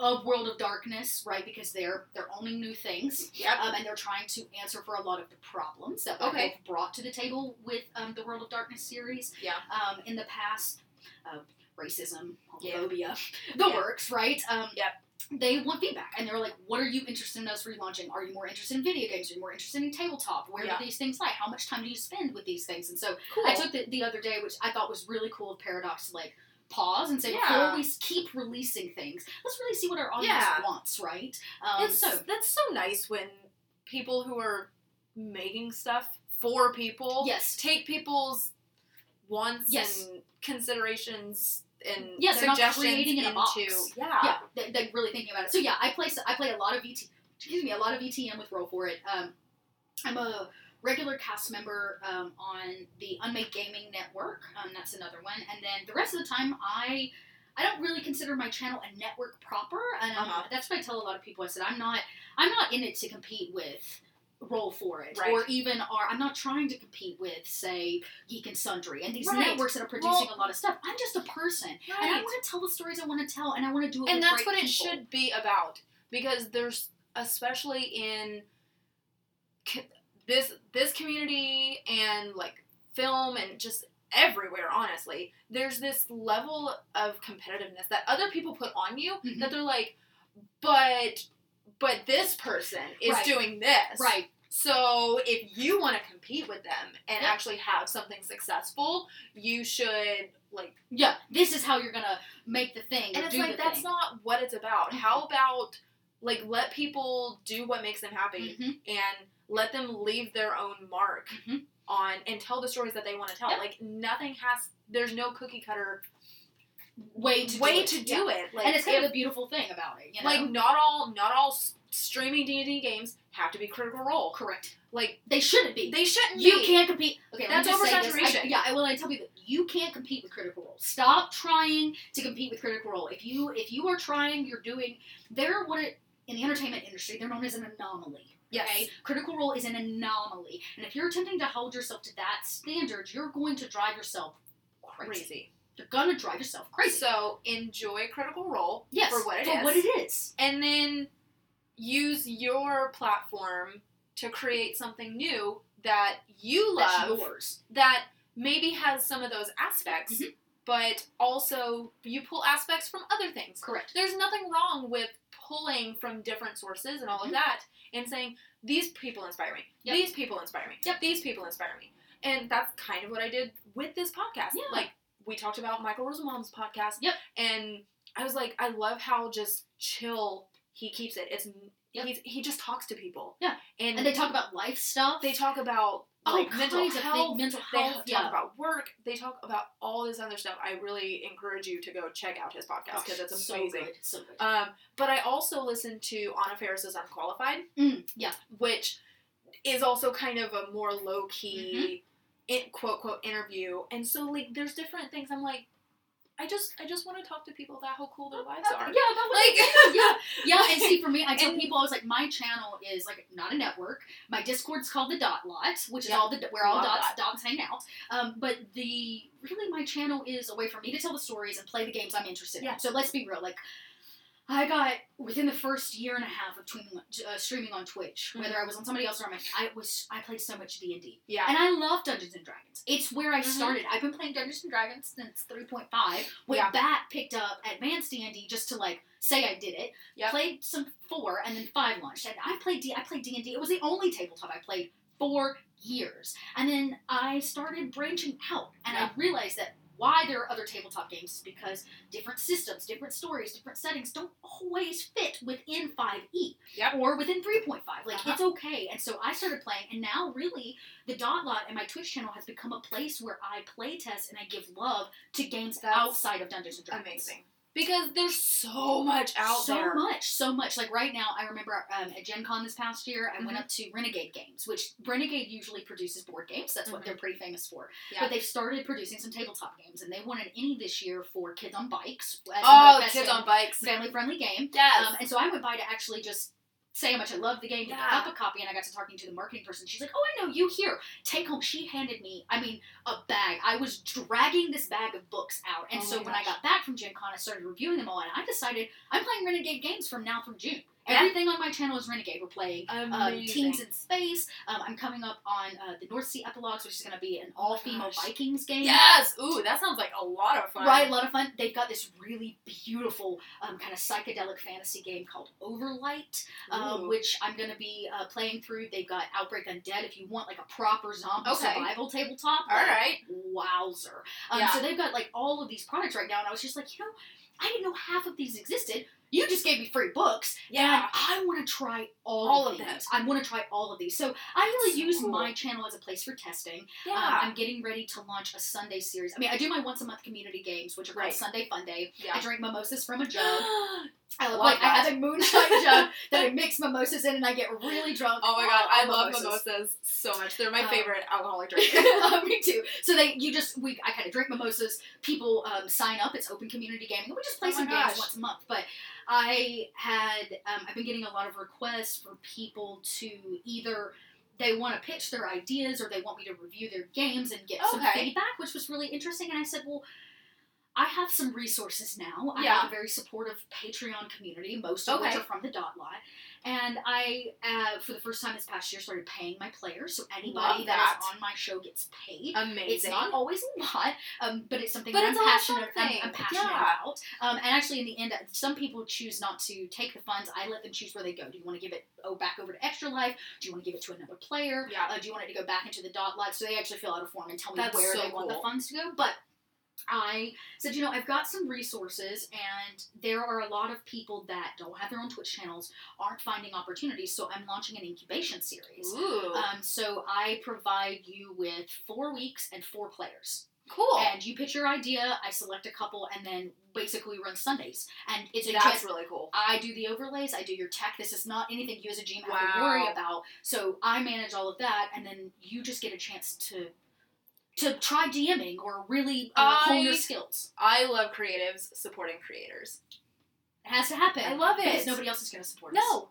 [SPEAKER 2] of World of Darkness, right? Because they're they're owning new things.
[SPEAKER 3] Yep.
[SPEAKER 2] Um, and they're trying to answer for a lot of the problems that White
[SPEAKER 3] Okay.
[SPEAKER 2] Wolf brought to the table with um, the World of Darkness series
[SPEAKER 3] Yeah.
[SPEAKER 2] um, in the past, uh, racism,
[SPEAKER 3] Yeah.
[SPEAKER 2] homophobia, the
[SPEAKER 3] Yeah.
[SPEAKER 2] works, right? Um,
[SPEAKER 3] Yep.
[SPEAKER 2] They want feedback, and they're like, "What are you interested in us relaunching? Are you more interested in video games? Are you more interested in tabletop? Where
[SPEAKER 3] Yeah.
[SPEAKER 2] do these things lie? How much time do you spend with these things?" And so
[SPEAKER 3] Cool.
[SPEAKER 2] I took the, the other day, which I thought was really cool of Paradox to like pause and say,
[SPEAKER 3] Yeah.
[SPEAKER 2] "Before we s- keep releasing things, let's really see what our audience
[SPEAKER 3] Yeah.
[SPEAKER 2] wants, right?" Um,
[SPEAKER 3] it's,
[SPEAKER 2] so
[SPEAKER 3] that's so nice when people who are making stuff for people
[SPEAKER 2] yes,
[SPEAKER 3] take people's wants
[SPEAKER 2] Yes.
[SPEAKER 3] and considerations and
[SPEAKER 2] Yes, they're not
[SPEAKER 3] suggestions
[SPEAKER 2] creating in a
[SPEAKER 3] into
[SPEAKER 2] box.
[SPEAKER 3] yeah.
[SPEAKER 2] yeah, they, they're really thinking about it. So yeah, I play I play a lot of VT, excuse me, a lot of VTM with Roll for It. Um, I'm a regular cast member um, on the Unmade Gaming Network. Um, that's another one, and then the rest of the time I. I don't really consider my channel a network proper, and um,
[SPEAKER 3] Uh-huh.
[SPEAKER 2] that's what I tell a lot of people. I said I'm not I'm not in it to compete with Roll for it,
[SPEAKER 3] Right.
[SPEAKER 2] or even are I'm not trying to compete with say Geek and Sundry and these
[SPEAKER 3] Right.
[SPEAKER 2] networks that are producing a lot of stuff. I'm just a person, and I
[SPEAKER 3] Right.
[SPEAKER 2] want to tell the stories I want to tell, and I want to do it.
[SPEAKER 3] and
[SPEAKER 2] with
[SPEAKER 3] that's
[SPEAKER 2] great
[SPEAKER 3] what it
[SPEAKER 2] people.
[SPEAKER 3] should be about because there's especially in co- this this community and like film and just everywhere honestly there's this level of competitiveness that other people put on you
[SPEAKER 2] Mhm.
[SPEAKER 3] that they're like but but this person is
[SPEAKER 2] Right.
[SPEAKER 3] doing this
[SPEAKER 2] right.
[SPEAKER 3] so if you want to compete with them and
[SPEAKER 2] Yeah.
[SPEAKER 3] actually have something successful you should like
[SPEAKER 2] Yeah, this is how you're gonna make the thing.
[SPEAKER 3] and
[SPEAKER 2] or
[SPEAKER 3] it's
[SPEAKER 2] do
[SPEAKER 3] like
[SPEAKER 2] the
[SPEAKER 3] that's
[SPEAKER 2] thing. Mm-hmm.
[SPEAKER 3] not what it's about how about like let people do what makes them happy
[SPEAKER 2] Mhm,
[SPEAKER 3] and let them leave their own mark
[SPEAKER 2] mhm.
[SPEAKER 3] on and tell the stories that they want to tell
[SPEAKER 2] Yeah.
[SPEAKER 3] like nothing has there's no cookie cutter
[SPEAKER 2] Mm-hmm. way to
[SPEAKER 3] way
[SPEAKER 2] do it.
[SPEAKER 3] to
[SPEAKER 2] yeah.
[SPEAKER 3] do it like
[SPEAKER 2] and it's kind
[SPEAKER 3] if-
[SPEAKER 2] of the beautiful thing about it. You know?
[SPEAKER 3] like not all not all s- streaming d&d games have to be critical role
[SPEAKER 2] correct.
[SPEAKER 3] like
[SPEAKER 2] They shouldn't be.
[SPEAKER 3] they shouldn't
[SPEAKER 2] you
[SPEAKER 3] be
[SPEAKER 2] can't compete. Okay, let me
[SPEAKER 3] That's
[SPEAKER 2] just say this. I-
[SPEAKER 3] oversaturation.
[SPEAKER 2] yeah, I will. I tell people you can't compete with Critical Role. Stop trying to compete with Critical Role. If you if you are trying, you're doing. They're what it, in the entertainment industry they're known as an anomaly.
[SPEAKER 3] Yes.
[SPEAKER 2] Okay? Critical Role is an anomaly, and if you're attempting to hold yourself to that standard, you're going to drive yourself crazy.
[SPEAKER 3] crazy
[SPEAKER 2] You're gonna drive yourself crazy.
[SPEAKER 3] so enjoy critical role
[SPEAKER 2] yes,
[SPEAKER 3] for what it is.
[SPEAKER 2] For what it is.
[SPEAKER 3] and then use your platform to create something new that you
[SPEAKER 2] That's
[SPEAKER 3] love
[SPEAKER 2] yours.
[SPEAKER 3] that maybe has some of those aspects
[SPEAKER 2] Mm-hmm.
[SPEAKER 3] but also you pull aspects from other things
[SPEAKER 2] Correct.
[SPEAKER 3] there's nothing wrong with pulling from different sources and all of
[SPEAKER 2] Mhm.
[SPEAKER 3] that and saying these people inspire me
[SPEAKER 2] Yep.
[SPEAKER 3] these people inspire me
[SPEAKER 2] Yep.
[SPEAKER 3] these people inspire me and that's kind of what i did with this podcast
[SPEAKER 2] Yeah.
[SPEAKER 3] like we talked about michael rosenbaum's podcast
[SPEAKER 2] Yep.
[SPEAKER 3] and i was like i love how just chill he keeps it it's
[SPEAKER 2] Yep.
[SPEAKER 3] he's, he just talks to people
[SPEAKER 2] Yeah.
[SPEAKER 3] and,
[SPEAKER 2] And they talk about life stuff.
[SPEAKER 3] they talk about
[SPEAKER 2] all
[SPEAKER 3] like mental
[SPEAKER 2] kinds of
[SPEAKER 3] health
[SPEAKER 2] things, mental
[SPEAKER 3] they
[SPEAKER 2] health.
[SPEAKER 3] talk
[SPEAKER 2] yeah.
[SPEAKER 3] about work. They talk about all this other stuff. I really encourage you to go check out his podcast because it's
[SPEAKER 2] Oh, so
[SPEAKER 3] amazing.
[SPEAKER 2] good, So good.
[SPEAKER 3] Um, but I also listen to Anna Ferris's Unqualified,
[SPEAKER 2] Mm, yeah.
[SPEAKER 3] which is also kind of a more low key,
[SPEAKER 2] Mm-hmm.
[SPEAKER 3] in, quote quote interview. And so like, there's different things. I'm like, I just I just want to talk to people about how cool their lives
[SPEAKER 2] Yeah,
[SPEAKER 3] are.
[SPEAKER 2] but what-
[SPEAKER 3] Like,
[SPEAKER 2] yeah, yeah. And see, for me, I tell
[SPEAKER 3] And-
[SPEAKER 2] people, I was like, my channel is like not a network. My Discord's called the Dot Lot, which is
[SPEAKER 3] Yeah.
[SPEAKER 2] all the where all
[SPEAKER 3] Love
[SPEAKER 2] dots dots hang out. Um, but the really, my channel is a way for me to tell the stories and play the games I'm interested
[SPEAKER 3] Yeah.
[SPEAKER 2] in. So let's be real, like. I got within the first year and a half of tween, uh, streaming on Twitch, whether
[SPEAKER 3] Mm-hmm.
[SPEAKER 2] I was on somebody else or on my, I was I played so much D and D.
[SPEAKER 3] yeah.
[SPEAKER 2] And I love Dungeons and Dragons. It's where I
[SPEAKER 3] Mhm.
[SPEAKER 2] started. I've been playing Dungeons and Dragons since 3.5. Went
[SPEAKER 3] Yeah.
[SPEAKER 2] back, picked up Advanced D&D just to like say I did it.
[SPEAKER 3] Yep.
[SPEAKER 2] Played some four and then five launched. And I played D. I played D&D. It was the only tabletop I played for years. And then I started branching out, and
[SPEAKER 3] Yeah.
[SPEAKER 2] I realized that why there are other tabletop games is because different systems, different stories, different settings don't always fit within 5e
[SPEAKER 3] Yep.
[SPEAKER 2] or within 3.5. Like
[SPEAKER 3] Uh-huh.
[SPEAKER 2] it's okay. And so I started playing, and now really the dot lot and my Twitch channel has become a place where I play test and I give love to games
[SPEAKER 3] That's
[SPEAKER 2] outside of Dungeons and Dragons.
[SPEAKER 3] amazing because there's so much out
[SPEAKER 2] so
[SPEAKER 3] there.
[SPEAKER 2] much, so much. Like right now, I remember um, at Gen Con this past year, I went
[SPEAKER 3] Mhm.
[SPEAKER 2] up to Renegade Games, which Renegade usually produces board games. That's what
[SPEAKER 3] Mhm.
[SPEAKER 2] they're pretty famous for.
[SPEAKER 3] Yeah.
[SPEAKER 2] But they've started producing some tabletop games, and they won an innie this year for Kids on Bikes. as
[SPEAKER 3] Oh,
[SPEAKER 2] the best
[SPEAKER 3] kids on bikes.
[SPEAKER 2] family friendly game.
[SPEAKER 3] Yes.
[SPEAKER 2] Um, and so I went by to actually just say how much I loved the game, to
[SPEAKER 3] Yeah.
[SPEAKER 2] pick up a copy, and I got to talking to the marketing person. She's like, "Oh, I know you here. Take home." She handed me, I mean, a bag. I was dragging this bag of books out, and
[SPEAKER 3] Oh
[SPEAKER 2] so
[SPEAKER 3] my
[SPEAKER 2] when I
[SPEAKER 3] gosh.
[SPEAKER 2] got back from Gen Con, I started reviewing them all, and I decided I'm playing Renegade games from now through June.
[SPEAKER 3] Yeah.
[SPEAKER 2] Everything on my channel is Renegade. We're playing um,
[SPEAKER 3] Amazing.
[SPEAKER 2] teams in space. Um, I'm coming up on uh, the North Sea Epilogues, which is going to be an all-female
[SPEAKER 3] gosh.
[SPEAKER 2] Vikings game.
[SPEAKER 3] Yes. Ooh, that sounds like a lot of fun.
[SPEAKER 2] Right, a lot of fun. They've got this really beautiful um, kind of psychedelic fantasy game called Overlight, uh,
[SPEAKER 3] Ooh.
[SPEAKER 2] which I'm going to be uh, playing through. They've got Outbreak Undead if you want like a proper zombie
[SPEAKER 3] Okay.
[SPEAKER 2] survival tabletop.
[SPEAKER 3] All
[SPEAKER 2] like,
[SPEAKER 3] right.
[SPEAKER 2] Wowzer. Um,
[SPEAKER 3] Yeah.
[SPEAKER 2] So they've got like all of these products right now, and I was just like, you know, I didn't know half of these existed. You just gave me free books, and I want to try all,
[SPEAKER 3] All of
[SPEAKER 2] these.
[SPEAKER 3] them.
[SPEAKER 2] I want to try all of these. So I really
[SPEAKER 3] So
[SPEAKER 2] use
[SPEAKER 3] cool.
[SPEAKER 2] my channel as a place for testing.
[SPEAKER 3] Yeah.
[SPEAKER 2] Um, I'm getting ready to launch a Sunday series. I mean, I do my once a month community games, which are called
[SPEAKER 3] Right.
[SPEAKER 2] Sunday Fun Day. I
[SPEAKER 3] yeah.
[SPEAKER 2] drink mimosas from a jug. I love
[SPEAKER 3] Love
[SPEAKER 2] like I
[SPEAKER 3] that.
[SPEAKER 2] have a moonshine jug that I mix mimosas in, and I get really drunk.
[SPEAKER 3] Oh my god,
[SPEAKER 2] on
[SPEAKER 3] I love
[SPEAKER 2] mimosas.
[SPEAKER 3] mimosas. so much. They're my
[SPEAKER 2] Um,
[SPEAKER 3] favorite alcoholic drink.
[SPEAKER 2] Uh, me too. So they, you just, we, I kind of drink mimosas. People um, sign up. It's open community gaming. and We just play
[SPEAKER 3] Oh my
[SPEAKER 2] some
[SPEAKER 3] gosh.
[SPEAKER 2] games once a month. But I had, um, I've been getting a lot of requests for people to either they want to pitch their ideas or they want me to review their games and get some
[SPEAKER 3] Okay.
[SPEAKER 2] feedback, which was really interesting. And I said, well. I have some resources now. I
[SPEAKER 3] Yeah.
[SPEAKER 2] have a very supportive Patreon community, most of which
[SPEAKER 3] Okay.
[SPEAKER 2] are from the Dot Lot. And I, uh, for the first time this past year, started paying my players. So anybody
[SPEAKER 3] Love
[SPEAKER 2] that is
[SPEAKER 3] that.
[SPEAKER 2] on my show gets paid.
[SPEAKER 3] Amazing.
[SPEAKER 2] It's not always a lot, um, but it's something
[SPEAKER 3] But
[SPEAKER 2] that
[SPEAKER 3] it's
[SPEAKER 2] I'm
[SPEAKER 3] a
[SPEAKER 2] passionate.
[SPEAKER 3] fun
[SPEAKER 2] I'm,
[SPEAKER 3] thing.
[SPEAKER 2] I'm passionate
[SPEAKER 3] Yeah.
[SPEAKER 2] about. Um, and actually, in the end, some people choose not to take the funds. I let them choose where they go. Do you want to give it oh back over to Extra Life? Do you want to give it to another player?
[SPEAKER 3] Yeah.
[SPEAKER 2] Uh, do you want it to go back into the dot lot? So they actually fill out a form and tell me
[SPEAKER 3] That's
[SPEAKER 2] where
[SPEAKER 3] so
[SPEAKER 2] they want the
[SPEAKER 3] cool.
[SPEAKER 2] funds to go. But I said, you know, I've got some resources, and there are a lot of people that don't have their own Twitch channels, aren't finding opportunities. So I'm launching an incubation series.
[SPEAKER 3] Ooh.
[SPEAKER 2] Um, so I provide you with four weeks and four players.
[SPEAKER 3] cool.
[SPEAKER 2] And you pitch your idea, I select a couple, and then basically we run Sundays. And it's a
[SPEAKER 3] That's
[SPEAKER 2] chance.
[SPEAKER 3] really cool.
[SPEAKER 2] I do the overlays, I do your tech. This is not anything you as a GM have to
[SPEAKER 3] Wow.
[SPEAKER 2] worry about. So I manage all of that, and then you just get a chance to to try DMing or really uh, hone your
[SPEAKER 3] I-
[SPEAKER 2] skills.
[SPEAKER 3] I love creatives supporting creators.
[SPEAKER 2] It has to happen.
[SPEAKER 3] I love
[SPEAKER 2] Because
[SPEAKER 3] it.
[SPEAKER 2] nobody else is going to support us.
[SPEAKER 3] No.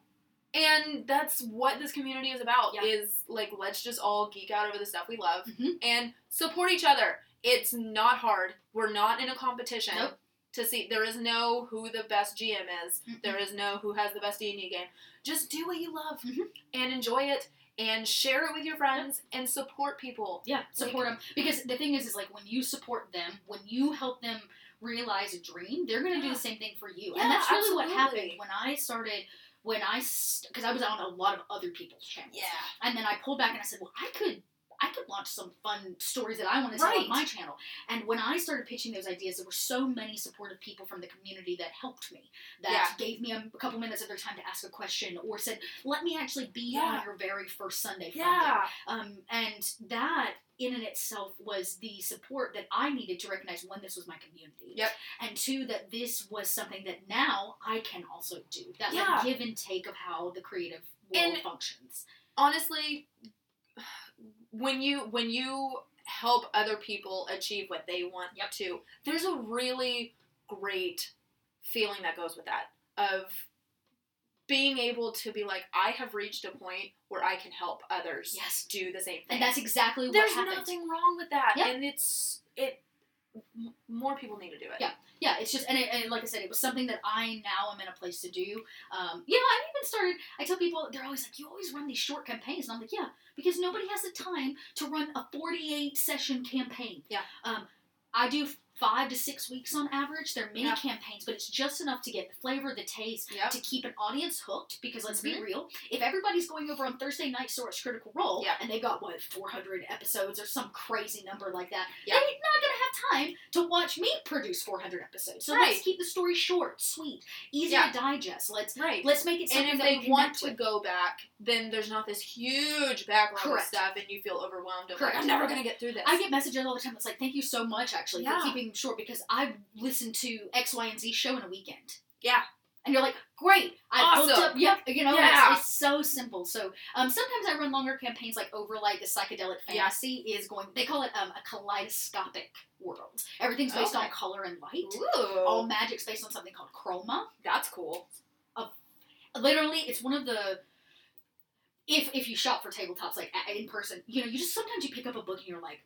[SPEAKER 3] And that's what this community is about
[SPEAKER 2] Yeah.
[SPEAKER 3] is like let's just all geek out over the stuff we love
[SPEAKER 2] Mhm.
[SPEAKER 3] and support each other. It's not hard. We're not in a competition
[SPEAKER 2] Nope.
[SPEAKER 3] to see there is no who the best GM is.
[SPEAKER 2] Mhm.
[SPEAKER 3] There is no who has the best D&D game. Just do what you love
[SPEAKER 2] Mhm.
[SPEAKER 3] and enjoy it and share it with your friends and support people.
[SPEAKER 2] Yeah, support them because the thing is, is like when you support them, when you help them realize a dream, they're gonna do
[SPEAKER 3] Yeah.
[SPEAKER 2] the same thing for you,
[SPEAKER 3] Yeah,
[SPEAKER 2] and that's really what happened
[SPEAKER 3] absolutely.
[SPEAKER 2] when I started. When I, because I was on a lot of other people's channels,
[SPEAKER 3] Yeah.
[SPEAKER 2] and then I pulled back and I said, well, I could. I could launch some fun stories that I want to tell
[SPEAKER 3] Right.
[SPEAKER 2] on my channel. And when I started pitching those ideas, there were so many supportive people from the community that helped me, that gave me a couple minutes of their time to ask a question, or said, "Let me actually be
[SPEAKER 3] Yeah.
[SPEAKER 2] on your very first Sunday." Funday."
[SPEAKER 3] Yeah.
[SPEAKER 2] Um, and that in and itself was the support that I needed to recognize one, this was my community.
[SPEAKER 3] Yep.
[SPEAKER 2] And two, that this was something that now I can also do. That
[SPEAKER 3] Yeah.
[SPEAKER 2] like give and take of how the creative world
[SPEAKER 3] And-
[SPEAKER 2] functions.
[SPEAKER 3] honestly when you when you help other people achieve what they want
[SPEAKER 2] Yep.
[SPEAKER 3] to there's a really great feeling that goes with that of being able to be like i have reached a point where i can help others
[SPEAKER 2] Yes.
[SPEAKER 3] do the same thing
[SPEAKER 2] And that's exactly
[SPEAKER 3] there's
[SPEAKER 2] what happened.
[SPEAKER 3] nothing wrong with that
[SPEAKER 2] Yeah.
[SPEAKER 3] and it's it m- more people need to do it
[SPEAKER 2] Yeah. yeah, it's just and, it, and like I said, it was something that I now am in a place to do. Um, you know, I even started. I tell people they're always like, "You always run these short campaigns," and I'm like, "Yeah, because nobody has the time to run a 48 session campaign."
[SPEAKER 3] Yeah.
[SPEAKER 2] Um, I do five to six weeks on average. They're mini
[SPEAKER 3] Yeah.
[SPEAKER 2] campaigns, but it's just enough to get the flavor, the taste,
[SPEAKER 3] Yep.
[SPEAKER 2] to keep an audience hooked. Because let's
[SPEAKER 3] Mm-hmm.
[SPEAKER 2] be real, if everybody's going over on Thursday night source Critical Role,
[SPEAKER 3] Yeah.
[SPEAKER 2] and they got what 400 episodes or some crazy number like that,
[SPEAKER 3] Yeah.
[SPEAKER 2] they're not gonna have time to watch me produce 400 episodes. So
[SPEAKER 3] Right.
[SPEAKER 2] let's keep the story short, sweet, easy
[SPEAKER 3] Yeah.
[SPEAKER 2] to digest. Let's
[SPEAKER 3] right
[SPEAKER 2] let's make it something
[SPEAKER 3] and if
[SPEAKER 2] that we
[SPEAKER 3] they
[SPEAKER 2] connect
[SPEAKER 3] want to
[SPEAKER 2] with.
[SPEAKER 3] go back, then there's not this huge backlog of
[SPEAKER 2] Correct.
[SPEAKER 3] stuff, and you feel overwhelmed. Of like,
[SPEAKER 2] Correct.
[SPEAKER 3] I'm never gonna get through this.
[SPEAKER 2] I get messages all the time. It's like, thank you so much, actually,
[SPEAKER 3] Yeah.
[SPEAKER 2] for keeping them short because I listened to X, Y, and Z show in a weekend.
[SPEAKER 3] Yeah.
[SPEAKER 2] And you're like, great, I hooked
[SPEAKER 3] Awesome.
[SPEAKER 2] up. Yep, you know, it's-
[SPEAKER 3] Yeah.
[SPEAKER 2] it's, so simple. So um, sometimes I run longer campaigns like Overlight, the psychedelic
[SPEAKER 3] Yeah.
[SPEAKER 2] fantasy is going. They call it um, a kaleidoscopic world. Everything's based
[SPEAKER 3] Okay.
[SPEAKER 2] on color and light.
[SPEAKER 3] Ooh,
[SPEAKER 2] All magic's based on something called chroma.
[SPEAKER 3] that's cool.
[SPEAKER 2] literally it's one of the if if you shop for tabletops like a- in person you know you just sometimes you pick up a book and you're like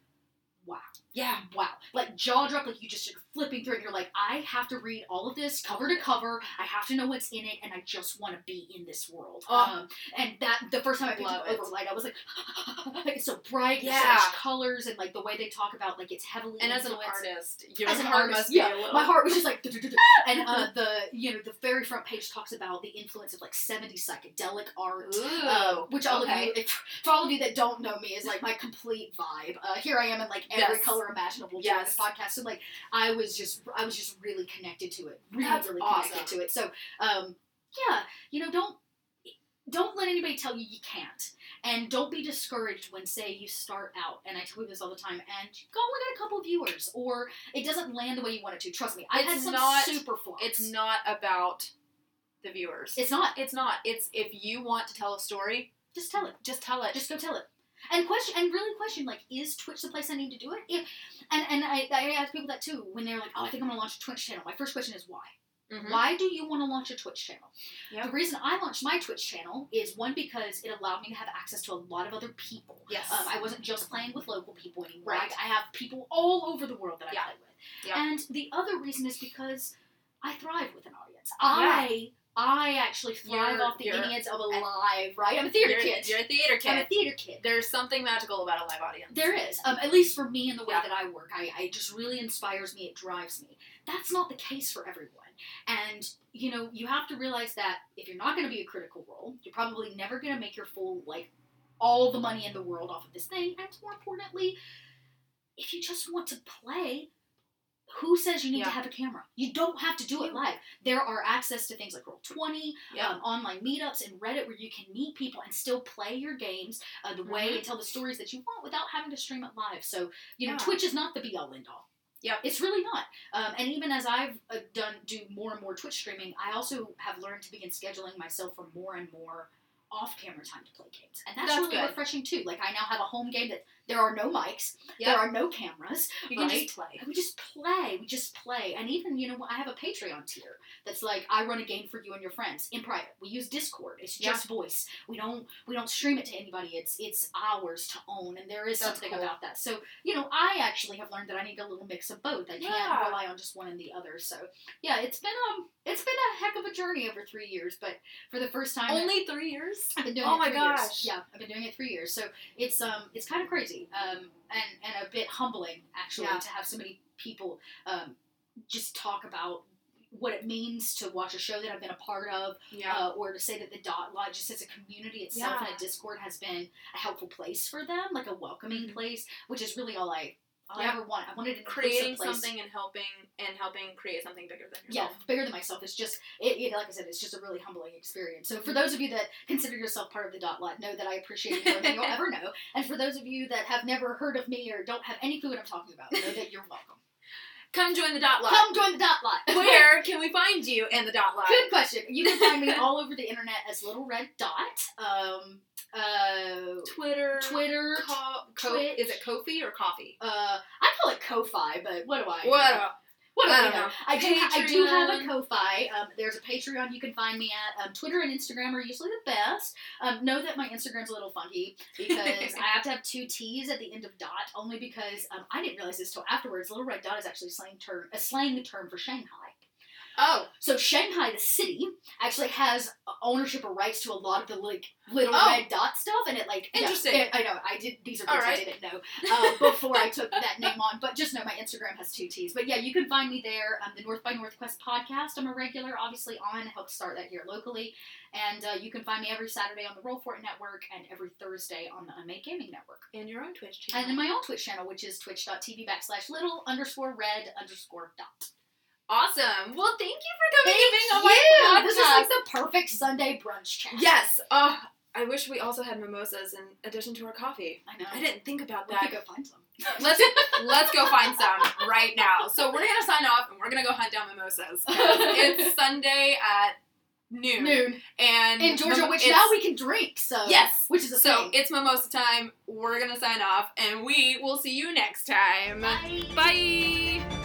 [SPEAKER 2] wow
[SPEAKER 3] Yeah,
[SPEAKER 2] wow like jaw drop like you just are flipping through it and you're like i have to read all of this cover to cover i have to know what's in it and i just want to be in this world
[SPEAKER 3] Oh.
[SPEAKER 2] um, and that the first time i picked
[SPEAKER 3] Love
[SPEAKER 2] up
[SPEAKER 3] it.
[SPEAKER 2] overlight i was like it's so bright there's
[SPEAKER 3] Yeah.
[SPEAKER 2] so much colors and like the way they talk about like it's heavily
[SPEAKER 3] and as an
[SPEAKER 2] influenced-
[SPEAKER 3] artist, your
[SPEAKER 2] As an
[SPEAKER 3] heart
[SPEAKER 2] artist,
[SPEAKER 3] must be
[SPEAKER 2] yeah,
[SPEAKER 3] a little.
[SPEAKER 2] my heart was just like "Du-du-du-du." and uh, the you know the very front page talks about the influence of like 70s psychedelic art
[SPEAKER 3] Ooh,
[SPEAKER 2] uh, which all
[SPEAKER 3] Oh, okay.
[SPEAKER 2] of you, if, for all of you that don't know me, is like my complete vibe. Uh, here I am in like every
[SPEAKER 3] Yes.
[SPEAKER 2] color imaginable during
[SPEAKER 3] Yes.
[SPEAKER 2] this podcast. So like I was just, I was just really connected to it, really,
[SPEAKER 3] That's
[SPEAKER 2] really
[SPEAKER 3] awesome.
[SPEAKER 2] connected to it. So um, yeah, you know, don't don't let anybody tell you you can't, and don't be discouraged when say you start out. And I tell people this all the time, and you go only got a couple of viewers, or it doesn't land the way you want it to. Trust me, I had
[SPEAKER 3] It's
[SPEAKER 2] some
[SPEAKER 3] not-
[SPEAKER 2] super flaws.
[SPEAKER 3] It's not about the viewers.
[SPEAKER 2] It's not.
[SPEAKER 3] It's not. It's if you want to tell a story,
[SPEAKER 2] Just tell it.
[SPEAKER 3] just tell it.
[SPEAKER 2] Just go tell it. And question and really question like, is Twitch the place I need to do it? If and and I, I ask people that too when they're like, oh, I think I'm gonna launch a Twitch channel. My first question is why.
[SPEAKER 3] Mhm.
[SPEAKER 2] Why do you want to launch a Twitch channel?
[SPEAKER 3] Yep.
[SPEAKER 2] The reason I launched my Twitch channel is one because it allowed me to have access to a lot of other people.
[SPEAKER 3] Yes.
[SPEAKER 2] Um, I wasn't just playing with local people anymore.
[SPEAKER 3] Right.
[SPEAKER 2] I, I have people all over the world that I
[SPEAKER 3] Yeah.
[SPEAKER 2] play with.
[SPEAKER 3] Yeah.
[SPEAKER 2] And the other reason is because I thrive with an audience. I I actually thrive
[SPEAKER 3] You're-
[SPEAKER 2] off the
[SPEAKER 3] you're-
[SPEAKER 2] idiots of a live, right? I'm a theater
[SPEAKER 3] you're,
[SPEAKER 2] kid.
[SPEAKER 3] You're a theater
[SPEAKER 2] I'm a
[SPEAKER 3] kid.
[SPEAKER 2] theater kid.
[SPEAKER 3] There's something magical about a live audience.
[SPEAKER 2] There is, um, at least for me and the way
[SPEAKER 3] Yeah.
[SPEAKER 2] that I work, I, I it just really inspires me. It drives me. That's not the case for everyone, and you know you have to realize that if you're not going to be a critical role, you're probably never going to make your full like all the money in the world off of this thing. And more importantly, if you just want to play. Who says you need
[SPEAKER 3] Yeah.
[SPEAKER 2] to have a camera? You don't have to do it
[SPEAKER 3] You-
[SPEAKER 2] live. There are access to things like Roll20,
[SPEAKER 3] Yeah.
[SPEAKER 2] um, online meetups and Reddit where you can meet people and still play your games uh, the way
[SPEAKER 3] Mhm.
[SPEAKER 2] and tell the stories that you want without having to stream it live. So, you know,
[SPEAKER 3] Yeah.
[SPEAKER 2] Twitch is not the be all end all.
[SPEAKER 3] Yep.
[SPEAKER 2] It's really not. Um, and even as I've uh, done do more and more Twitch streaming, I also have learned to begin scheduling myself for more and more off camera time to play games. And that's,
[SPEAKER 3] That's
[SPEAKER 2] really
[SPEAKER 3] good.
[SPEAKER 2] refreshing too. Like I now have a home game that there are no mics,
[SPEAKER 3] Yep.
[SPEAKER 2] there are no cameras.
[SPEAKER 3] You can
[SPEAKER 2] right?
[SPEAKER 3] just play.
[SPEAKER 2] We just play. We just play. And even, you know, I have a Patreon tier that's like I run a game for you and your friends in private. We use Discord. It's
[SPEAKER 3] Yeah.
[SPEAKER 2] just voice. We don't we don't stream it to anybody. It's it's ours to own and there is
[SPEAKER 3] That's
[SPEAKER 2] something
[SPEAKER 3] cool.
[SPEAKER 2] about that. So, you know, I actually have learned that I need a little mix of both. I
[SPEAKER 3] Yeah.
[SPEAKER 2] can't rely on just one and the other. So yeah, it's been um it's been a heck of a journey over three years, but for the first time
[SPEAKER 3] Only three years.
[SPEAKER 2] I've been doing
[SPEAKER 3] Oh
[SPEAKER 2] it
[SPEAKER 3] my
[SPEAKER 2] three
[SPEAKER 3] gosh.
[SPEAKER 2] years. Yeah, I've been doing it three years. So it's um it's kind of crazy. Um and, and a bit humbling actually
[SPEAKER 3] Yeah.
[SPEAKER 2] to have so many people um just talk about what it means to watch a show that I've been a part of,
[SPEAKER 3] Yeah.
[SPEAKER 2] uh, or to say that the dot lodge just as a community itself
[SPEAKER 3] Yeah.
[SPEAKER 2] and a Discord has been a helpful place for them, like a welcoming
[SPEAKER 3] Mhm.
[SPEAKER 2] place, which is really all I all
[SPEAKER 3] Yeah.
[SPEAKER 2] I ever want. I wanted an inclusive
[SPEAKER 3] Creating
[SPEAKER 2] place.
[SPEAKER 3] something and helping and helping create something bigger than
[SPEAKER 2] Yeah,
[SPEAKER 3] yourself.
[SPEAKER 2] bigger than myself. It's just, it, it, like I said, it's just a really humbling experience. So for those of you that consider yourself part of the dot lot, know that I appreciate you more than you'll ever know. And for those of you that have never heard of me or don't have any clue what I'm talking about, know that you're welcome.
[SPEAKER 3] Come join the dot lot.
[SPEAKER 2] Come join the dot lot.
[SPEAKER 3] Where can we find you in the dot lot?
[SPEAKER 2] Good question. You can find me all over the internet as Little Red Dot. Um, uh,
[SPEAKER 3] Twitter.
[SPEAKER 2] Twitter.
[SPEAKER 3] Co- co-
[SPEAKER 2] Twitch.
[SPEAKER 3] is it Kofi or coffee?
[SPEAKER 2] Uh, I call it Ko-fi, but what do I? know? What do
[SPEAKER 3] I
[SPEAKER 2] I
[SPEAKER 3] don't
[SPEAKER 2] know?
[SPEAKER 3] know.
[SPEAKER 2] Um, I do, I do have a
[SPEAKER 3] Patreon.
[SPEAKER 2] Ko-fi. Um, there's a Patreon you can find me at. Um, Twitter and Instagram are usually the best. Um, know that my Instagram's a little funky because I have to have two T's at the end of dot only because um, I didn't realize this till afterwards. Little red dot is actually a slang term, a slang term for Shanghai.
[SPEAKER 3] Oh,
[SPEAKER 2] So Shanghai, the city, actually has ownership or rights to a lot of the like little
[SPEAKER 3] Oh.
[SPEAKER 2] red dot stuff, and it like yeah,
[SPEAKER 3] Interesting.
[SPEAKER 2] it- I know I did these are things
[SPEAKER 3] Alright.
[SPEAKER 2] I didn't know uh, before I took that name on. But just know my Instagram has two T's. But yeah, you can find me there. Um, the North by Northwest podcast. I'm a regular, obviously on. Helped start that here locally, and uh, you can find me every Saturday on the Roll For It Network and every Thursday on the Unmade Gaming Network.
[SPEAKER 3] and your own Twitch channel.
[SPEAKER 2] And then my own Twitch channel, which is twitch.tv backslash little underscore red underscore dot.
[SPEAKER 3] awesome. Well, thank you for coming
[SPEAKER 2] Thank
[SPEAKER 3] and being on
[SPEAKER 2] you.
[SPEAKER 3] my podcast.
[SPEAKER 2] This is like the perfect Sunday brunch chat.
[SPEAKER 3] yes. Oh, I wish we also had mimosas in addition to our coffee.
[SPEAKER 2] I know.
[SPEAKER 3] I didn't think about
[SPEAKER 2] We could
[SPEAKER 3] that.
[SPEAKER 2] go find some.
[SPEAKER 3] Let's let's go find some right now. So we're gonna sign off and we're gonna go hunt down mimosas. 'cause It's Sunday at noon,
[SPEAKER 2] Noon
[SPEAKER 3] and
[SPEAKER 2] in Georgia,
[SPEAKER 3] mim-
[SPEAKER 2] which
[SPEAKER 3] it's-
[SPEAKER 2] now we can drink. So
[SPEAKER 3] yes.
[SPEAKER 2] which is a
[SPEAKER 3] So
[SPEAKER 2] thing.
[SPEAKER 3] it's mimosa time. We're gonna sign off, and we will see you next time. Bye.